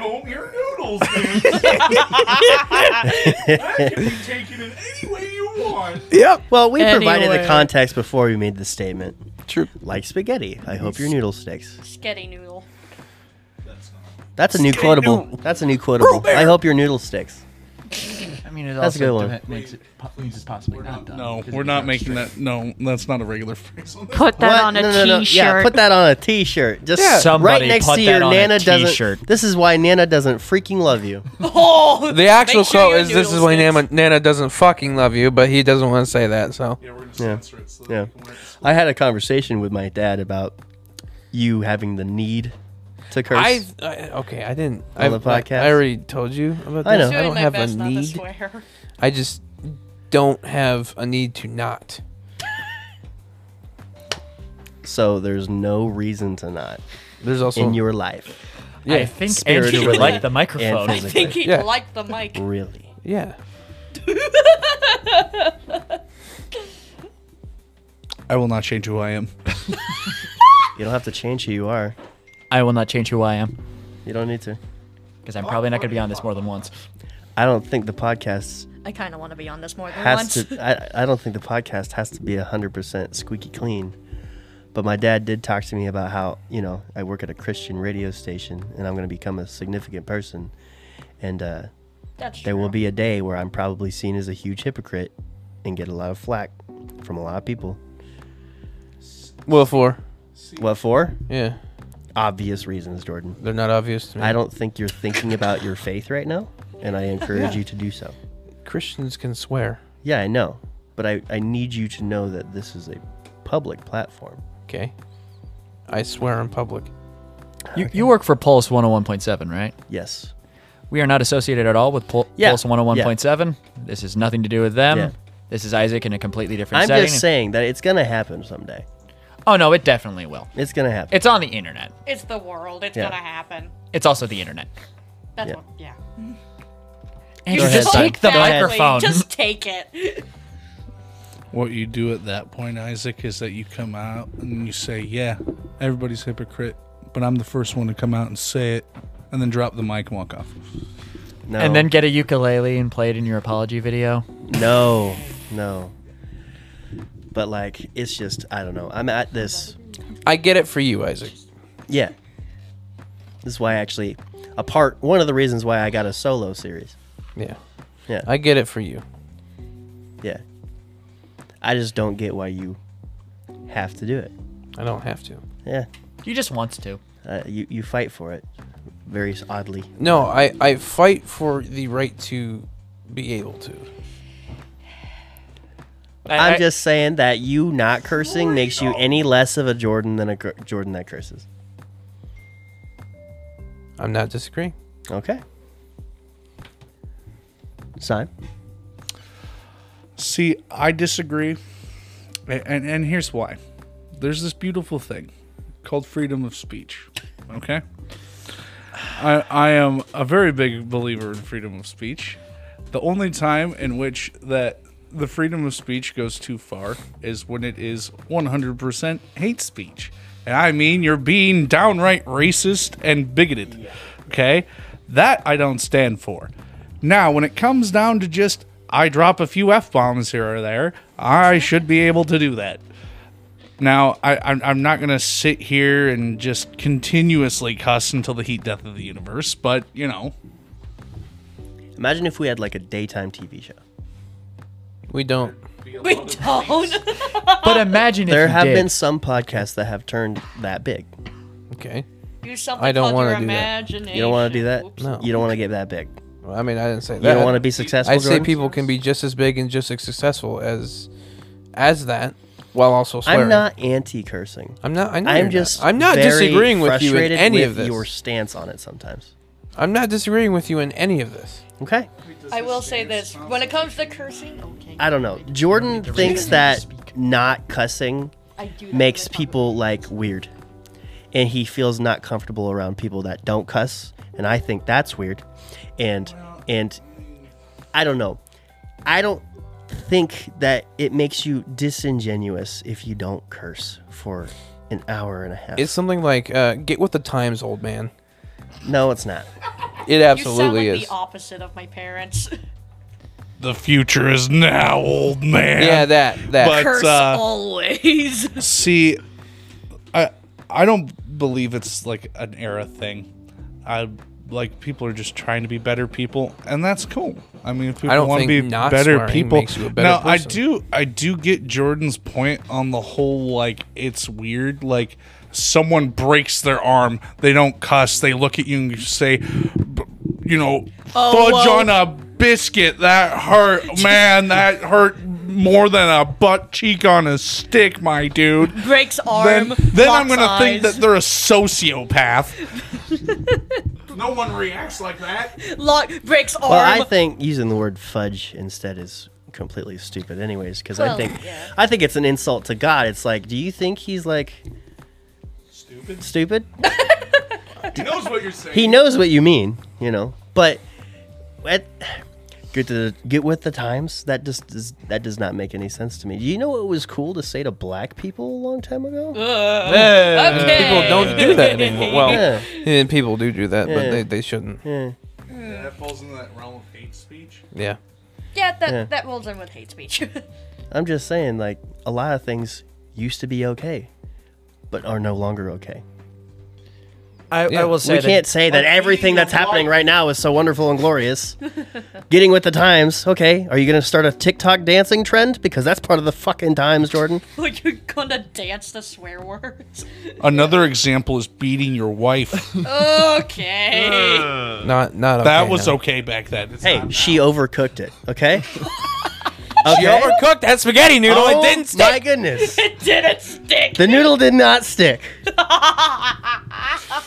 Speaker 13: hope your noodles dance. that can be taken in any way you want.
Speaker 8: Yep.
Speaker 2: Well, we provided the
Speaker 13: Anyway.
Speaker 2: context before we made the statement.
Speaker 8: True.
Speaker 2: Like spaghetti. I hope your noodle sticks.
Speaker 5: Sketty noodle.
Speaker 2: That's a new
Speaker 5: Spaghetti
Speaker 2: quotable. That's a new quotable. I hope your noodle sticks.
Speaker 6: I mean, it
Speaker 2: That's a good
Speaker 6: also
Speaker 2: one.
Speaker 6: depe- makes it po- means it's possibly not done.
Speaker 7: No,
Speaker 6: because
Speaker 7: we're
Speaker 6: it
Speaker 7: not
Speaker 6: becomes
Speaker 7: making
Speaker 6: strict.
Speaker 7: that. No, that's not a regular phrase. On
Speaker 5: Put that
Speaker 2: What?
Speaker 5: on a
Speaker 2: No, no, no. Yeah,
Speaker 5: shirt
Speaker 2: put that on a t-shirt. Just
Speaker 6: Yeah. Somebody
Speaker 2: right next
Speaker 6: put
Speaker 2: to your
Speaker 6: that on a
Speaker 2: Nana doesn't.
Speaker 6: t-shirt.
Speaker 2: This is why Nana doesn't freaking love you.
Speaker 5: Oh,
Speaker 2: The actual Make sure quote your is,
Speaker 8: This is why Nana, Nana doesn't fucking love you, but he doesn't want to say that. So
Speaker 2: Yeah. yeah. I had a conversation with my dad about you having the need to curse.
Speaker 8: I, I okay. I didn't.
Speaker 2: On
Speaker 8: I,
Speaker 2: the podcast?
Speaker 8: I, already told you about
Speaker 2: I
Speaker 8: this.
Speaker 2: know.
Speaker 8: I
Speaker 2: Doing
Speaker 8: don't
Speaker 2: my
Speaker 8: have
Speaker 2: best
Speaker 8: a
Speaker 2: not to
Speaker 8: need.
Speaker 2: swear.
Speaker 8: I just don't have a need to not.
Speaker 2: so there's no reason to not.
Speaker 8: There's also
Speaker 2: in your life.
Speaker 8: Yeah.
Speaker 6: I think
Speaker 2: Spiritually
Speaker 6: Andrew would like the
Speaker 2: and
Speaker 6: microphone.
Speaker 5: I
Speaker 2: physically.
Speaker 5: think he liked the mic.
Speaker 2: Really?
Speaker 8: Yeah.
Speaker 7: I will not change who I am.
Speaker 2: You don't have to change who you are.
Speaker 6: I will not change who I am
Speaker 2: You don't need to.
Speaker 6: because I'm probably not going to be on this more than once.
Speaker 2: I don't think the podcast
Speaker 5: I kind of want to be on this more than
Speaker 2: has
Speaker 5: once.
Speaker 2: to. I, I don't think the podcast has to be hundred percent squeaky clean. But my dad did talk to me about how you know I work at a Christian radio station and I'm going to become a significant person, and uh,
Speaker 5: That's
Speaker 2: there will be a day where I'm probably seen as a huge hypocrite and get a lot of flack from a lot of people.
Speaker 8: What for?
Speaker 2: What for?
Speaker 8: Yeah.
Speaker 2: Obvious reasons, Jordan.
Speaker 8: They're not obvious to me.
Speaker 2: I don't think you're thinking about your faith right now, and I encourage
Speaker 8: Yeah.
Speaker 2: you to do so.
Speaker 8: Christians can swear.
Speaker 2: Yeah, I know. But I, I need you to know that this is a public platform.
Speaker 8: Okay. I swear in public.
Speaker 6: You, you work for Pulse 101.7, right?
Speaker 2: Yes.
Speaker 6: We are not associated at all with Pul-
Speaker 2: Yeah.
Speaker 6: Pulse 101.7. This has nothing to do with them.
Speaker 2: Yeah.
Speaker 6: This is Isaac in a completely different
Speaker 2: I'm
Speaker 6: setting.
Speaker 2: just saying that it's going to happen someday.
Speaker 6: Oh, no, it definitely will.
Speaker 2: It's going to happen.
Speaker 6: It's on the internet.
Speaker 5: It's the world. It's
Speaker 2: Yeah.
Speaker 5: gonna happen.
Speaker 6: It's also the internet.
Speaker 5: That's
Speaker 2: Yeah.
Speaker 5: one. Yeah.
Speaker 2: Andrew, just take the microphone.
Speaker 5: Just take it.
Speaker 7: What you do at that point, Isaac, is that you come out and you say, Yeah, everybody's hypocrite, but I'm the first one to come out and say it, and then drop the mic and walk off.
Speaker 6: And then get a ukulele and play it in your apology video.
Speaker 2: No, no. But like, it's just I don't know. I'm at this.
Speaker 8: I get it for you, Isaac.
Speaker 2: Yeah. This is why actually, a part one of the reasons why I got a solo series.
Speaker 8: Yeah.
Speaker 2: Yeah.
Speaker 8: I get it for you.
Speaker 2: Yeah. I just don't get why you have to do it.
Speaker 8: I don't have to.
Speaker 2: Yeah.
Speaker 6: You just wants to.
Speaker 2: Uh, you you fight for it, very oddly.
Speaker 8: No, I, I fight for the right to be able to.
Speaker 2: I, am just saying that you not cursing makes you any less of a Jordan than a gr- Jordan that curses.
Speaker 8: I'm not disagreeing.
Speaker 2: Okay. Sign.
Speaker 7: See, I disagree. A- And, and here's why there's this beautiful thing called freedom of speech. Okay? I, I am a very big believer in freedom of speech. The only time in which that the freedom of speech goes too far is when it is 100% hate speech. And I mean, you're being downright racist and bigoted. Okay? That I don't stand for. Now, when it comes down to just, I drop a few F bombs here or there, I should be able to do that. Now, I, I'm, I'm not going to sit here and just continuously cuss until the heat death of the universe, but, you know.
Speaker 2: Imagine if we had like a daytime TV show.
Speaker 8: We don't.
Speaker 5: We don't.
Speaker 6: But imagine
Speaker 2: there
Speaker 6: if you
Speaker 2: have
Speaker 6: did.
Speaker 2: been some podcasts that have turned that big.
Speaker 8: Okay.
Speaker 5: Do something
Speaker 2: I don't
Speaker 5: called
Speaker 2: want
Speaker 5: your
Speaker 2: to do that. You don't want to do that. No. You don't want to get that big.
Speaker 8: I mean, I didn't say
Speaker 2: You
Speaker 8: that.
Speaker 2: don't wanna be successful,
Speaker 8: I say
Speaker 2: Jordan?
Speaker 8: people can be just as big and just as successful as as that while also swearing.
Speaker 2: I'm not anti cursing.
Speaker 8: I'm not. I know
Speaker 2: I'm
Speaker 8: you're
Speaker 2: just.
Speaker 8: Not. I'm not
Speaker 2: very
Speaker 8: disagreeing with you in
Speaker 2: frustrated
Speaker 8: any
Speaker 2: with
Speaker 8: of this.
Speaker 2: Your stance on it sometimes.
Speaker 8: I'm not disagreeing with you in any of this.
Speaker 2: Okay.
Speaker 5: I will say this: when it comes to cursing, okay.
Speaker 2: I don't know. Jordan thinks that not cussing
Speaker 5: I do that
Speaker 2: makes people like weird, and he feels not comfortable around people that don't cuss, and I think that's weird, and and I don't know. I don't think that it makes you disingenuous if you don't curse for an hour and a half.
Speaker 8: It's something like uh, get with the times, old man.
Speaker 2: No, it's not.
Speaker 8: It absolutely
Speaker 5: you sound like
Speaker 8: is.
Speaker 5: the opposite of my parents.
Speaker 7: The future is now, old man.
Speaker 8: Yeah, that- that.
Speaker 7: But,
Speaker 5: Curse
Speaker 7: uh,
Speaker 5: always.
Speaker 7: See, I I don't believe it's like an era thing. I like people are just trying to be better people, and that's cool. I mean, if people
Speaker 8: I don't
Speaker 7: want to
Speaker 8: think
Speaker 7: be
Speaker 8: not
Speaker 7: better
Speaker 8: swearing
Speaker 7: people,
Speaker 8: makes you a better
Speaker 7: now I
Speaker 8: person.
Speaker 7: do I do get Jordan's point on the whole like it's weird like. Someone breaks their arm. They don't cuss. They look at you and you say, "B- you know,
Speaker 13: Oh,
Speaker 7: fudge
Speaker 13: well-
Speaker 7: on a biscuit. That hurt, man. That hurt more than a butt cheek on a stick, my dude.
Speaker 5: Breaks arm.
Speaker 7: Then, then I'm
Speaker 5: locks
Speaker 7: gonna think
Speaker 5: eyes.
Speaker 7: that they're a sociopath.
Speaker 13: No one reacts like that.
Speaker 5: Lock breaks arm.
Speaker 2: Well, I think using the word fudge instead is completely stupid, anyways. Because I
Speaker 5: Well,
Speaker 2: think
Speaker 5: yeah.
Speaker 2: I think it's an insult to God. It's like, do you think he's like
Speaker 13: stupid?
Speaker 2: Stupid?
Speaker 13: He knows what you're saying.
Speaker 2: he knows what you mean, you know. But at, get to get with the times. That just does, that does not make any sense to me. Do you know what was cool to say to black people a long time ago?
Speaker 8: Yeah, People don't do that anymore. Well,
Speaker 2: Yeah.
Speaker 8: yeah, people do do that,
Speaker 2: Yeah.
Speaker 8: but they, they shouldn't.
Speaker 2: Yeah.
Speaker 13: Yeah, that falls into that realm of hate speech.
Speaker 8: Yeah.
Speaker 5: yeah, that
Speaker 2: Yeah.
Speaker 5: that rolls in with hate speech.
Speaker 2: I'm just saying, like a lot of things used to be okay, but are no longer okay.
Speaker 6: I, I will say
Speaker 2: we
Speaker 6: that-
Speaker 2: can't say that everything that's happening right now is so wonderful and glorious. Getting with the times, okay? Are you gonna start a TikTok dancing trend because that's part of the fucking times, Jordan?
Speaker 5: like you're gonna dance the swear words.
Speaker 7: Another example is beating your wife.
Speaker 5: okay.
Speaker 8: Not not
Speaker 7: that
Speaker 8: okay
Speaker 7: was
Speaker 8: now.
Speaker 7: okay back then. It's
Speaker 2: Hey,
Speaker 7: not-
Speaker 2: she overcooked it, okay?
Speaker 8: She overcooked that spaghetti noodle.
Speaker 2: Oh,
Speaker 8: it didn't stick.
Speaker 2: My goodness.
Speaker 5: it didn't stick.
Speaker 2: The noodle did not stick.
Speaker 13: How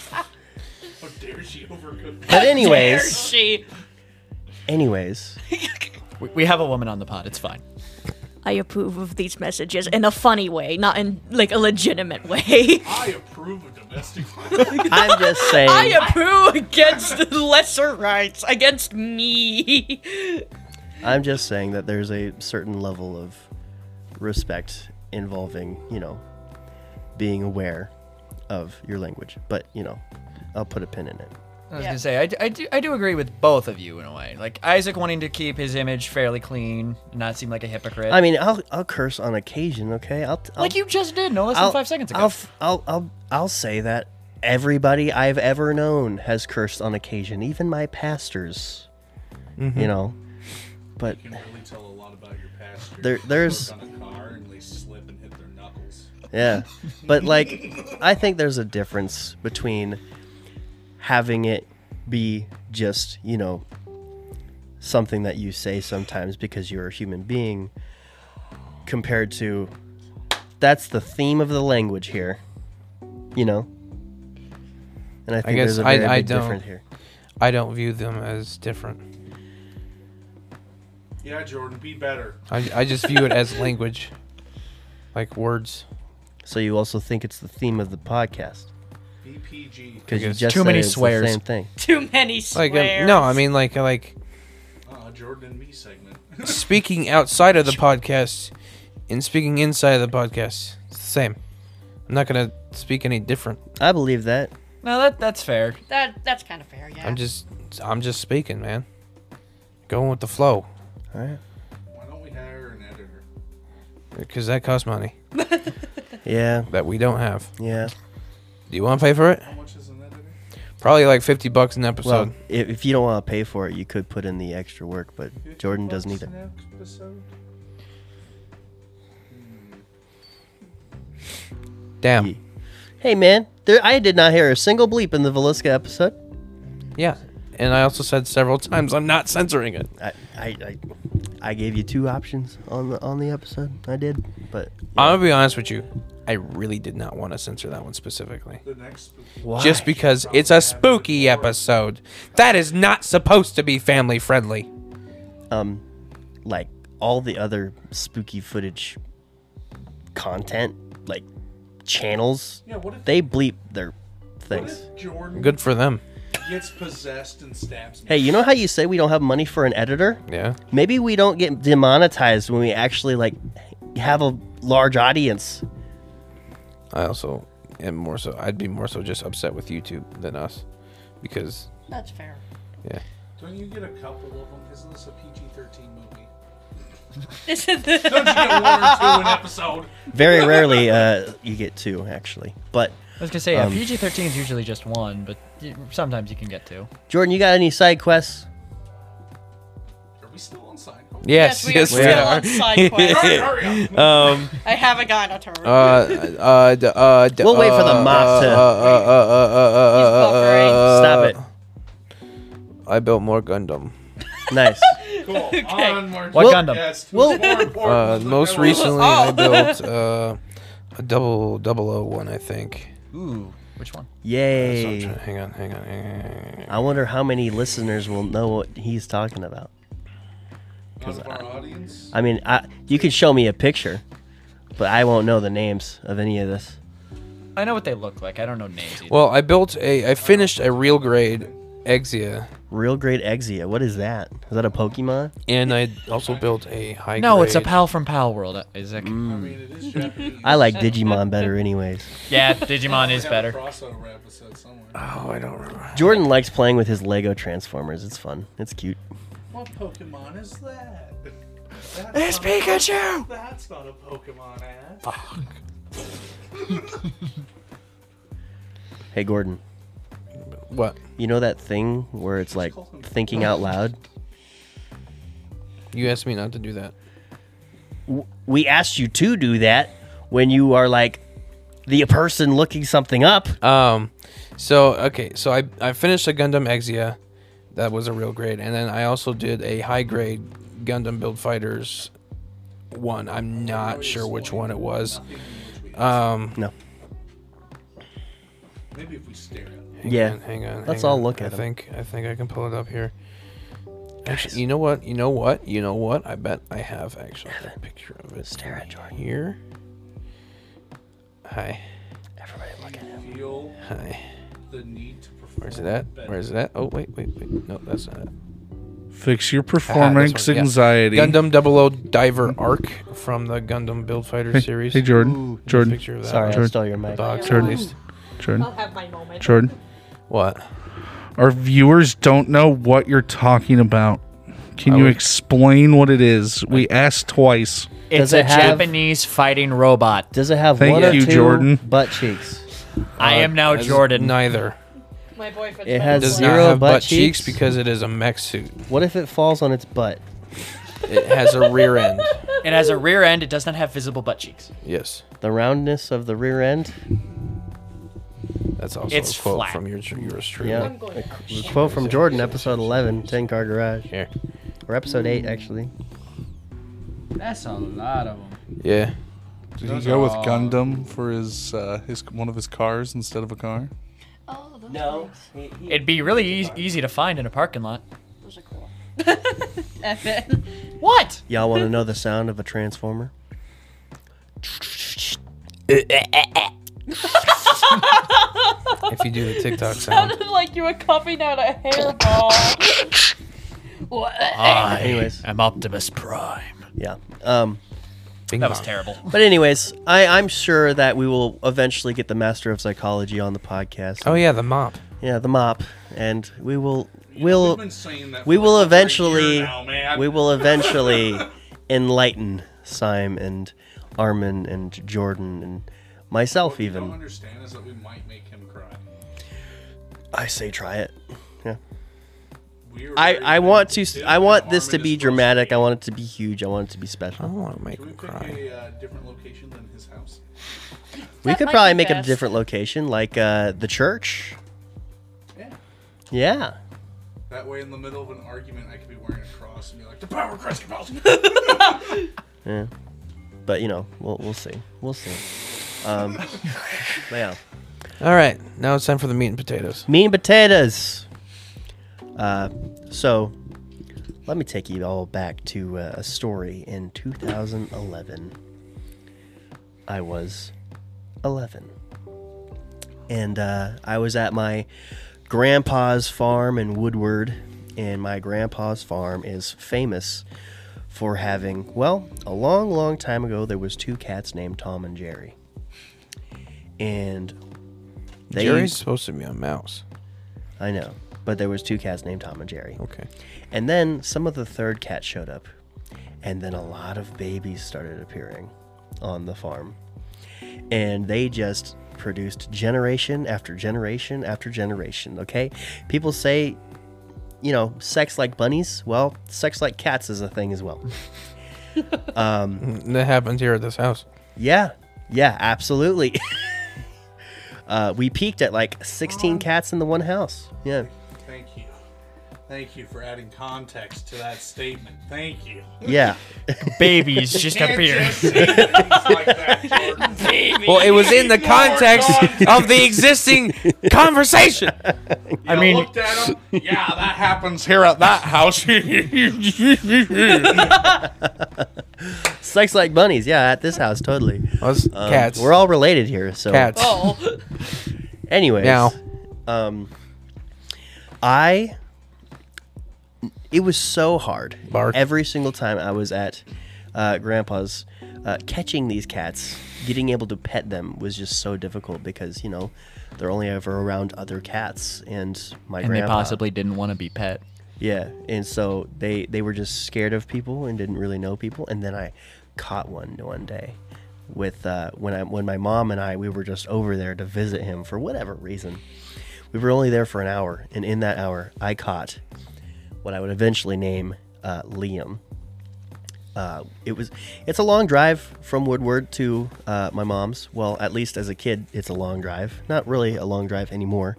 Speaker 13: dare she overcook?
Speaker 2: But
Speaker 5: Dare
Speaker 2: anyways,
Speaker 5: she?
Speaker 2: anyways,
Speaker 6: we, we have a woman on the pod. It's fine.
Speaker 5: I approve of these messages in a funny way, not in like a legitimate way.
Speaker 13: I approve of domestic
Speaker 2: I'm just saying.
Speaker 5: I approve against lesser rights, against me.
Speaker 2: I'm just saying that there's a certain level of respect involving, you know, being aware of your language. But, you know, I'll put a pin in it.
Speaker 6: I was gonna say I, d- I do I do agree with both of you in a way. Like Isaac wanting to keep his image fairly clean, and not seem like a hypocrite.
Speaker 2: I mean, I'll, I'll curse on occasion, okay? I'll, t- I'll
Speaker 6: like you just did no less than
Speaker 2: I'll-
Speaker 6: five seconds ago.
Speaker 2: I'll, f- I'll, I'll, I'll say that everybody I've ever known has cursed on occasion, even my pastors.
Speaker 13: Mhm.
Speaker 2: You know, but
Speaker 13: You can really tell a lot about your pastor.
Speaker 2: There- there's-
Speaker 13: Work on a car and they slip and hit their knuckles.
Speaker 2: yeah, but like, I think there's a difference between having it be just you know something that you say sometimes because you're a human being, compared to that's the theme of the language here. You know, and I think
Speaker 8: I guess
Speaker 2: there's a
Speaker 8: I,
Speaker 2: very
Speaker 8: I
Speaker 2: big
Speaker 8: don't.
Speaker 2: difference here.
Speaker 8: I don't view them as different.
Speaker 13: Yeah, Jordan, be better.
Speaker 8: I, I just view it as language, like words.
Speaker 2: So you also think it's the theme of the podcast?
Speaker 13: BPG.
Speaker 2: Because you
Speaker 8: Because
Speaker 2: just
Speaker 8: too
Speaker 2: said
Speaker 8: many
Speaker 2: it's the
Speaker 8: swears.
Speaker 2: same thing.
Speaker 5: Too many
Speaker 8: Like
Speaker 5: swears.
Speaker 8: um, no, I mean like like
Speaker 13: Uh, Jordan and me segment.
Speaker 8: speaking outside of the podcast and speaking inside of the podcast. It's the same. I'm not gonna speak any different.
Speaker 2: I believe that.
Speaker 6: No, that that's fair.
Speaker 5: That that's kind of fair, yeah.
Speaker 8: I'm just I'm just speaking, man. Going with the flow.
Speaker 2: All right.
Speaker 13: Why don't we hire an editor?
Speaker 8: Because that costs money.
Speaker 2: yeah.
Speaker 8: That we don't have.
Speaker 2: Yeah.
Speaker 8: Do you want to pay for it?
Speaker 13: How much is an editor?
Speaker 8: Probably like 50 bucks an episode.
Speaker 2: Well, if, if you don't want to pay for it, you could put in the extra work, but Jordan doesn't
Speaker 13: Bucks
Speaker 2: either.
Speaker 13: an episode?
Speaker 8: Damn.
Speaker 2: Hey, man, there, I did not hear a single bleep in the Velisca episode.
Speaker 8: Yeah. And I also said several times I'm not censoring it.
Speaker 2: I, I, I, I gave you two options on the on the episode. I did, but
Speaker 8: I'm going to be honest with you. I really did not want to censor that one specifically.
Speaker 13: The next spooky-
Speaker 8: Just because it's a spooky episode. That is not supposed to be family friendly.
Speaker 2: um, like all the other spooky footage content, like channels,
Speaker 13: Yeah, what if-
Speaker 2: they bleep their things.
Speaker 13: What if Jordan
Speaker 8: Good for them.
Speaker 13: Gets possessed and stabs me.
Speaker 2: Hey, you know how you say we don't have money for an editor?
Speaker 8: Yeah.
Speaker 2: Maybe we don't get demonetized when we actually like have a large audience.
Speaker 8: I also am more so, I'd be more so just upset with YouTube than us. Because,
Speaker 5: That's fair.
Speaker 8: yeah.
Speaker 13: Don't you get a couple of them? Isn't this a PG-13 movie?
Speaker 5: This is
Speaker 13: Don't you get one or two an episode?
Speaker 2: Very rarely uh, you get two actually. But
Speaker 6: I was gonna say yeah,
Speaker 2: um,
Speaker 6: PG thirteen is usually just one, but y- sometimes you can get two.
Speaker 2: Jordan, you got any side quests?
Speaker 13: Are we still on side?
Speaker 8: Yes, yes,
Speaker 5: Yes, we
Speaker 8: we,
Speaker 5: are
Speaker 8: are.
Speaker 5: still on side quest. Hurry, hurry up.
Speaker 8: um,
Speaker 5: I haven't gotten a turn.
Speaker 8: uh, uh, d- uh, d-
Speaker 2: We'll wait for the
Speaker 8: uh,
Speaker 2: mop to-
Speaker 8: Uh, uh,
Speaker 5: eh?
Speaker 8: uh, uh, uh, uh, uh,
Speaker 2: He's buffering. Stop
Speaker 8: it. I built more Gundam.
Speaker 2: Nice.
Speaker 13: Cool. On more
Speaker 6: What Gundam?
Speaker 13: Yes,
Speaker 2: Well-
Speaker 13: more important.
Speaker 8: Uh, most
Speaker 13: Look at
Speaker 8: recently,
Speaker 13: what-
Speaker 8: I built uh, a double double O one, I think.
Speaker 6: Ooh, which one?
Speaker 8: So I'm
Speaker 2: Yay.
Speaker 8: trying- hang on, hang on, hang on, hang on.
Speaker 2: I wonder how many listeners will know what he's talking about.
Speaker 13: Out of our audience.
Speaker 2: I mean, I, you can show me a picture, but I won't know the names of any of this.
Speaker 6: I know what they look like. I don't know names. Either.
Speaker 8: Well, I built a, I finished a real grade Exia,
Speaker 2: Real Great Exia. What is that? Is that a Pokemon?
Speaker 8: and I also built a high.
Speaker 6: no, it's a
Speaker 8: grade-
Speaker 6: pal from
Speaker 10: uh,
Speaker 6: Pal World, Isaac.
Speaker 13: I mean, it is Japanese.
Speaker 2: I like Digimon better, anyways.
Speaker 6: Yeah, Digimon
Speaker 13: We
Speaker 6: is
Speaker 13: have
Speaker 6: better.
Speaker 13: A crossover episode somewhere.
Speaker 8: Oh, I don't remember.
Speaker 2: Jordan likes playing with his Lego Transformers. It's fun. It's cute.
Speaker 13: What Pokemon is that?
Speaker 6: It's
Speaker 13: not a-
Speaker 6: Pikachu!
Speaker 13: That's not a Pokemon ad.
Speaker 2: Hey, Gordon,
Speaker 8: What?
Speaker 2: you know that thing where it's like thinking out loud?
Speaker 8: You asked me not to do that.
Speaker 2: W- We asked you to do that when you are like the person looking something up.
Speaker 8: Um, so okay, so I I finished a Gundam Exia, that was a real grade, and then I also did a high grade Gundam Build Fighters one. I'm not sure which one it was. Um,
Speaker 2: No.
Speaker 13: Maybe if we stare at it.
Speaker 8: hang
Speaker 2: yeah.
Speaker 8: on, hang on.
Speaker 2: Let's
Speaker 8: hang
Speaker 2: all
Speaker 8: on.
Speaker 2: look
Speaker 8: I
Speaker 2: at 'em.
Speaker 8: think I think I can pull it up here. Actually, you know what? You know what? You know what? I bet I have actually a picture of it. Stare at Jordan here. Hi.
Speaker 2: Everybody look at
Speaker 13: him. Feel
Speaker 8: Hi.
Speaker 13: the need to perform.
Speaker 8: Where's it at?
Speaker 13: better.
Speaker 8: Where's it at? Oh wait, wait, wait. No, that's not it.
Speaker 7: Fix your
Speaker 8: Ah, this
Speaker 7: performance
Speaker 8: one, yeah.
Speaker 7: anxiety.
Speaker 8: Gundam Double O Diver Arc from the Gundam Build Fighter
Speaker 7: Hey-
Speaker 8: series. uh,
Speaker 7: hey, Jordan.
Speaker 8: Ooh, there's a
Speaker 7: Jordan.
Speaker 8: picture of that.
Speaker 7: Sorry, I Jordan. stole your mic.
Speaker 8: The box,
Speaker 7: Jordan.
Speaker 8: at least.
Speaker 7: Jordan.
Speaker 5: I'll have my moment.
Speaker 7: Jordan.
Speaker 8: What?
Speaker 7: Our viewers don't know what you're talking about. Can you explain what it is? We asked twice.
Speaker 10: It's a Japanese fighting robot.
Speaker 2: Does it have
Speaker 7: Thank
Speaker 2: one or
Speaker 7: you,
Speaker 2: two
Speaker 7: Jordan.
Speaker 2: butt cheeks?
Speaker 10: I am now Jordan.
Speaker 8: Neither.
Speaker 5: My boyfriend's
Speaker 2: It has
Speaker 8: does
Speaker 2: zero
Speaker 8: not have
Speaker 2: butt,
Speaker 8: butt, cheeks?
Speaker 2: cheeks
Speaker 8: because it is a mech suit.
Speaker 2: What if it falls on its butt?
Speaker 8: It has a rear end.
Speaker 10: It has a rear end. It does not have visible butt cheeks.
Speaker 8: Yes,
Speaker 2: The roundness of the rear end.
Speaker 8: that's also
Speaker 10: It's
Speaker 8: a quote
Speaker 10: flat.
Speaker 8: from your your stream.
Speaker 2: Yeah. A qu- quote from Jordan, episode 11, 10 Car Garage.
Speaker 8: Here.
Speaker 2: Or episode 8, actually.
Speaker 6: That's a lot of them.
Speaker 8: Yeah.
Speaker 7: Did
Speaker 6: Those
Speaker 7: he go
Speaker 6: are
Speaker 7: with
Speaker 6: all-
Speaker 7: Gundam for his uh, his one of his cars instead of a car?
Speaker 2: No.
Speaker 10: It'd be really eas easy to find in a parking lot.
Speaker 12: Those are cool.
Speaker 10: What?
Speaker 2: Y'all want to know the sound of a transformer?
Speaker 8: if you do the TikTok sound.
Speaker 12: Sounded like you were coughing out a hairball. what?
Speaker 10: I
Speaker 2: Anyways.
Speaker 10: am Optimus Prime.
Speaker 2: Yeah. Um,
Speaker 10: that was terrible.
Speaker 2: But anyways, I, I'm sure that we will eventually get the master of psychology on the podcast.
Speaker 8: Oh yeah, the mop.
Speaker 2: Yeah, the mop, and we will we'll
Speaker 7: been saying that
Speaker 2: we
Speaker 7: for
Speaker 2: will
Speaker 7: over a year
Speaker 2: eventually
Speaker 7: now, man.
Speaker 2: we will eventually enlighten Syme and Armin and Jordan and myself
Speaker 13: don't
Speaker 2: even.
Speaker 13: understand is that we might make him cry.
Speaker 2: I say try it. Yeah.
Speaker 13: We are
Speaker 2: I,
Speaker 13: very
Speaker 2: I want to s-
Speaker 13: sensitive
Speaker 2: I want
Speaker 13: and
Speaker 2: this to
Speaker 13: Armin
Speaker 2: be
Speaker 13: is-
Speaker 2: dramatic. I want it to be huge. I want it to be special.
Speaker 8: I don't want to make
Speaker 13: Can we
Speaker 8: him
Speaker 13: pick
Speaker 8: cry.
Speaker 13: a uh, different location than his house?
Speaker 2: We
Speaker 13: That
Speaker 2: could
Speaker 13: might
Speaker 2: probably
Speaker 13: be
Speaker 2: make it a
Speaker 13: best.
Speaker 2: different location, like uh, the church.
Speaker 13: Yeah.
Speaker 2: Yeah.
Speaker 13: That way, in the middle of an argument, I could be wearing a cross and be like, "The power of Christ compels me."
Speaker 2: Yeah. But you know, we'll we'll see. We'll see. Um, but yeah.
Speaker 8: All right, now it's time for the meat and potatoes.
Speaker 2: Mean potatoes. Uh, so let me take you all back to uh, a story in 2011. I was 11. And uh, I was at my grandpa's farm in Woodward. And my grandpa's farm is famous for having, well, a long, long time ago, there was two cats named Tom and Jerry. And they
Speaker 8: Jerry's supposed to be a mouse.
Speaker 2: I know, but there was two cats named Tom and Jerry.
Speaker 8: Okay.
Speaker 2: And then some of the third cat showed up, and then a lot of babies started appearing on the farm, and they just produced generation after generation after generation. Okay, people say, you know, sex like bunnies. Well, sex like cats is a thing as well. um,
Speaker 8: that happens here at this house.
Speaker 2: Yeah, yeah, absolutely. uh, we peaked at like 16 cats in the one house. Yeah.
Speaker 13: Thank you. Thank you for adding context to that statement. Thank you.
Speaker 2: Yeah.
Speaker 10: Babies just
Speaker 13: Can't
Speaker 10: appeared.
Speaker 13: just say things like that, Jordan.
Speaker 8: Well, it was in the context of the existing conversation.
Speaker 10: I mean,
Speaker 7: looked at him. yeah, that happens here at that house.
Speaker 2: Sex like bunnies, yeah, at this house, totally.
Speaker 8: Us cats.
Speaker 2: Um, We're all related here, so.
Speaker 8: Cats.
Speaker 5: Oh.
Speaker 2: Anyways.
Speaker 8: Meow.
Speaker 2: Um, I. It was so hard. Every single time I was at uh, Grandpa's, uh, catching these cats, getting able to pet them was just so difficult because, you know, they're only ever around other cats. And my
Speaker 10: and they
Speaker 2: grandpa.
Speaker 10: possibly didn't want to be pet.
Speaker 2: Yeah, and so they they were just scared of people and didn't really know people. And then I caught one one day with uh, when I when my mom and I we were just over there to visit him for whatever reason. We were only there for an hour, and in that hour, I caught what I would eventually name uh, Liam. Uh, it was it's a long drive from Woodward to uh, my mom's. Well, at least as a kid, it's a long drive. Not really a long drive anymore,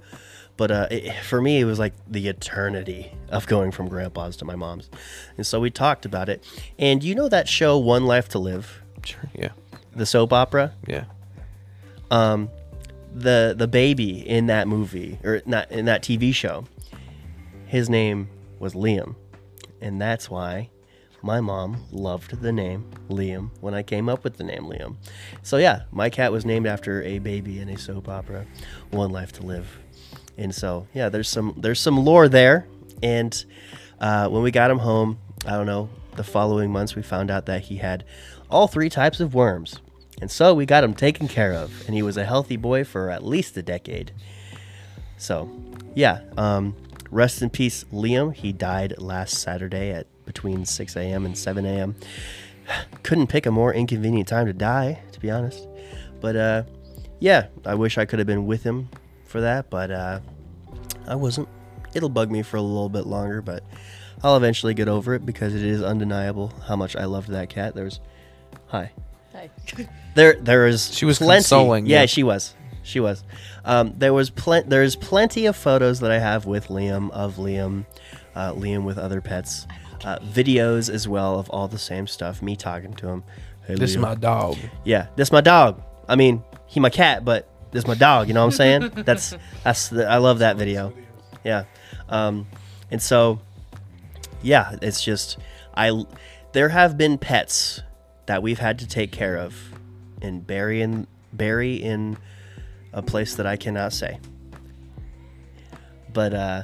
Speaker 2: but uh, it, for me, it was like the eternity of going from grandpa's to my mom's. And so we talked about it. And you know that show, One Life to Live?
Speaker 8: Sure. Yeah.
Speaker 2: The soap opera.
Speaker 8: Yeah.
Speaker 2: Um, the the baby in that movie or not in that TV show, his name was Liam, And that's why my mom loved the name Liam when I came up with the name Liam. So yeah, my cat was named after a baby in a soap opera, One Life to Live. And so yeah, there's some there's some lore there. And uh, when we got him home, I don't know, the following months we found out that he had all three types of worms. And so we got him taken care of, and he was a healthy boy for at least a decade. So, yeah. Um, rest in peace, Liam. He died last Saturday at between 6 a.m. and 7 a.m. Couldn't pick a more inconvenient time to die, to be honest. But uh, yeah, I wish I could have been with him for that, but uh, I wasn't. It'll bug me for a little bit longer, but I'll eventually get over it because it is undeniable how much I loved that cat. There's, hi.
Speaker 5: Hi.
Speaker 2: There, there is. She
Speaker 8: was
Speaker 2: plenty.
Speaker 8: consoling,
Speaker 2: Yeah,
Speaker 8: yeah.
Speaker 2: she was. She was. Um, there was plenty. There's plenty of photos that I have with Liam of Liam, uh, Liam with other pets, uh, videos as well of all the same stuff. Me talking to him. Hey,
Speaker 8: This is
Speaker 2: Liam.
Speaker 8: my dog.
Speaker 2: Yeah, this my dog. I mean, he my cat, but this my dog. You know what I'm saying? that's that's. The, I love that video. Yeah, um, and so yeah, it's just I. There have been pets that we've had to take care of and bury in bury in a place that I cannot say. But uh,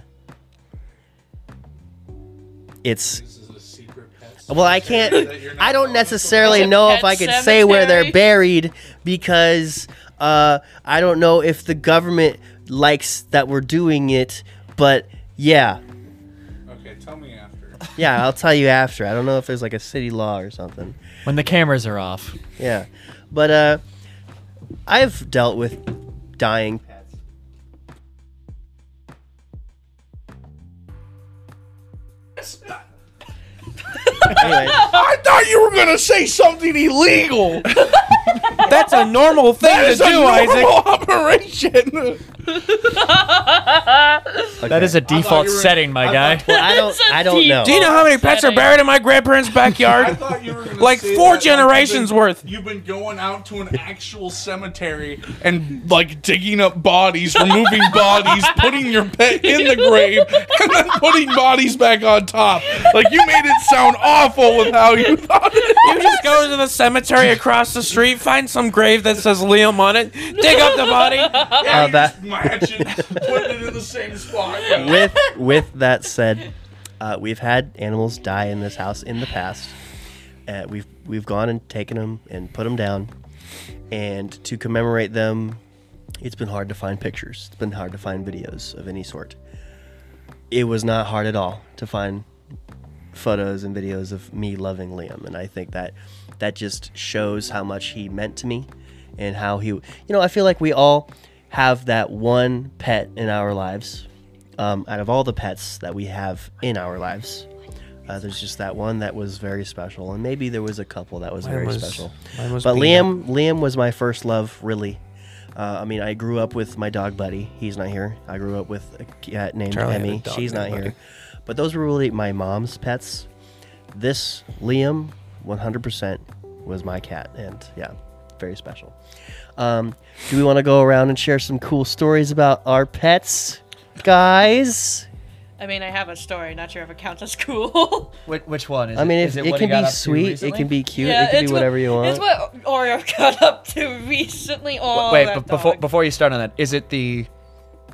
Speaker 2: it's. Well, I can't. I don't necessarily know if I could say where they're buried because uh, I don't know if the government likes that we're doing it. But yeah,
Speaker 13: Okay, tell me after.
Speaker 2: yeah, I'll tell you after. I don't know if there's like a city law or something.
Speaker 10: When the cameras are off.
Speaker 2: Yeah. But uh I've dealt with dying Anyway.
Speaker 4: I thought you were gonna say something illegal.
Speaker 8: That's a normal thing
Speaker 4: That
Speaker 8: to
Speaker 4: is a
Speaker 8: do, Isaac.
Speaker 4: normal operation.
Speaker 10: That is a default setting, my guy.
Speaker 2: Well, I don't I don't know.
Speaker 8: Do you know how many pets are buried in my grandparents' backyard? like four generations worth.
Speaker 13: You've been going out to an actual cemetery.
Speaker 4: and like digging up bodies, removing bodies, putting your pet in the grave, and then putting bodies back on top.
Speaker 8: Uh,
Speaker 4: Like you made it sound awful with how you thought it.
Speaker 8: You just go to the cemetery across the street, find some grave that says Liam on it, dig up the body.
Speaker 2: Uh, that-
Speaker 13: Imagine putting it in the same spot.
Speaker 2: with with that said, uh, we've had animals die in this house in the past. Uh, we've we've gone and taken them and put them down, and to commemorate them, it's been hard to find pictures. It's been hard to find videos of any sort. It was not hard at all to find photos and videos of me loving Liam, and I think that that just shows how much he meant to me, and how he. You know, I feel like we all have that one pet in our lives. Um, out of all the pets that we have in our lives, uh, there's just that one that was very special, and maybe there was a couple that was
Speaker 8: Mine
Speaker 2: very
Speaker 8: was-
Speaker 2: special.
Speaker 8: mine was
Speaker 2: But
Speaker 8: Peanut.
Speaker 2: Liam, Liam was my first love, really. Uh, I mean, I grew up with my dog Buddy. He's not here. I grew up with a cat named
Speaker 8: Charlie had a
Speaker 2: Emmy.
Speaker 8: dog
Speaker 2: She's not
Speaker 8: named
Speaker 2: here.
Speaker 8: Buddy.
Speaker 2: But those were really my mom's pets. This Liam, 100%, was my cat, and yeah, very special. Um, do we want to go around and share some cool stories about our pets, guys?
Speaker 5: I mean, I have a story. Not sure if it counts as cool.
Speaker 10: Which, which one is
Speaker 2: I mean,
Speaker 10: it?
Speaker 2: if-
Speaker 10: Is
Speaker 2: it
Speaker 10: what he
Speaker 2: can
Speaker 10: got
Speaker 2: be
Speaker 10: up to
Speaker 2: sweet, it
Speaker 10: recently?
Speaker 2: can be cute, it can be
Speaker 5: it's
Speaker 2: whatever you want.
Speaker 5: It's what Oreo got up to recently. Oh,
Speaker 10: Wait,
Speaker 5: that
Speaker 10: but before before you start on that, is it the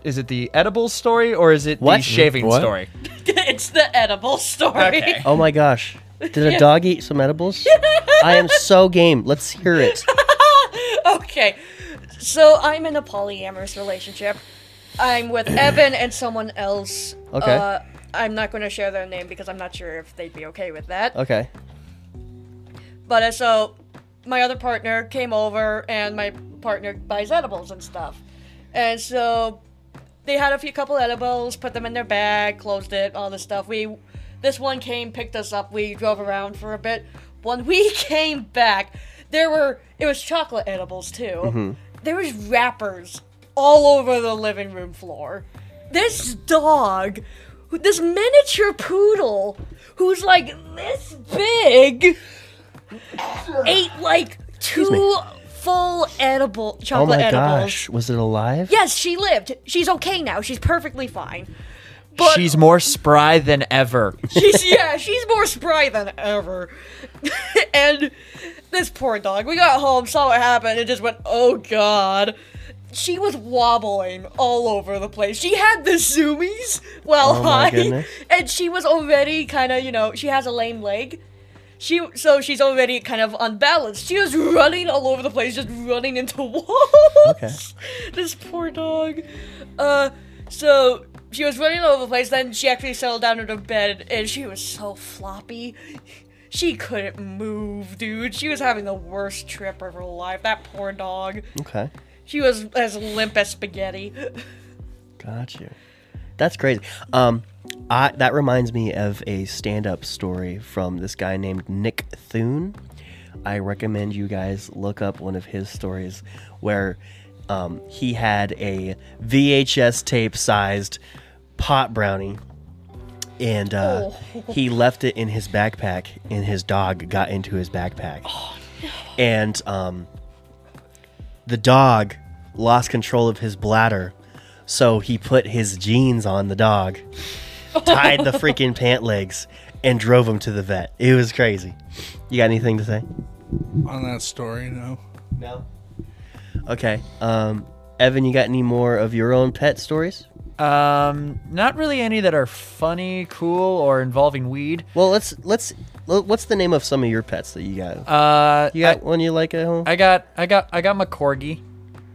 Speaker 10: is it the edibles story or is it the
Speaker 2: What?
Speaker 10: shaving
Speaker 2: What?
Speaker 10: story?
Speaker 5: it's the edible story.
Speaker 10: Okay.
Speaker 2: Oh my gosh. Did a
Speaker 5: Yeah.
Speaker 2: dog eat some edibles? I am so game. Let's hear it.
Speaker 5: okay. So I'm in a polyamorous relationship. I'm with Evan and someone else.
Speaker 2: Okay.
Speaker 5: Uh, I'm not going to share their name because I'm not sure if they'd be okay with that.
Speaker 2: Okay.
Speaker 5: But uh, so my other partner came over and my partner buys edibles and stuff. And so they had a few couple edibles, put them in their bag, closed it, all this stuff. We this one came, picked us up, we drove around for a bit. When we came back, there were it was chocolate edibles too.
Speaker 2: Mm-hmm.
Speaker 5: There was wrappers all over the living room floor. This dog, who- this miniature poodle, who's like this big, ate like two full edible
Speaker 2: Oh
Speaker 5: chocolate
Speaker 2: my
Speaker 5: edibles.
Speaker 2: gosh. Was it alive?
Speaker 5: Yes, she lived. She's okay now. She's perfectly fine. But-
Speaker 6: She's more spry than ever.
Speaker 5: she's yeah, she's more spry than ever. and this poor dog. We got home, saw what happened, and just went, "Oh God." She was wobbling all over the place. She had the zoomies well
Speaker 2: Oh, my
Speaker 5: high,
Speaker 2: goodness.
Speaker 5: and she was already kind of, you know, she has a lame leg. She so she's already kind of unbalanced. She was running all over the place, just running into walls
Speaker 2: Okay.
Speaker 5: this poor dog. Uh, so she was running all over the place. Then she actually settled down in her bed, and she was so floppy. She couldn't move, dude. She was having the worst trip of her life. That poor dog.
Speaker 2: Okay.
Speaker 5: She was as limp as spaghetti.
Speaker 2: Got you. That's crazy. Um, I, that reminds me of a stand-up story from this guy named Nick Thune. I recommend you guys look up one of his stories where um, he had a VHS tape-sized pot brownie, and uh,
Speaker 17: Oh.
Speaker 2: he left it in his backpack, and his dog got into his backpack, and um, the dog lost control of his bladder, so he put his jeans on the dog, tied the freaking pant legs, and drove him to the vet. It was crazy. You got anything to say?
Speaker 7: On that story, no.
Speaker 2: No. Okay. Um, Evan, you got any more of your own pet stories?
Speaker 6: Um, not really any that are funny, cool, or involving weed.
Speaker 2: Well, let's let's. l- What's the name of some of your pets that you got?
Speaker 6: Uh,
Speaker 2: you got one you like at home?
Speaker 6: I got, I got, I got my corgi,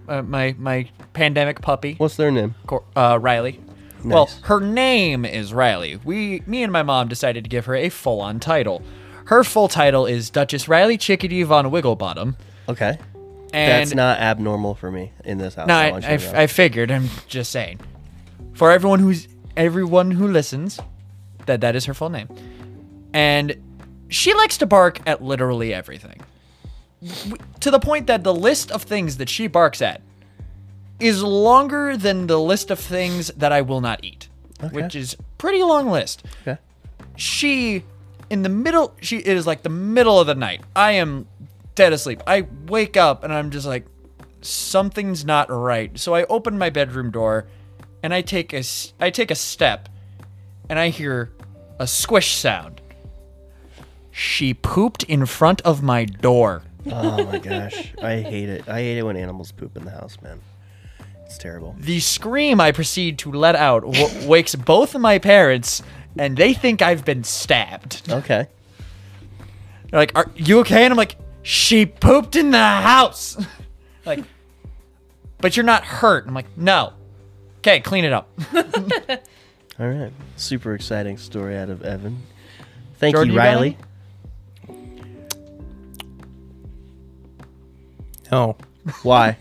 Speaker 6: uh, my my pandemic puppy.
Speaker 2: What's their name?
Speaker 6: Cor- uh, Riley. Well,
Speaker 2: Nice.
Speaker 6: her name is Riley. We, me and my mom decided to give her a full-on title. Her full title is Duchess Riley Chickadee von Wigglebottom.
Speaker 2: Okay. That's
Speaker 6: And-
Speaker 2: not abnormal for me in this house.
Speaker 6: No, I,
Speaker 2: want you
Speaker 6: I,
Speaker 2: to know.
Speaker 6: I figured. I'm just saying. For everyone who's everyone who listens, that that is her full name, and she likes to bark at literally everything, W- to the point that the list of things that she barks at is longer than the list of things that I will not eat, which is pretty long list.
Speaker 2: Okay.
Speaker 6: She in the middle. She it is like the middle of the night. I am dead asleep. I wake up and I'm just like something's not right. So I open my bedroom door and I take a s- I take a step and I hear a squish sound. She pooped in front of my door.
Speaker 2: Oh my gosh. I hate it. I hate it when animals poop in the house, man. It's terrible.
Speaker 6: The scream I proceed to let out w- wakes both of my parents, and they think I've been stabbed.
Speaker 2: Okay.
Speaker 6: They're like, "Are you okay?" And I'm like, "She pooped in the house." like, but you're not hurt. I'm like, "No." Okay, clean it up.
Speaker 2: All right. Super exciting story out of Evan. Thank
Speaker 6: Jordan,
Speaker 2: you,
Speaker 6: you got
Speaker 2: Riley.
Speaker 8: No.
Speaker 2: Why?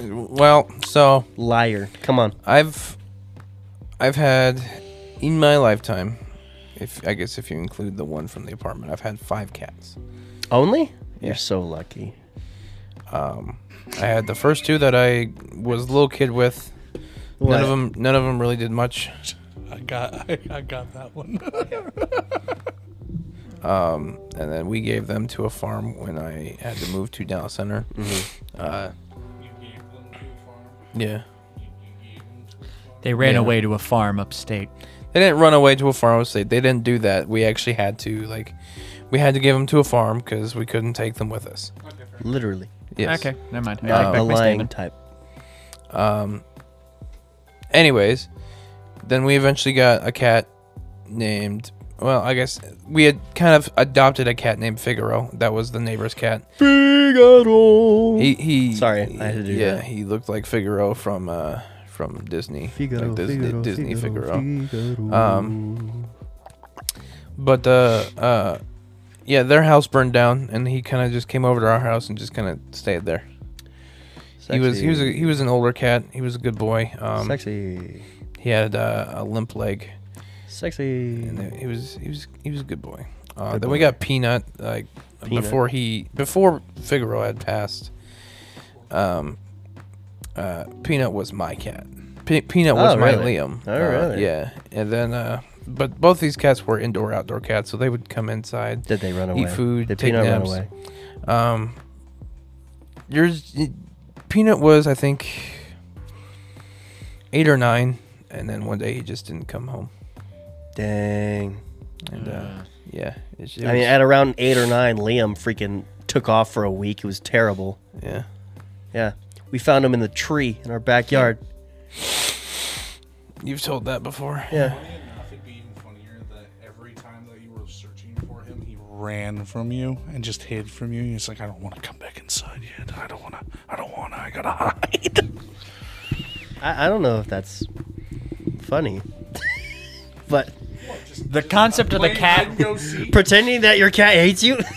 Speaker 8: Oh, well, so
Speaker 2: liar. Come on.
Speaker 8: Uh, I've I've had in my lifetime, if I guess if you include the one from the apartment, I've had five cats.
Speaker 2: Only? You're so lucky.
Speaker 8: Um, I had the first two that I was a little kid with.
Speaker 7: What?
Speaker 8: None of them. None of them really did much.
Speaker 7: I got I, I got that one.
Speaker 8: Um, and then we gave them to a farm when I had to move to Dallas Center.
Speaker 2: Mm-hmm.
Speaker 8: Uh, yeah.
Speaker 6: They ran
Speaker 8: Yeah.
Speaker 6: away to a farm upstate.
Speaker 8: They didn't run away to a farm upstate. They didn't do that. We actually had to like, we had to give them to a farm because we couldn't take them with us.
Speaker 2: Literally.
Speaker 8: Yes.
Speaker 6: Okay, never mind. I
Speaker 8: Not
Speaker 6: take
Speaker 8: the
Speaker 6: back my
Speaker 8: lying
Speaker 6: statement.
Speaker 2: type.
Speaker 8: Um. Anyways, then we eventually got a cat named. Well, I guess we had kind of adopted a cat named Figaro. That was the neighbor's cat.
Speaker 2: Figaro.
Speaker 8: He he.
Speaker 2: Sorry, I had to do
Speaker 8: yeah,
Speaker 2: that.
Speaker 8: he looked like Figaro from uh from Disney.
Speaker 2: Figaro,
Speaker 8: like Disney,
Speaker 2: Figaro,
Speaker 8: Disney
Speaker 2: Figaro,
Speaker 8: Figaro.
Speaker 2: Figaro.
Speaker 8: Um. But uh uh, yeah, their house burned down, and he kind of just came over to our house and just kind of stayed there. He was he was a,
Speaker 2: Sexy.
Speaker 8: he was an older cat. He was a good boy. Um,
Speaker 2: Sexy.
Speaker 8: He had uh, a limp leg.
Speaker 2: Sexy.
Speaker 8: And he was he was he was a good boy. Uh,
Speaker 2: Good
Speaker 8: then we
Speaker 2: boy.
Speaker 8: got Peanut like
Speaker 2: Peanut.
Speaker 8: before he before Figaro had passed. Um, uh, Peanut was my cat. Pe- Peanut was
Speaker 2: Oh,
Speaker 8: my
Speaker 2: really?
Speaker 8: Liam.
Speaker 2: Oh,
Speaker 8: Uh,
Speaker 2: really?
Speaker 8: Yeah, and then uh, but both these cats were indoor outdoor cats, so they would come inside.
Speaker 2: Did they run
Speaker 8: eat
Speaker 2: away?
Speaker 8: food.
Speaker 2: Did
Speaker 8: take
Speaker 2: Peanut run
Speaker 8: naps.
Speaker 2: away?
Speaker 8: Um, yours, Peanut was I think eight or nine, and then one day he just didn't come home.
Speaker 2: Dang.
Speaker 8: And uh, yeah, it's, it
Speaker 2: I mean,
Speaker 8: was-
Speaker 2: at around eight or nine, Liam freaking took off for a week. It was terrible.
Speaker 8: Yeah.
Speaker 2: Yeah. We found him in the tree in our backyard.
Speaker 8: You've told that before.
Speaker 2: Yeah.
Speaker 7: ran from you and just hid from you. It's like I don't want to come back inside yet. I don't want to. I don't want to. I gotta hide.
Speaker 2: I, I don't know if that's funny, but
Speaker 6: the concept of the cat
Speaker 2: pretending that your cat hates you.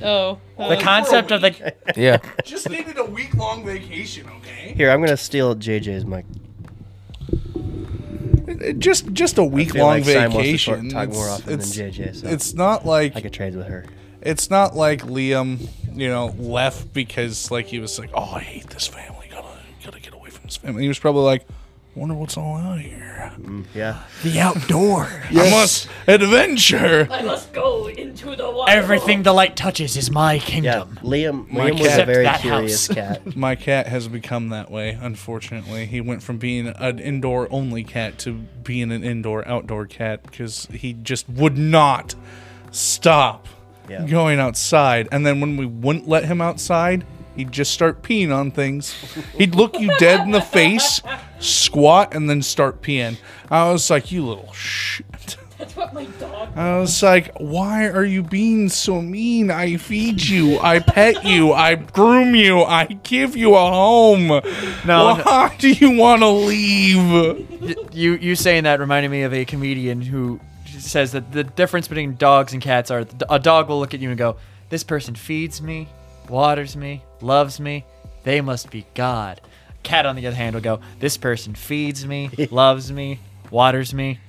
Speaker 12: Oh.
Speaker 6: The concept of the
Speaker 2: Yeah.
Speaker 4: Just needed a week long vacation, okay?
Speaker 2: Here, I'm gonna steal JJ's mic.
Speaker 7: just just a week
Speaker 2: feel
Speaker 7: long
Speaker 2: like Simon wants to
Speaker 7: vacation.
Speaker 2: talk- talk more often than
Speaker 7: it's,
Speaker 2: JJ, so
Speaker 7: it's not like I
Speaker 2: could trade with her.
Speaker 7: It's not like Liam, you know, left because like he was like, oh, I hate this family. Gotta gotta get away from this family. He was probably like, wonder what's all out here.
Speaker 2: yeah,
Speaker 6: the outdoor.
Speaker 7: I must adventure.
Speaker 12: I must go into the wild.
Speaker 6: Everything the light touches is my kingdom.
Speaker 2: Liam,
Speaker 7: My
Speaker 2: Liam was a
Speaker 7: cat-
Speaker 2: very
Speaker 6: that
Speaker 2: curious
Speaker 6: house.
Speaker 2: cat.
Speaker 7: My cat has become that way, unfortunately. He went from being an indoor only cat to being an indoor outdoor cat because he just would not stop
Speaker 2: Yeah.
Speaker 7: going outside. And then when we wouldn't let him outside, he'd just start peeing on things. He'd look you dead in the face, squat, and then start peeing. I was like, you little shit.
Speaker 12: That's what my dog.
Speaker 7: I was like, why are you being so mean? I feed you, I pet you, I groom you, I give you a home.
Speaker 6: No, no.
Speaker 7: why do you want to leave?
Speaker 6: you you saying that reminded me of a comedian who says that the difference between dogs and cats are a dog will look at you and go, "This person feeds me, waters me, loves me. They must be God." Cat on the other hand will go, "This person feeds me, loves me, waters me.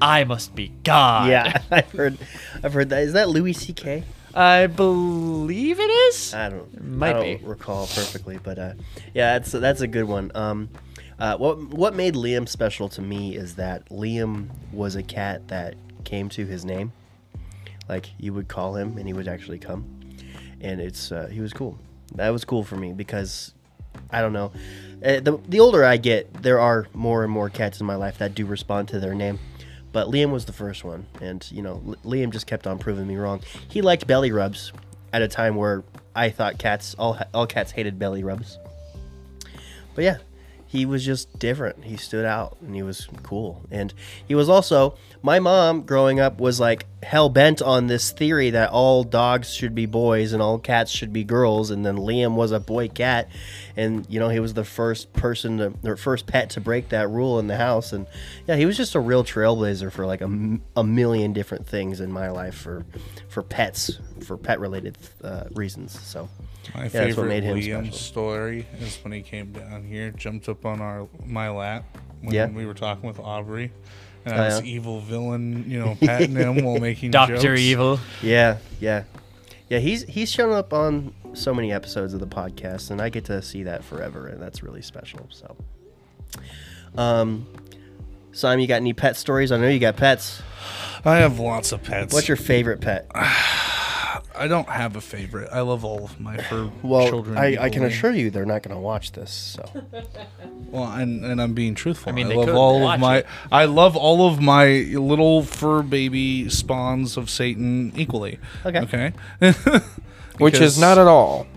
Speaker 6: I must be God."
Speaker 2: Yeah, I've heard, I've heard that. Is that Louis C.K.?
Speaker 6: I believe it is.
Speaker 2: I don't.
Speaker 6: Might
Speaker 2: I don't recall perfectly, but uh, yeah, that's that's a good one. Um, uh, what what made Liam special to me is that Liam was a cat that came to his name. Like you would call him, and he would actually come, and it's uh, he was cool. That was cool for me because I don't know. Uh, the the older I get, there are more and more cats in my life that do respond to their name. But Liam was the first one, and you know, L- Liam just kept on proving me wrong. He liked belly rubs at a time where I thought cats all ha- all cats hated belly rubs. But yeah, he was just different. He stood out and he was cool. And he was also my mom growing up was like hell bent on this theory that all dogs should be boys and all cats should be girls. And then Liam was a boy cat, and you know he was the first person to or first pet to break that rule in the house. And yeah, he was just a real trailblazer for like a, m- a million different things in my life for for pets for pet related uh, reasons. So yeah,
Speaker 7: My
Speaker 2: that's what
Speaker 7: favorite
Speaker 2: made him
Speaker 7: Liam
Speaker 2: special.
Speaker 7: story is when he came down here, jumped up on our my lap when
Speaker 2: Yeah.
Speaker 7: we were talking with Aubrey. And
Speaker 2: Oh,
Speaker 7: I was
Speaker 2: yeah.
Speaker 7: evil villain, you know, patting him while making jokes.
Speaker 2: Yeah, yeah, yeah. He's he's shown up on so many episodes of the podcast, and I get to see that forever, and that's really special. So, um, Simon, you got any pet stories? I know you got pets.
Speaker 7: I have lots of pets.
Speaker 2: What's your favorite pet?
Speaker 7: Ah, I don't have a favorite. I love all of my fur
Speaker 2: Well,
Speaker 7: children.
Speaker 2: I, I can
Speaker 7: equally.
Speaker 2: assure you they're not going to watch this. So,
Speaker 7: Well, and, and I'm being truthful. I
Speaker 2: mean,
Speaker 7: mean, I
Speaker 2: they
Speaker 7: love
Speaker 2: could
Speaker 7: all
Speaker 2: watch
Speaker 7: of my
Speaker 2: it.
Speaker 7: I love all of my little fur baby spawns of Satan equally.
Speaker 2: Okay.
Speaker 7: Okay.
Speaker 8: Which is not at all.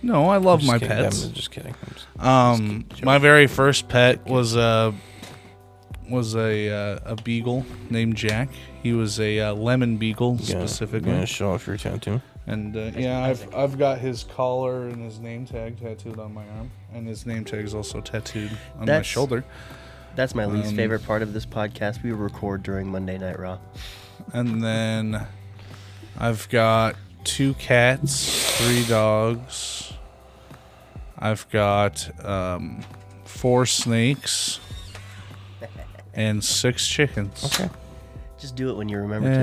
Speaker 7: No, I love
Speaker 8: I'm just
Speaker 7: my
Speaker 8: kidding,
Speaker 7: pets.
Speaker 8: I'm just kidding. I'm just-
Speaker 7: Um, my very first pet was a was a uh, a beagle named Jack. He was a uh, lemon beagle specifically.
Speaker 8: Yeah, show off your tattoo.
Speaker 7: And uh, yeah, I've I've got his collar and his name tag tattooed on my arm, and his name tag is also tattooed on my
Speaker 2: That's-
Speaker 7: shoulder.
Speaker 2: that's my least
Speaker 7: Um,
Speaker 2: favorite part of this podcast. We record during Monday Night Raw.
Speaker 7: And then I've got two cats, three dogs. I've got um, four snakes and six chickens. Okay.
Speaker 2: Just do it when you remember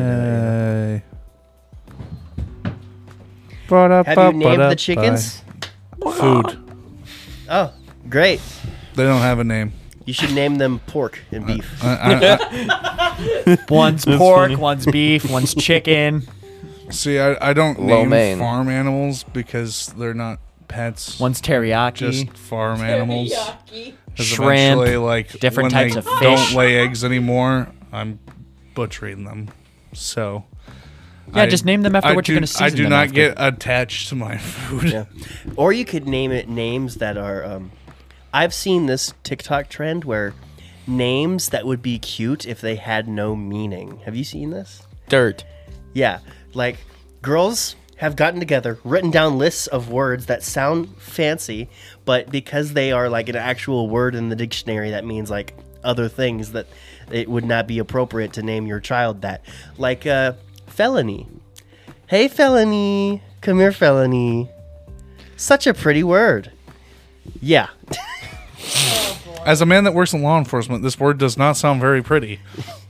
Speaker 2: to.
Speaker 7: Yay.
Speaker 2: Have you named the chickens?
Speaker 7: Food.
Speaker 2: Oh, great!
Speaker 7: They don't have a name.
Speaker 2: You should name them pork and beef.
Speaker 6: one's
Speaker 7: That's
Speaker 6: pork,
Speaker 7: funny.
Speaker 6: one's beef, one's chicken.
Speaker 7: See, I, I don't
Speaker 6: Lo
Speaker 7: name
Speaker 6: mein.
Speaker 7: farm animals because they're not pets.
Speaker 6: One's teriyaki.
Speaker 7: Just farm animals.
Speaker 6: Teriyaki.
Speaker 7: 'Cause
Speaker 6: Shrimp,
Speaker 7: eventually, like
Speaker 6: different
Speaker 7: when
Speaker 6: types
Speaker 7: they
Speaker 6: of fish.
Speaker 7: Don't lay eggs anymore. I'm butchering them. So.
Speaker 6: Yeah, just name them after what you're
Speaker 7: do-
Speaker 6: gonna
Speaker 7: I
Speaker 6: season
Speaker 7: do
Speaker 6: them
Speaker 7: not
Speaker 6: after.
Speaker 7: get attached to my food.
Speaker 2: Yeah. Or you could name it names that are. Um, I've seen this TikTok trend where names that would be cute if they had no meaning. Have you seen this?
Speaker 6: Dirt.
Speaker 2: Yeah. Like, girls have gotten together, written down lists of words that sound fancy, but because they are like an actual word in the dictionary, that means like other things that it would not be appropriate to name your child that. Like, uh, felony. Hey, felony. Come here, felony. Such a pretty word. Yeah.
Speaker 7: As a man that works in law enforcement, this word does not sound very pretty.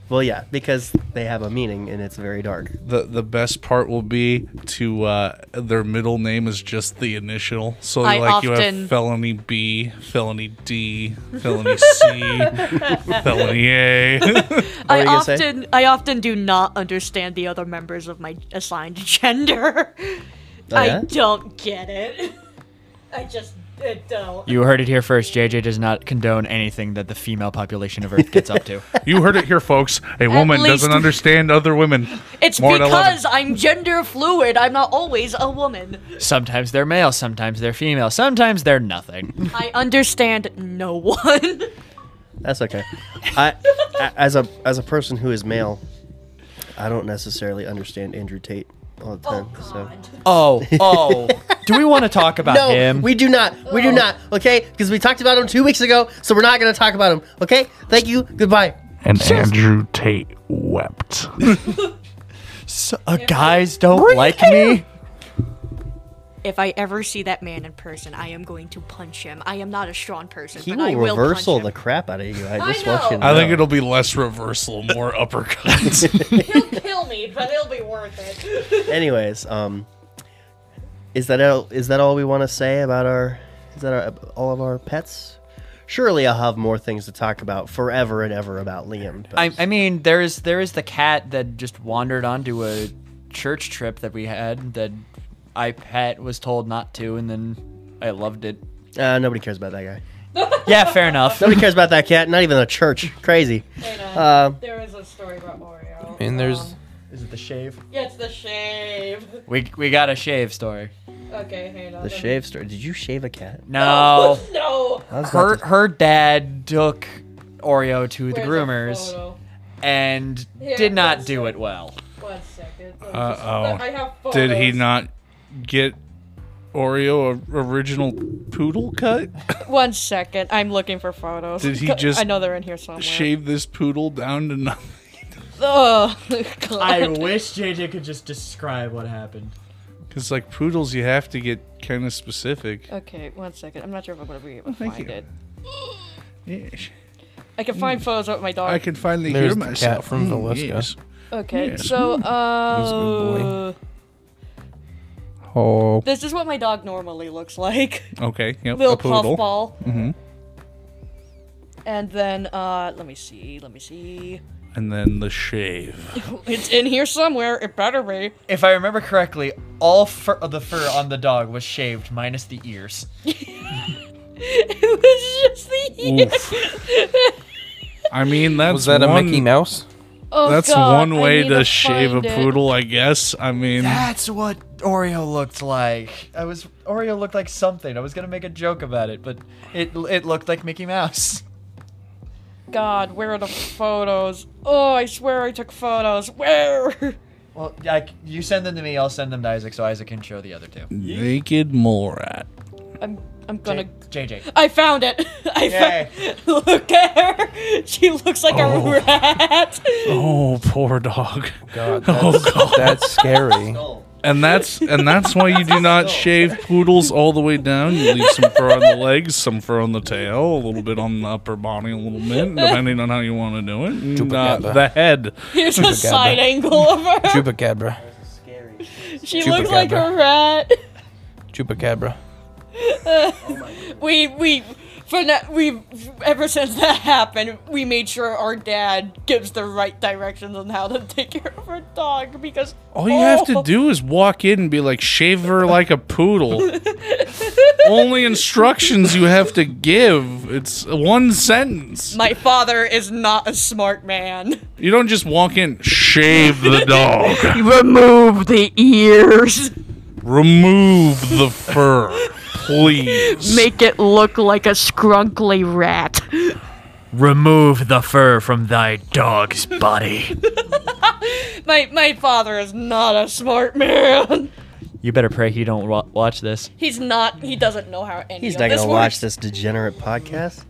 Speaker 2: Well, yeah, because they have a meaning and it's very dark.
Speaker 7: The the best part will be to uh, their middle name is just the initial. So
Speaker 5: I
Speaker 7: like you
Speaker 5: often-
Speaker 7: have felony B, felony D, felony C, felony A.
Speaker 5: I often I often do not understand the other members of my assigned gender.
Speaker 6: Oh,
Speaker 5: I
Speaker 6: yeah?
Speaker 5: don't get it. I just I don't.
Speaker 6: You heard it here first. JJ does not condone anything that the female population of Earth gets up to.
Speaker 7: you heard it here, folks. A woman doesn't
Speaker 5: least-
Speaker 7: understand other women.
Speaker 5: It's
Speaker 6: More than
Speaker 5: because I'm gender fluid. I'm not always a woman.
Speaker 6: Sometimes they're male, sometimes they're female, sometimes they're nothing.
Speaker 5: I understand no one.
Speaker 2: That's okay. I, a- as a as a person who is male, I don't necessarily understand Andrew Tate all
Speaker 5: Oh,
Speaker 2: the time. so.
Speaker 6: Oh, oh. Do we want to talk about
Speaker 2: no,
Speaker 6: him?
Speaker 2: we do not.
Speaker 5: Oh.
Speaker 2: We do not. Okay, because we talked about him two weeks ago, so we're not going to talk about him. Okay, thank you. Goodbye.
Speaker 7: And Andrew Tate wept.
Speaker 6: So, uh, guys don't like me.
Speaker 5: If I ever see that man in person, I am going to punch him. I am not a strong person,
Speaker 2: He
Speaker 5: but I
Speaker 2: will
Speaker 5: will punch
Speaker 2: reversal
Speaker 5: him.
Speaker 2: the crap out of you. I
Speaker 5: I
Speaker 2: just want you to
Speaker 7: I think
Speaker 2: know.
Speaker 7: it'll be less reversal, more uppercuts.
Speaker 5: Kill me, but it'll be worth it.
Speaker 2: Anyways, um, is that all, is that all we want to say about our is that our, all of our pets? Surely I'll have more things to talk about forever and ever about Liam. but-
Speaker 6: I, I mean, there is there is the cat that just wandered onto a church trip that we had that I pet was told not to, and then I loved it.
Speaker 2: Uh, nobody cares about that guy.
Speaker 6: Yeah, fair enough.
Speaker 2: Nobody cares about that cat. Not even the church. Crazy. Uh,
Speaker 5: There is a story about Oreo.
Speaker 6: And there's is it the shave?
Speaker 5: Yeah, it's the shave.
Speaker 6: We we got a shave story.
Speaker 5: Okay, hang on.
Speaker 2: the shave story. Did you shave a cat?
Speaker 6: No.
Speaker 5: Oh. No.
Speaker 2: I was about
Speaker 6: Her
Speaker 2: to-
Speaker 6: her dad took Oreo to the
Speaker 5: Where's the
Speaker 6: groomers
Speaker 5: photo?
Speaker 6: and
Speaker 5: Here,
Speaker 6: did not
Speaker 5: let's
Speaker 6: do it well.
Speaker 5: One second.
Speaker 7: Uh
Speaker 5: I have
Speaker 7: oh. Did he
Speaker 5: photos.
Speaker 7: not get Oreo o- original poodle cut?
Speaker 5: One second. I'm looking for photos.
Speaker 7: Did he
Speaker 5: Co-
Speaker 7: just
Speaker 5: I know they're in here somewhere.
Speaker 7: Shave this poodle down to nothing.
Speaker 5: Oh, God.
Speaker 6: wish JJ could just describe what happened.
Speaker 7: Because like poodles, you have to get kind of specific.
Speaker 5: Okay, one second. I'm not sure if I'm gonna be able to
Speaker 7: Thank
Speaker 5: find
Speaker 7: you.
Speaker 5: it. I can find photos of my dog.
Speaker 7: Mm. I can finally
Speaker 8: There's
Speaker 7: hear
Speaker 8: the cat
Speaker 7: myself.
Speaker 8: from
Speaker 7: Mm,
Speaker 8: Valeska.
Speaker 7: yes.
Speaker 5: Okay,
Speaker 7: Yes.
Speaker 8: He's
Speaker 5: so
Speaker 8: a good
Speaker 5: uh,
Speaker 8: Oh,
Speaker 5: this is what my dog normally looks like.
Speaker 7: Okay. Yep.
Speaker 5: Little
Speaker 7: a poodle.
Speaker 5: puffball.
Speaker 7: hmm
Speaker 5: And then uh, let me see. Let me see.
Speaker 7: And then the shave.
Speaker 5: It's in here somewhere. It better be.
Speaker 6: If I remember correctly, all fur, of the fur on the dog was shaved minus the ears.
Speaker 5: it was just the
Speaker 7: I mean, that's
Speaker 8: was that a
Speaker 7: one-
Speaker 8: Mickey Mouse?
Speaker 5: Oh,
Speaker 7: that's
Speaker 5: God,
Speaker 7: one
Speaker 5: I
Speaker 7: way
Speaker 5: need
Speaker 7: to,
Speaker 5: to
Speaker 7: shave a
Speaker 5: find it.
Speaker 7: poodle, I guess. I mean,
Speaker 6: That's what Oreo looked like. I was Oreo looked like something. I was gonna make a joke about it, but it it looked like Mickey Mouse.
Speaker 5: God, where are the photos? Oh, I swear I took photos. Where?
Speaker 6: Well, I, you send them to me. I'll send them to Isaac so Isaac can show the other two.
Speaker 7: naked mole rat.
Speaker 5: I'm I'm gonna.
Speaker 6: JJ.
Speaker 5: I found it. I found. Look at her. She looks like
Speaker 7: Oh.
Speaker 5: a rat.
Speaker 7: Oh, poor dog.
Speaker 8: God,
Speaker 7: Oh,
Speaker 8: that's, that's scary.
Speaker 7: And that's and that's why you do not shave poodles all the way down. You leave some fur on the legs, some fur on the tail, a little bit on the upper body, a little bit, depending on how you want to do it. And, uh,
Speaker 8: Chupacabra.
Speaker 7: the head.
Speaker 5: Here's a side angle of her.
Speaker 8: Chupacabra.
Speaker 5: She looks like a
Speaker 8: Chupacabra.
Speaker 5: rat.
Speaker 8: Chupacabra.
Speaker 5: we we For na- we ever since that happened, we made sure our dad gives the right directions on how to take care of our dog because
Speaker 7: All you have
Speaker 5: Oh.
Speaker 7: to do is walk in and be like, shave her like a poodle. Only instructions you have to give. It's one sentence.
Speaker 5: my father is not a smart man.
Speaker 7: You don't just walk in, shave the dog,
Speaker 5: Remove the ears.
Speaker 7: remove the fur, please.
Speaker 5: Make it look like a scrunkly rat.
Speaker 10: Remove the fur from thy dog's body.
Speaker 5: My my father is not a smart man.
Speaker 6: You better pray he don't wa- watch this.
Speaker 5: He's not. He doesn't know how any.
Speaker 2: He's
Speaker 5: of
Speaker 2: not
Speaker 5: this
Speaker 2: gonna
Speaker 5: works.
Speaker 2: watch this degenerate podcast.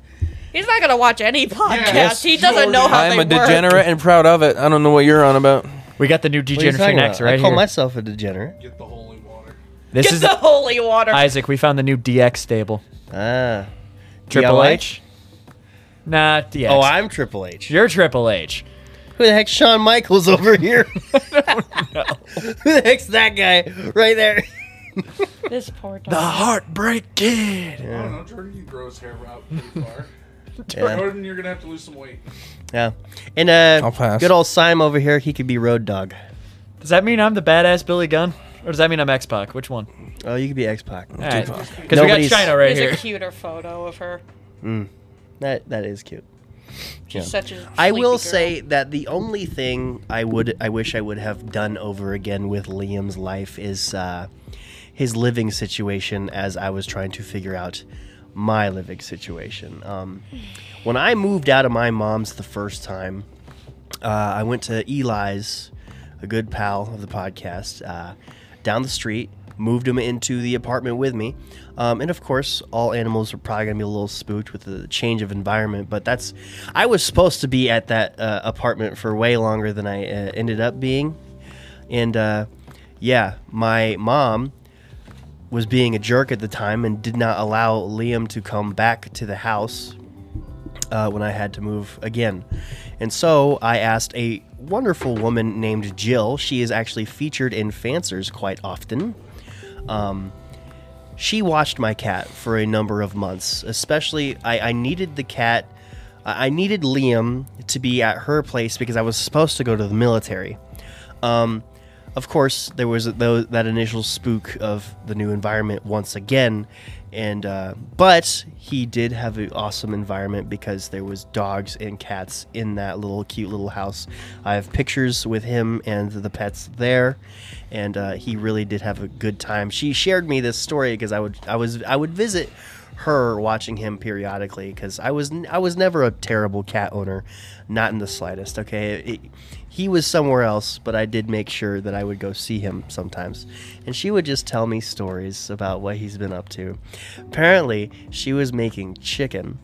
Speaker 5: He's not gonna watch any podcast.
Speaker 2: Yes,
Speaker 5: he doesn't know how
Speaker 8: I'm
Speaker 5: they
Speaker 8: a degenerate
Speaker 5: work.
Speaker 8: and proud of it. I don't know what you're on about.
Speaker 6: We got the new
Speaker 2: What are you
Speaker 6: degenerate
Speaker 2: talking
Speaker 6: next,
Speaker 2: about?
Speaker 6: right
Speaker 2: I call
Speaker 6: here.
Speaker 2: myself a degenerate.
Speaker 6: This
Speaker 5: Get
Speaker 6: is
Speaker 5: the holy water.
Speaker 6: Isaac. We found the new DX stable.
Speaker 2: Ah,
Speaker 6: Triple
Speaker 2: DLH?
Speaker 6: H. Nah, DX.
Speaker 2: Oh, I'm Triple H.
Speaker 6: You're Triple H.
Speaker 2: Who the heck, Shawn Michaels over here? Who the heck's that guy right there?
Speaker 5: This poor dog.
Speaker 6: The heartbreak kid.
Speaker 13: I don't know, Jordan, you grow his hair out pretty far.
Speaker 2: Yeah.
Speaker 13: Jordan, you're gonna have to lose some weight.
Speaker 2: Yeah, and uh,
Speaker 8: I'll pass.
Speaker 2: good old Sime over here. He could be Road Dog.
Speaker 6: Does that mean I'm the badass Billy Gunn, or does that mean I'm X Pac? Which one?
Speaker 2: Oh, you could be X Pac.
Speaker 6: Because we got
Speaker 2: Nobody's-
Speaker 6: China right
Speaker 5: There's
Speaker 6: here.
Speaker 5: a cuter photo of her.
Speaker 2: Mm. That that is cute.
Speaker 5: She's such a.
Speaker 2: I will
Speaker 5: sleepy girl.
Speaker 2: say that the only thing I would I wish I would have done over again with Liam's life is uh, his living situation as I was trying to figure out my living situation. Um, when I moved out of my mom's the first time, uh, I went to Eli's, a good pal of the podcast, uh, down the street, moved him into the apartment with me. Um, and of course, all animals are probably going to be a little spooked with the change of environment, but that's. I was supposed to be at that uh, apartment for way longer than I uh, ended up being. And uh, yeah, my mom was being a jerk at the time and did not allow Liam to come back to the house uh, when I had to move again. And so I asked a wonderful woman named Jill. She is actually featured in Fancers quite often. Um, she watched my cat for a number of months, especially I, I needed the cat. I I needed Liam to be at her place because I was supposed to go to the military. Um, of course, there was tho- that initial spook of the new environment once again, and uh, but he did have an awesome environment because there was dogs and cats in that little cute little house. I have pictures with him and the pets there, and uh, he really did have a good time. She shared me this story because I would I was I would visit her watching him periodically because I was I was never a terrible cat owner, not in the slightest. Okay, It- he was somewhere else, but I did make sure that I would go see him sometimes, and she would just tell me stories about what he's been up to. Apparently, she was making chicken,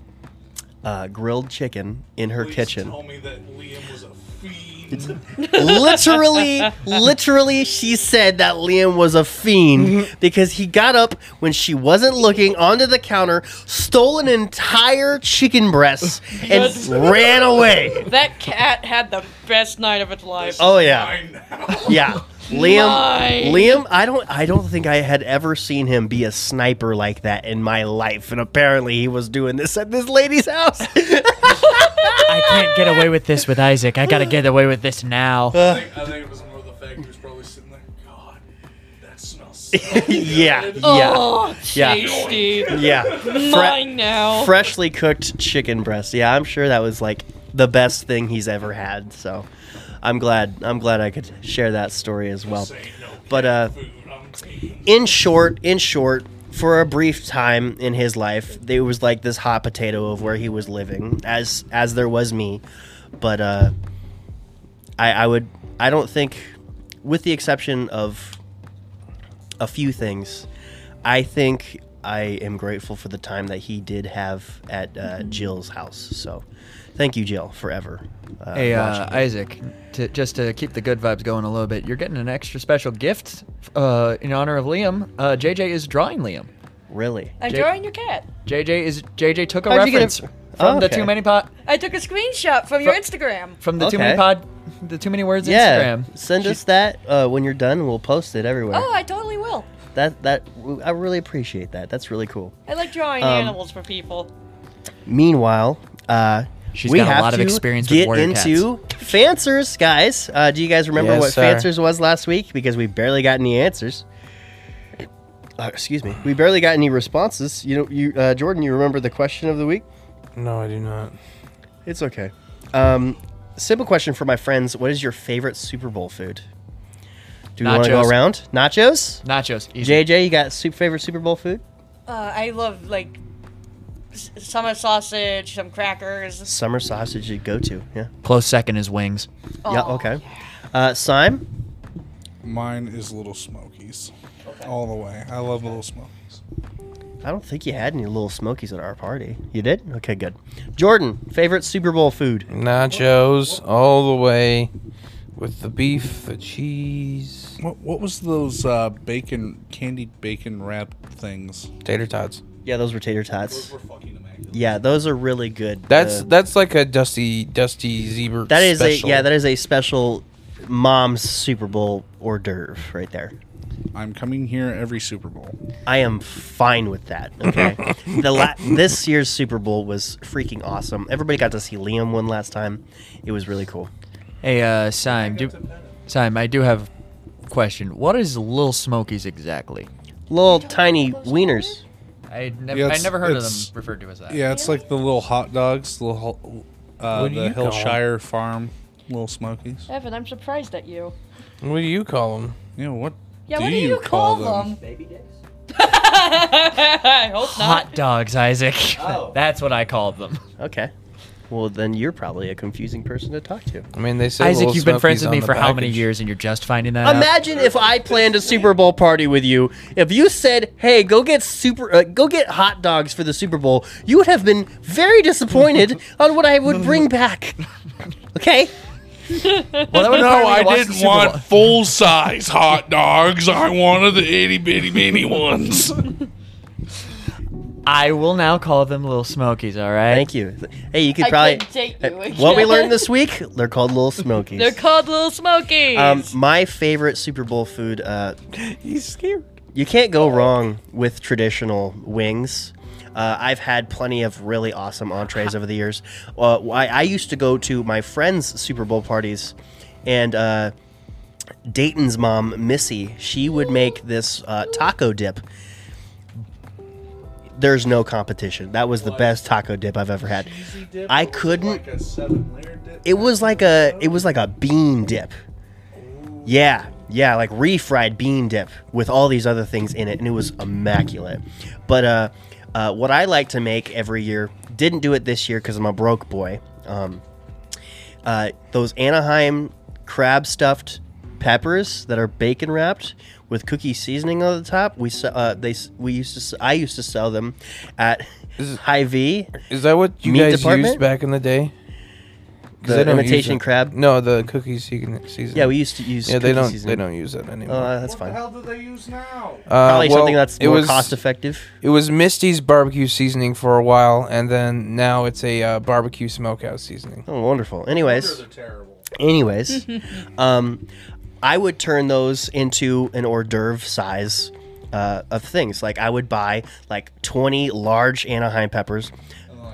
Speaker 2: uh, grilled chicken, in her kitchen.
Speaker 13: Tell me that Liam was a fiend.
Speaker 2: literally, literally, she said that Liam was a fiend because he got up when she wasn't looking onto the counter, stole an entire chicken breast, and
Speaker 5: Yes.
Speaker 2: ran away.
Speaker 5: That cat had the best night of its life.
Speaker 2: Oh yeah, yeah. Liam,
Speaker 5: Mine.
Speaker 2: Liam, I don't, I don't think I had ever seen him be a sniper like that in my life, and apparently he was doing this at this lady's house.
Speaker 6: I can't get away with this with Isaac. I gotta get away with this now.
Speaker 2: Uh,
Speaker 13: I, think, I think it was more the fact he was probably sitting there. God, that smells. So
Speaker 2: yeah, yeah,
Speaker 13: good."
Speaker 5: Oh,
Speaker 2: yeah,
Speaker 5: tasty.
Speaker 2: yeah. Fre-
Speaker 5: Mine now.
Speaker 2: freshly cooked chicken breast. Yeah, I'm sure that was like the best thing he's ever had. So, I'm glad. I'm glad I could share that story as well. But uh, in short, in short, for a brief time in his life, there was like this hot potato of where he was living, as as there was me. But uh, I, I would. I don't think, with the exception of a few things, I think I am grateful for the time that he did have at uh, Jill's house. So, thank you, Jill, forever. Uh,
Speaker 6: Hey, uh,
Speaker 2: watching.
Speaker 6: Isaac, to, just to keep the good vibes going a little bit, you're getting an extra special gift uh, in honor of Liam. Uh, JJ is drawing Liam.
Speaker 2: really?
Speaker 5: I'm
Speaker 6: Jake-
Speaker 5: drawing your cat.
Speaker 6: JJ is JJ took a
Speaker 2: How'd you get a-
Speaker 6: reference
Speaker 2: Oh,
Speaker 6: from the
Speaker 2: okay.
Speaker 6: Too Many Pot
Speaker 5: I took a screenshot from your
Speaker 6: Fro-
Speaker 5: Instagram.
Speaker 6: from the Too Many
Speaker 2: Okay.
Speaker 6: Pod the Too Many Words
Speaker 2: Yeah,
Speaker 6: Instagram.
Speaker 2: send us that uh, when you're done. We'll post it everywhere.
Speaker 5: Oh, I totally will.
Speaker 2: That that I really appreciate that. That's really cool.
Speaker 5: I like drawing
Speaker 2: Um,
Speaker 5: animals for people.
Speaker 2: Meanwhile, uh,
Speaker 10: She's
Speaker 2: we
Speaker 10: got a
Speaker 2: have
Speaker 10: lot of
Speaker 2: to
Speaker 10: experience with
Speaker 2: get
Speaker 10: warrior
Speaker 2: into Fancers, guys. Uh, do you guys remember
Speaker 10: Yes,
Speaker 2: what
Speaker 10: sir.
Speaker 2: Fancers was last week? Because we barely got any answers. Uh, excuse me. We barely got any responses. You know, you uh, Jordan, you remember the question of the week?
Speaker 8: No, I do not.
Speaker 2: It's okay. Um, simple question for my friends: What is your favorite Super Bowl food? Do we want to go
Speaker 10: Nachos.
Speaker 2: around? Nachos.
Speaker 10: Nachos.
Speaker 2: JJ, you got su- favorite Super Bowl food?
Speaker 5: Uh, I love like s- summer sausage, some crackers.
Speaker 2: Summer sausage. You go to yeah.
Speaker 10: Close second is wings.
Speaker 2: Yeah.
Speaker 5: Oh,
Speaker 2: Okay. Uh, Sime.
Speaker 7: Mine is Little Smokies. All the way. I love Little Smokies.
Speaker 2: I don't think you had any little smokies at our party. You did? Okay, good. Jordan, favorite Super Bowl food?
Speaker 8: Nachos all the way with the beef, the cheese,
Speaker 7: What, what was those uh, bacon, candied bacon wrapped things?
Speaker 8: tater tots.
Speaker 2: Yeah, those were tater tots. Yeah, those are really good.
Speaker 8: That's
Speaker 2: Uh,
Speaker 8: that's like a dusty dusty zebra.
Speaker 2: that is
Speaker 8: special.
Speaker 2: a yeah, that is a special mom's Super Bowl hors d'oeuvre right there.
Speaker 7: I'm coming here every Super Bowl.
Speaker 2: I am fine with that. Okay. the la- this year's Super Bowl was freaking awesome. Everybody got to see Liam one last time. It was really cool.
Speaker 10: Hey, uh, Sime, do, Sime, I do have a question. What is Lil Smokies exactly?
Speaker 2: Little tiny wieners.
Speaker 10: I never,
Speaker 7: Yeah,
Speaker 10: I
Speaker 7: it's-
Speaker 10: never heard of them
Speaker 7: it's-
Speaker 10: referred to as that.
Speaker 7: Yeah, it's like the little hot dogs, little ho- uh,
Speaker 8: What do
Speaker 7: the
Speaker 8: you call 'em?
Speaker 7: Hillshire Farm Little Smokies.
Speaker 5: Evan, I'm surprised at you.
Speaker 8: What do you call them?
Speaker 7: Yeah, what?
Speaker 5: Yeah,
Speaker 7: do
Speaker 5: what do
Speaker 7: you,
Speaker 5: you call, them? Baby dicks. I hope not.
Speaker 10: Hot dogs, Isaac.
Speaker 7: Oh.
Speaker 10: That's what I called them.
Speaker 2: Okay. Well, then you're probably a confusing person to talk to.
Speaker 8: I mean, they say
Speaker 10: Isaac,
Speaker 8: Little
Speaker 10: you've been friends
Speaker 8: Smokies
Speaker 10: with me
Speaker 8: on the
Speaker 10: for how many
Speaker 8: package.
Speaker 10: years, and you're just finding that out?
Speaker 2: Uh, Imagine if I planned a Super Bowl party with you. If you said, "Hey, go get super, uh, go get hot dogs for the Super Bowl," you would have been very disappointed on what I would bring back. Okay.
Speaker 10: Well, that would
Speaker 4: no, I
Speaker 10: require me to watch the
Speaker 4: didn't
Speaker 10: Super Bowl.
Speaker 4: want full size hot dogs. I wanted the itty bitty bitty ones.
Speaker 10: I will now call them Little Smokies. All right.
Speaker 2: Thank you. Hey, you could
Speaker 5: I
Speaker 2: probably.
Speaker 5: could date you again.
Speaker 2: What we learned this week? They're called Little
Speaker 5: They're
Speaker 2: Smokies.
Speaker 5: called Little Smokies.
Speaker 2: Um, my favorite Super Bowl food. Uh,
Speaker 8: He's scared.
Speaker 2: You can't go wrong with traditional wings. Uh, I've had plenty of really awesome entrees over the years. Uh, I, I used to go to my friends' Super Bowl parties, and uh, Dayton's mom, Missy, she would make this uh, taco dip. There's no competition. That was the best taco dip I've ever had. I couldn't.
Speaker 13: Like a seven layer dip.
Speaker 2: It was like a. It was like a bean dip. Yeah, yeah, like refried bean dip with all these other things in it, and it was immaculate. But uh, uh, what I like to make every year, didn't do it this year because I'm a broke boy. Um, uh, those Anaheim crab stuffed peppers that are bacon wrapped with cookie seasoning on the top. We se- uh, they s- we used to s- I used to sell them at High V.
Speaker 8: Is that what you
Speaker 2: Meat
Speaker 8: guys
Speaker 2: department?
Speaker 8: used back in the day? 'Cause
Speaker 2: The
Speaker 8: they don't use
Speaker 2: imitation
Speaker 8: it.
Speaker 2: crab?
Speaker 8: No, the cookie season. season.
Speaker 2: Yeah, we used to use.
Speaker 8: Yeah, they
Speaker 2: cookie
Speaker 8: don't. They
Speaker 2: seasoning.
Speaker 8: don't use that anymore.
Speaker 2: Uh,
Speaker 13: What
Speaker 2: that's
Speaker 13: the
Speaker 2: fine.
Speaker 13: hell do they use now?
Speaker 8: Uh,
Speaker 2: Probably
Speaker 8: well,
Speaker 2: something that's
Speaker 8: it
Speaker 2: more
Speaker 8: was-
Speaker 2: cost effective.
Speaker 8: It was Misty's barbecue seasoning for a while, and then now it's a uh, barbecue smokehouse seasoning.
Speaker 2: Oh, wonderful. Anyways,
Speaker 13: They're terrible.
Speaker 2: anyways, um, I would turn those into an hors d'oeuvre size uh, of things. Like I would buy like 20 large Anaheim peppers,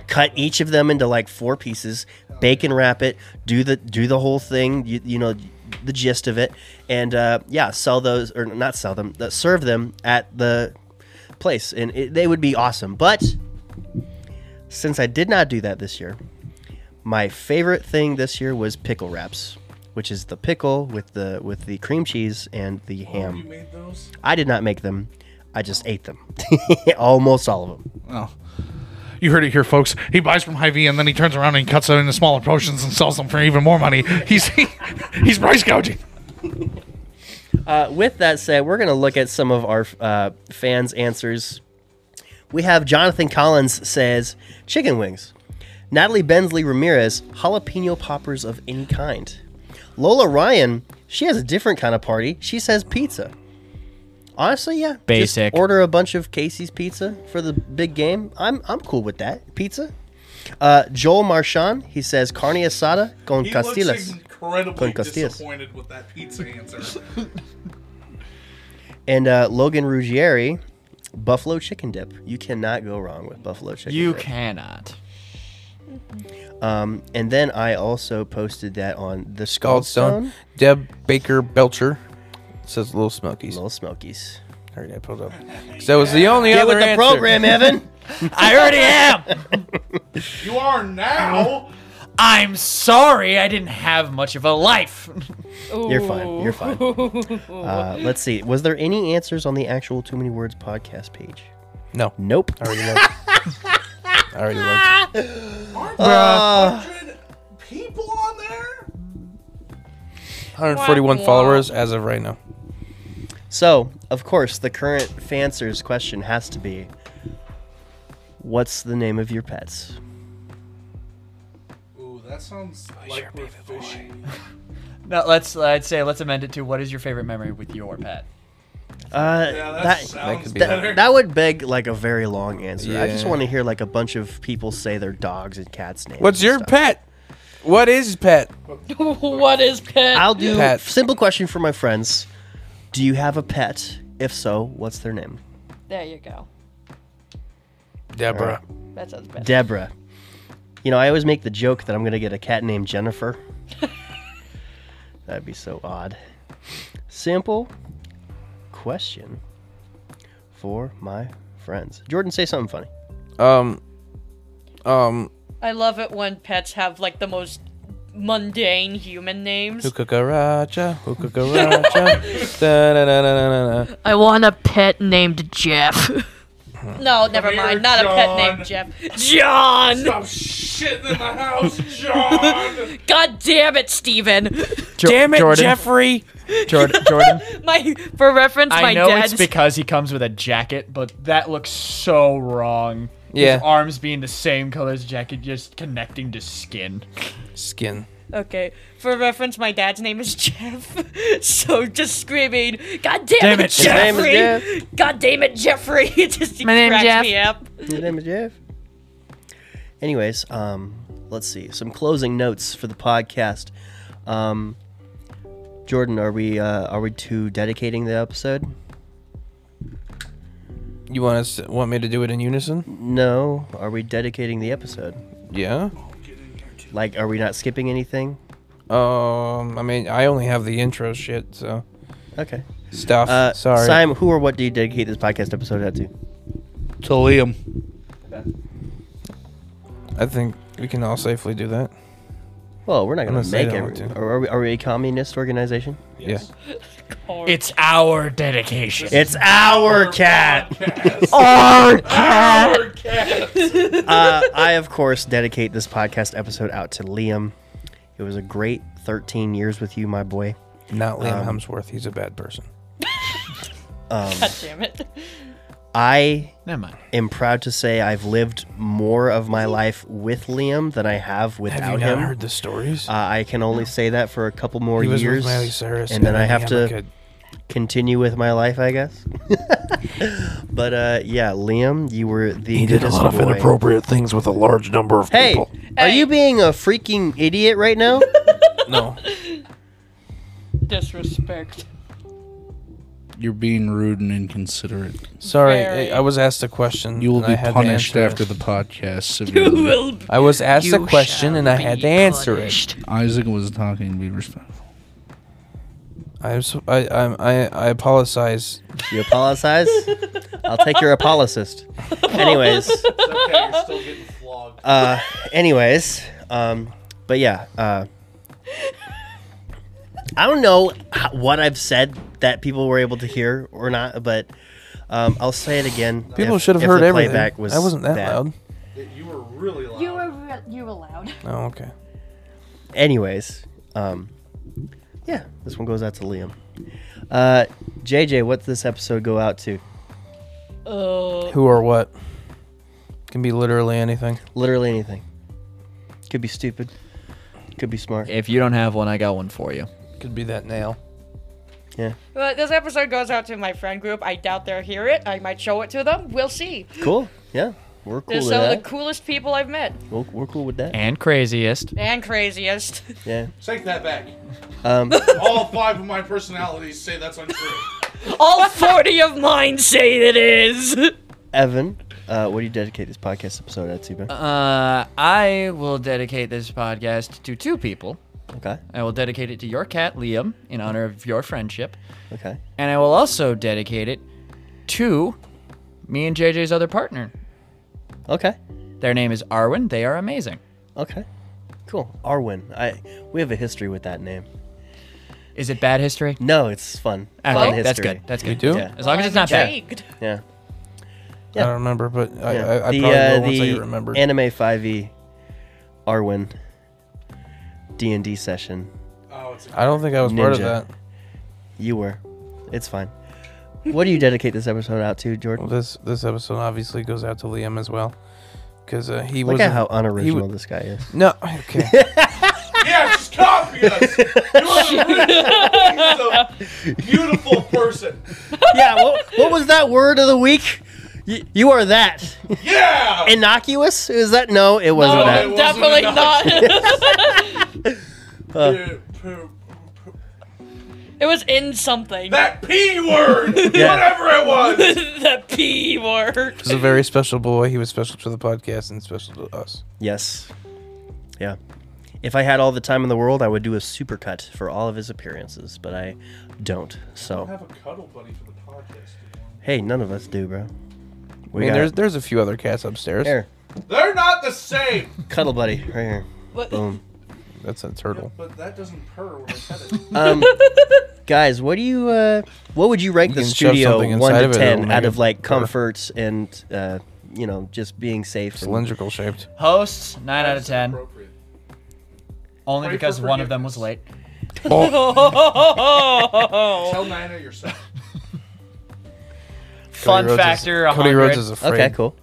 Speaker 2: cut each of them into like four pieces, bacon wrap it, do the do the whole thing. You, you know the gist of it, and uh, yeah, sell those or not sell them, uh, serve them at the place, and it, they would be awesome. But since I did not do that this year, my favorite thing this year was pickle wraps, which is the pickle with the with the cream cheese and the
Speaker 13: Oh, You
Speaker 2: ham.
Speaker 13: made those?
Speaker 2: I did not make them. I just ate them. Almost all of them.
Speaker 7: Oh.
Speaker 17: You heard it here, folks. He buys from Hy-Vee and then he turns around and cuts them into smaller portions and sells them for even more money. He's he's price gouging.
Speaker 2: Uh, with that said, we're going to look at some of our uh, fans' answers. We have Jonathan Collins says chicken wings. Natalie Bensley Ramirez jalapeno poppers of any kind. Lola Ryan, she has a different kind of party. She says pizza. Honestly, yeah. just
Speaker 10: Basic.
Speaker 2: order a bunch of Casey's pizza for the big game. I'm I'm cool with that. Pizza. Uh, Joel Marchand, he says carne asada con
Speaker 13: He
Speaker 2: castillas.
Speaker 13: looks incredibly
Speaker 2: Con Castillas.
Speaker 13: disappointed with that pizza answer.
Speaker 2: And uh, Logan Ruggieri, buffalo chicken dip. You cannot go wrong with buffalo chicken
Speaker 10: You
Speaker 2: dip.
Speaker 10: cannot.
Speaker 2: Um, and then I also posted that on the Scaldstone.
Speaker 8: Goldstone. Deb Baker Belcher says Little Smokies. Little
Speaker 2: Smokies.
Speaker 8: All right, I pulled up. 'Cause that was the only
Speaker 2: Get
Speaker 8: other
Speaker 2: with the
Speaker 8: answer.
Speaker 2: program, Evan.
Speaker 6: I already am.
Speaker 13: You are now.
Speaker 6: I'm sorry, I didn't have much of a life.
Speaker 2: You're fine. You're fine. Uh, let's see. Was there any answers on the actual Too Many Words podcast page?
Speaker 8: No.
Speaker 2: Nope.
Speaker 8: I already looked. I already looked.
Speaker 13: Aren't there
Speaker 2: Uh,
Speaker 13: 100 people on there?
Speaker 8: 141 followers as of right now.
Speaker 2: So, of course, the current fancers question has to be What's the name of your pets?
Speaker 13: Ooh, that sounds like we're fishing.
Speaker 6: No, let's. I'd say let's amend it to what is your favorite memory with your pet?
Speaker 2: Uh,
Speaker 6: Yeah, that
Speaker 2: that,
Speaker 6: sounds That could
Speaker 2: that,
Speaker 6: be better.
Speaker 2: that, would beg like a very long answer. I just
Speaker 8: Yeah.
Speaker 2: want to hear like a bunch of people say their dogs and cats' names.
Speaker 8: What's your pet? What is pet?
Speaker 12: what is pet?
Speaker 2: I'll do
Speaker 8: Pet.
Speaker 2: simple question for my friends. Do you have a pet? If so, what's their name?
Speaker 12: There you go.
Speaker 8: Deborah.
Speaker 12: That sounds better.
Speaker 2: Deborah. You know, I always make the joke that I'm gonna get a cat named Jennifer. That'd be so odd. Simple question for my friends. Jordan, say something funny.
Speaker 8: Um, um,
Speaker 5: I love it when pets have like the most mundane human names.
Speaker 8: hookakaracha, hookakaracha. da, da, da, da, da, da, da.
Speaker 12: I want a pet named Jeff.
Speaker 5: No, never
Speaker 12: here,
Speaker 5: mind. Not a pet named Jeff. John.
Speaker 12: Stop
Speaker 5: shitting in the house, John. God damn it, Steven.
Speaker 6: Damn it, Jordan. Jeffrey! Jordan. Jordan.
Speaker 5: My for reference, my
Speaker 6: I know
Speaker 5: dad's
Speaker 6: it's because he comes with a jacket, but that looks so wrong.
Speaker 8: Yeah.
Speaker 6: His arms being the same color as jacket, just connecting to skin.
Speaker 8: Skin.
Speaker 5: Okay. For reference, my dad's name is Jeff. so just screaming, God damn,
Speaker 6: Damn
Speaker 5: it,
Speaker 6: it, His name
Speaker 5: Jeffrey!
Speaker 6: is
Speaker 5: God damn it, Jeffrey! It just he
Speaker 12: My name's
Speaker 5: cracks
Speaker 12: Jeff.
Speaker 5: me up.
Speaker 2: Your name is Jeff. Anyways, um, let's see some closing notes for the podcast. Um, Jordan, are we uh, are we to dedicating the episode?
Speaker 8: You want us want me to do it in unison?
Speaker 2: No, are we dedicating the episode?
Speaker 8: Yeah.
Speaker 2: Like, are we not skipping anything?
Speaker 8: Um, I mean, I only have the intro shit, so
Speaker 2: Okay.
Speaker 8: stuff.
Speaker 2: Uh,
Speaker 8: Sorry,
Speaker 2: Simon, who or what do you dedicate this podcast episode out to?
Speaker 7: To Liam.
Speaker 8: I think we can all safely do that.
Speaker 2: Well, we're not going
Speaker 8: Unless
Speaker 2: to
Speaker 8: they
Speaker 2: make
Speaker 8: don't want
Speaker 2: everything. Are, we, are we a communist organization?
Speaker 8: Yes.
Speaker 6: It's our dedication.
Speaker 2: It's our cat.
Speaker 6: Our cat. Our
Speaker 2: uh, I, of course, dedicate this podcast episode out to Liam. It was a great 13 years with you, my boy.
Speaker 8: Not Liam
Speaker 2: Um,
Speaker 8: Hemsworth. He's a bad person.
Speaker 2: Um,
Speaker 5: God damn it.
Speaker 2: I
Speaker 6: Never mind.
Speaker 2: am proud to say I've lived more of my life with Liam than I have without
Speaker 8: have you not
Speaker 2: him.
Speaker 8: heard the stories?
Speaker 2: Uh, I can only say that for a couple more
Speaker 8: He was with
Speaker 2: years,
Speaker 8: Miley Cyrus,
Speaker 2: and then
Speaker 8: and
Speaker 2: I
Speaker 8: then
Speaker 2: have
Speaker 8: he had,
Speaker 2: to
Speaker 8: like,
Speaker 2: continue with my life, I guess. but uh, yeah, Liam, you were the
Speaker 18: He did a
Speaker 2: goodest
Speaker 18: lot of
Speaker 2: boy.
Speaker 18: inappropriate things with a large number of
Speaker 2: Hey,
Speaker 18: people.
Speaker 2: are you being a freaking idiot right now?
Speaker 8: no.
Speaker 5: Disrespect.
Speaker 7: You're being rude and inconsiderate.
Speaker 8: Sorry, I- I was asked a question.
Speaker 7: You will
Speaker 8: and I
Speaker 7: be
Speaker 8: had to
Speaker 7: punished
Speaker 8: answer it.
Speaker 7: after the podcast. Severely.
Speaker 8: I was asked a question and I had to answer it.
Speaker 7: Isaac was talking. Be respectful.
Speaker 8: I'm so, I, I'm- I I apologize.
Speaker 2: You apologize? I'll take your apologist. Anyways.
Speaker 13: okay, you're still getting flogged.
Speaker 2: Uh, anyways, um, but yeah, uh, I don't know h- what I've said that people were able to hear or not, but um, I'll say it again.
Speaker 8: People
Speaker 2: if-
Speaker 8: should have
Speaker 2: if
Speaker 8: heard
Speaker 2: the
Speaker 8: everything.
Speaker 2: Playback was
Speaker 8: I wasn't that
Speaker 2: bad.
Speaker 8: loud.
Speaker 13: You were really loud.
Speaker 12: You were re- you were loud.
Speaker 8: Oh, okay.
Speaker 2: Anyways, um, yeah, this one goes out to Liam. Uh, JJ, what's this episode go out to?
Speaker 5: Oh.
Speaker 8: Who or what? Can be literally anything.
Speaker 2: Literally anything. Could be stupid. Could be smart.
Speaker 6: If you don't have one, I got one for you.
Speaker 8: Could be that nail.
Speaker 2: Yeah.
Speaker 5: Well, this episode goes out to my friend group. I doubt they'll hear it. I might show it to them. We'll see.
Speaker 2: Cool. Yeah. We're cool
Speaker 5: They're
Speaker 2: with
Speaker 5: some of
Speaker 2: that.
Speaker 5: the coolest people I've met
Speaker 2: We're, we're cool with that.
Speaker 6: And craziest.
Speaker 5: and craziest.
Speaker 2: Yeah.
Speaker 13: Take that back.
Speaker 2: Um,
Speaker 13: All five of my personalities say that's untrue.
Speaker 5: All 40 of mine say it is.
Speaker 2: Evan, Uh, what do you dedicate this podcast episode at, Stephen?
Speaker 6: Uh, I will dedicate this podcast to two people.
Speaker 2: Okay.
Speaker 6: I will dedicate it to your cat, Liam, in honor of your friendship.
Speaker 2: Okay.
Speaker 6: And I will also dedicate it to me and JJ's other partner.
Speaker 2: Okay.
Speaker 6: Their name is Arwen. They are amazing.
Speaker 2: Okay. Cool. Arwen. I we have a history with that name.
Speaker 6: Is it bad history?
Speaker 2: No, it's fun.
Speaker 6: Okay,
Speaker 2: fun
Speaker 6: Ah, that's
Speaker 2: history.
Speaker 6: good, that's You good. do? Yeah. As long as it's not bad. Intrigued.
Speaker 2: Yeah.
Speaker 8: I don't remember, but I,
Speaker 2: Yeah.
Speaker 8: I, I
Speaker 2: the,
Speaker 8: probably
Speaker 2: uh,
Speaker 8: will once I
Speaker 2: the
Speaker 8: get remembered.
Speaker 2: Anime E, 5e Arwen D&D session.
Speaker 13: Oh, it's a-
Speaker 8: I don't think I was part of that.
Speaker 2: You were. It's fine. What do you dedicate this episode out to, Jordan?
Speaker 8: this this episode obviously goes out to Liam as well, because uh, he
Speaker 2: Look
Speaker 8: was
Speaker 2: at how
Speaker 8: he
Speaker 2: unoriginal
Speaker 8: wa-
Speaker 2: this guy is.
Speaker 8: No, okay.
Speaker 13: Yeah, just copy us. You're a beautiful person.
Speaker 2: yeah, what, what was that word of the week? You, you are that.
Speaker 13: Yeah.
Speaker 2: Innocuous? Is that no? It wasn't
Speaker 13: No,
Speaker 2: that.
Speaker 13: it
Speaker 5: Oh,
Speaker 13: wasn't Definitely
Speaker 2: not. Uh,
Speaker 5: It was in something.
Speaker 13: That P word!
Speaker 8: Whatever
Speaker 13: it was!
Speaker 5: that P word.
Speaker 8: He was a very special boy. He was special to the podcast and special to us.
Speaker 2: yes. Yeah. If I had all the time in the world, I would do a supercut for all of his appearances, but I don't.
Speaker 13: I'll
Speaker 2: So,
Speaker 13: have a cuddle buddy for the podcast.
Speaker 2: hey, none of us do,
Speaker 8: I
Speaker 2: bro.
Speaker 8: mean, there's there's a few other cats upstairs.
Speaker 2: Here.
Speaker 13: They're not the same!
Speaker 2: Cuddle buddy, right here.
Speaker 13: What-
Speaker 2: Boom.
Speaker 8: That's a turtle.
Speaker 13: But that doesn't purr when I pet it.
Speaker 2: Um, guys, what do you uh, what would you rank
Speaker 8: You
Speaker 2: the
Speaker 8: can shove
Speaker 2: studio
Speaker 8: something
Speaker 2: one
Speaker 8: inside
Speaker 2: to
Speaker 8: of it, it'll
Speaker 2: ten
Speaker 8: make
Speaker 2: out
Speaker 8: it
Speaker 2: of like
Speaker 8: purr.
Speaker 2: comforts and uh, you know just being safe?
Speaker 8: Cylindrical shaped.
Speaker 6: Hosts, 9 out of 10. Only because one of them was late.
Speaker 5: Oh.
Speaker 13: Tell Nina yourself.
Speaker 6: Fun
Speaker 2: Rhodes is-
Speaker 6: factor.
Speaker 2: Cody Rhodes
Speaker 6: 100.
Speaker 2: is afraid. Okay, cool.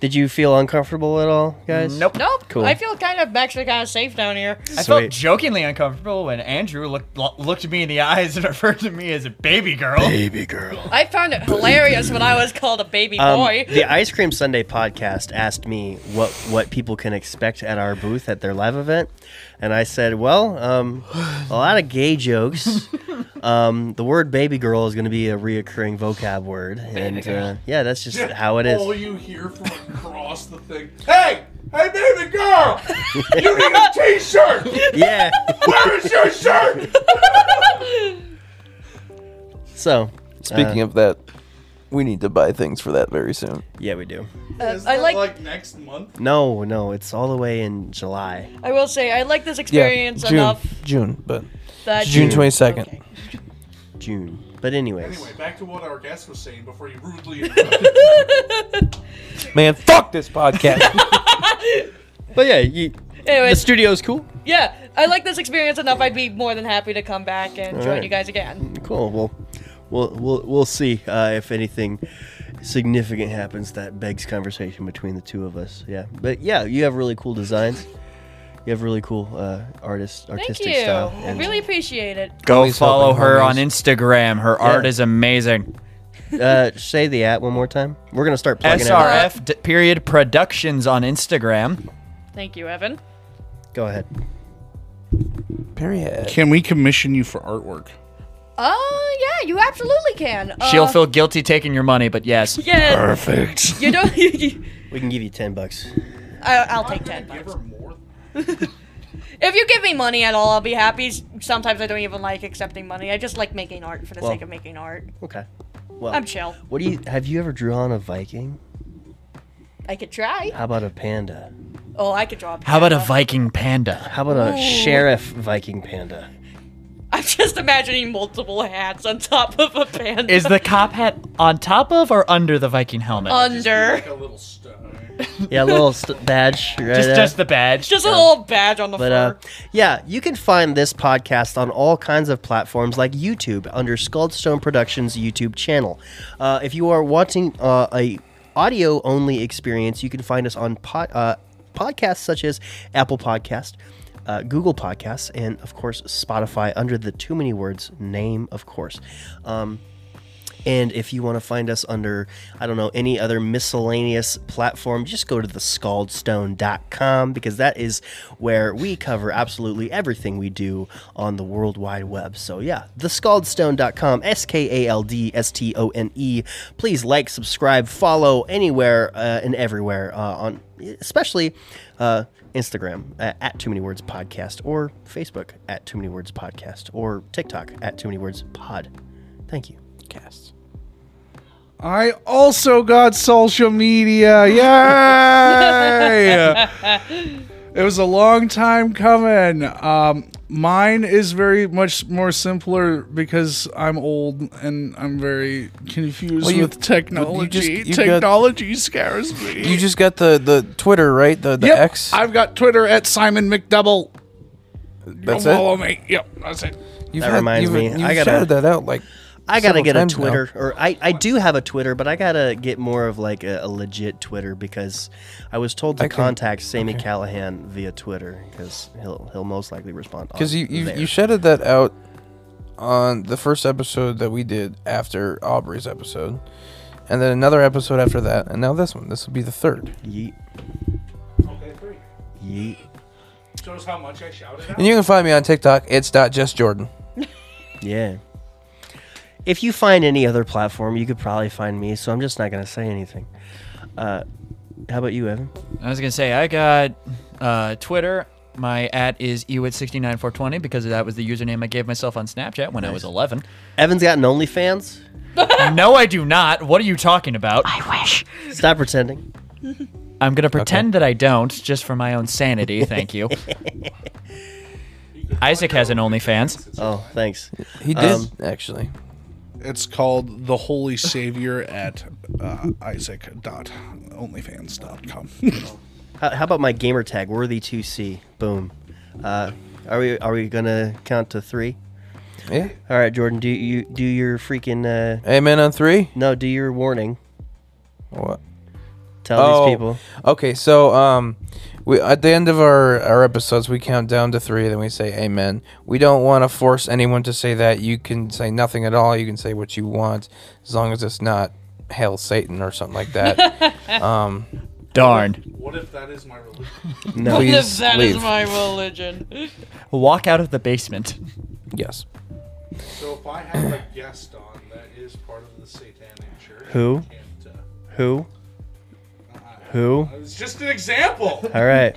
Speaker 2: Did you feel uncomfortable at all, guys?
Speaker 8: Mm,
Speaker 6: Nope.
Speaker 5: Nope.
Speaker 2: Cool.
Speaker 5: I feel kind of actually kind of safe down here.
Speaker 6: I felt jokingly uncomfortable when Andrew looked lo- looked me in the eyes and referred to me as a baby girl.
Speaker 2: Baby girl.
Speaker 5: I found it hilarious when I was called a baby
Speaker 2: Um,
Speaker 5: boy.
Speaker 2: the Ice Cream Sunday podcast asked me what what people can expect at our booth at their live event, and I said, "Well, um, a lot of gay jokes. um, the word baby girl is going to be a reoccurring vocab word, and uh, yeah, that's just how it
Speaker 13: All
Speaker 2: is.
Speaker 13: you hear from across the thing. Hey! Hey, baby girl! You need a t shirt!
Speaker 2: yeah.
Speaker 13: Where is your shirt?
Speaker 2: So, Uh,
Speaker 8: Speaking of that, we need to buy things for that very soon.
Speaker 2: yeah, we do.
Speaker 5: Uh, I like.
Speaker 13: next month?
Speaker 2: No, no, it's all the way in July.
Speaker 5: I will say I like this experience
Speaker 8: June,
Speaker 5: enough.
Speaker 8: June, but
Speaker 5: that-
Speaker 8: June
Speaker 5: June.
Speaker 8: twenty second.
Speaker 2: June, but anyways,
Speaker 13: Anyway, back to what our guest was saying before you rudely interrupted.
Speaker 8: Man, fuck this podcast.
Speaker 2: but yeah, you,
Speaker 5: Anyway.
Speaker 2: the studio's cool.
Speaker 5: Yeah, I like this experience enough. I'd be more than happy to come back and
Speaker 2: All
Speaker 5: join
Speaker 2: right.
Speaker 5: you guys again.
Speaker 2: Cool. Well, we'll we'll we'll see uh, if anything significant happens that begs conversation between the two of us. Yeah, but yeah, you have really cool designs. You have really cool uh, artist
Speaker 5: Thank
Speaker 2: artistic
Speaker 5: you.
Speaker 2: style.
Speaker 5: I really appreciate it.
Speaker 6: Go
Speaker 2: Always
Speaker 6: follow
Speaker 2: helping
Speaker 6: her
Speaker 2: homies.
Speaker 6: on Instagram. Her
Speaker 2: Yeah.
Speaker 6: art is amazing.
Speaker 2: uh, say the at one more time. We're gonna start plugging it.
Speaker 6: SRF d- period productions on Instagram.
Speaker 5: Thank you, Evan.
Speaker 2: Go ahead.
Speaker 8: Period.
Speaker 7: Can we commission you for artwork?
Speaker 5: Oh yeah, you absolutely can. Uh,
Speaker 6: She'll feel guilty taking your money, but yes.
Speaker 5: Yeah.
Speaker 2: Perfect.
Speaker 5: You don't.
Speaker 2: We can give you ten bucks.
Speaker 5: I, I'll take ten bucks. if you give me money at all, I'll be happy. S- Sometimes I don't even like accepting money. I just like making art for the
Speaker 2: Well,
Speaker 5: sake of making art.
Speaker 2: Okay. Well,
Speaker 5: I'm chill.
Speaker 2: What do you have? You ever drawn a Viking?
Speaker 5: I could try.
Speaker 2: How about a panda?
Speaker 5: Oh, I could draw. A
Speaker 6: How about a
Speaker 5: panda.
Speaker 6: Viking panda?
Speaker 2: How about a
Speaker 5: Ooh.
Speaker 2: sheriff Viking panda?
Speaker 5: I'm just imagining multiple hats on top of a panda.
Speaker 6: Is the cop hat on top of or under the Viking helmet?
Speaker 5: Uh, under?
Speaker 2: Yeah, a little st- badge. Right
Speaker 6: Just,
Speaker 2: there.
Speaker 6: just the badge.
Speaker 5: Just a little badge on the
Speaker 2: But uh, yeah, you can find this podcast on all kinds of platforms like YouTube under Skullstone Productions YouTube channel. Uh, if you are wanting uh, a audio only experience, you can find us on pod, uh, podcasts such as Apple Podcast. Uh, Google Podcasts and of course Spotify under the Too Many Words name, of course. Um, And if you want to find us under, I don't know, any other miscellaneous platform, just go to thescaldstone.com because that is where we cover absolutely everything we do on the World Wide Web. So yeah, thescaldstone.com, S K A L D S T O N E. Please like, subscribe, follow anywhere uh, and everywhere uh, on, especially uh, Instagram uh, at Too Many Words Podcast or Facebook at Too Many Words Podcast or TikTok at Too Many Words Pod. Thank you. Casts.
Speaker 4: I also got social media. Yay! it was a long time coming. Um, mine is very much more simpler because I'm old and I'm very confused
Speaker 8: Well, you-
Speaker 4: with technology.
Speaker 8: well, you just- you got-
Speaker 4: technology scares me.
Speaker 8: You just got the the Twitter right, the the
Speaker 4: Yep,
Speaker 8: X.
Speaker 4: I've got Twitter at Simon McDouble.
Speaker 8: That's
Speaker 4: You'll
Speaker 8: it?
Speaker 4: follow me. Yep, that's it.
Speaker 8: You've
Speaker 2: that
Speaker 8: had-
Speaker 2: reminds
Speaker 8: you've-
Speaker 2: me.
Speaker 8: you've
Speaker 2: I gotta
Speaker 8: shouted that out like
Speaker 2: I gotta
Speaker 8: several
Speaker 2: get a
Speaker 8: times now.
Speaker 2: Twitter, or I, I do have a Twitter, but I gotta get more of like a, a legit Twitter because I was told to
Speaker 8: I can-
Speaker 2: contact Sammy Callahan via Twitter because he'll he'll most likely respond. on
Speaker 8: because you you,
Speaker 2: there.
Speaker 8: you shedded that out on the first episode that we did after Aubrey's episode, and then another episode after that, and now this one. This will be the third.
Speaker 2: Yeet.
Speaker 13: Okay, three.
Speaker 2: Yeet.
Speaker 13: Shows how much I shouted out.
Speaker 8: And you can find me on TikTok. It's not just Jordan.
Speaker 2: yeah. If you find any other platform, you could probably find me. So I'm just not gonna say anything. Uh, how about you, Evan?
Speaker 6: I was gonna say I got uh, Twitter. My at is ewit69420 because that was the username I gave myself on Snapchat when I was 11.
Speaker 2: Evan's got an OnlyFans.
Speaker 6: no, I do not. What are you talking about? I wish.
Speaker 2: Stop pretending.
Speaker 6: I'm gonna pretend that I don't, just for my own sanity. Thank you. Isaac has an OnlyFans.
Speaker 2: Oh, thanks.
Speaker 8: He did Um, actually.
Speaker 7: It's called the Holy Savior at uh, Isaac.onlyfans.com.
Speaker 2: How, how about my gamer tag, worthy2c? Boom. Uh, are we are we gonna count to three?
Speaker 8: Yeah.
Speaker 2: All right, Jordan. Do you do your freaking? Uh,
Speaker 8: Amen on three.
Speaker 2: No, do your warning.
Speaker 8: What?
Speaker 2: Tell these people.
Speaker 8: Okay, so um, we at the end of our our episodes, we count down to three, then we say amen. We don't want to force anyone to say that. You can say nothing at all. You can say what you want, as long as it's not hell, Satan, or something like that. um,
Speaker 6: darn.
Speaker 7: What if that is my religion?
Speaker 8: No.
Speaker 12: What if
Speaker 8: Please
Speaker 12: that is
Speaker 8: leave.
Speaker 12: my religion?
Speaker 6: Walk out of the basement.
Speaker 8: Yes.
Speaker 7: So if I have a guest on that is part of the Satanic Church, uh,
Speaker 2: Who? Who? Who?
Speaker 13: It's just an example.
Speaker 2: All right.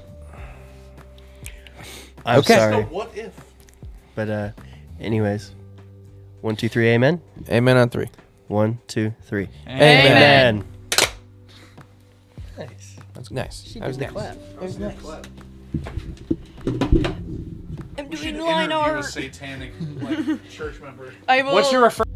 Speaker 2: I'm
Speaker 8: Okay.
Speaker 2: sorry.
Speaker 13: Just a what if.
Speaker 2: But uh, anyways, one, two, three. Amen.
Speaker 8: Amen on three.
Speaker 2: One, two, three.
Speaker 8: Amen.
Speaker 2: amen.
Speaker 8: Nice. That's nice.
Speaker 2: She
Speaker 8: that
Speaker 2: did
Speaker 8: was
Speaker 2: the
Speaker 8: nice.
Speaker 2: clap.
Speaker 8: That was nice.
Speaker 5: I'm
Speaker 13: We should
Speaker 5: doing
Speaker 13: interview
Speaker 5: line
Speaker 13: a
Speaker 5: art.
Speaker 13: satanic like, church member.
Speaker 5: I will.
Speaker 13: What's your refer-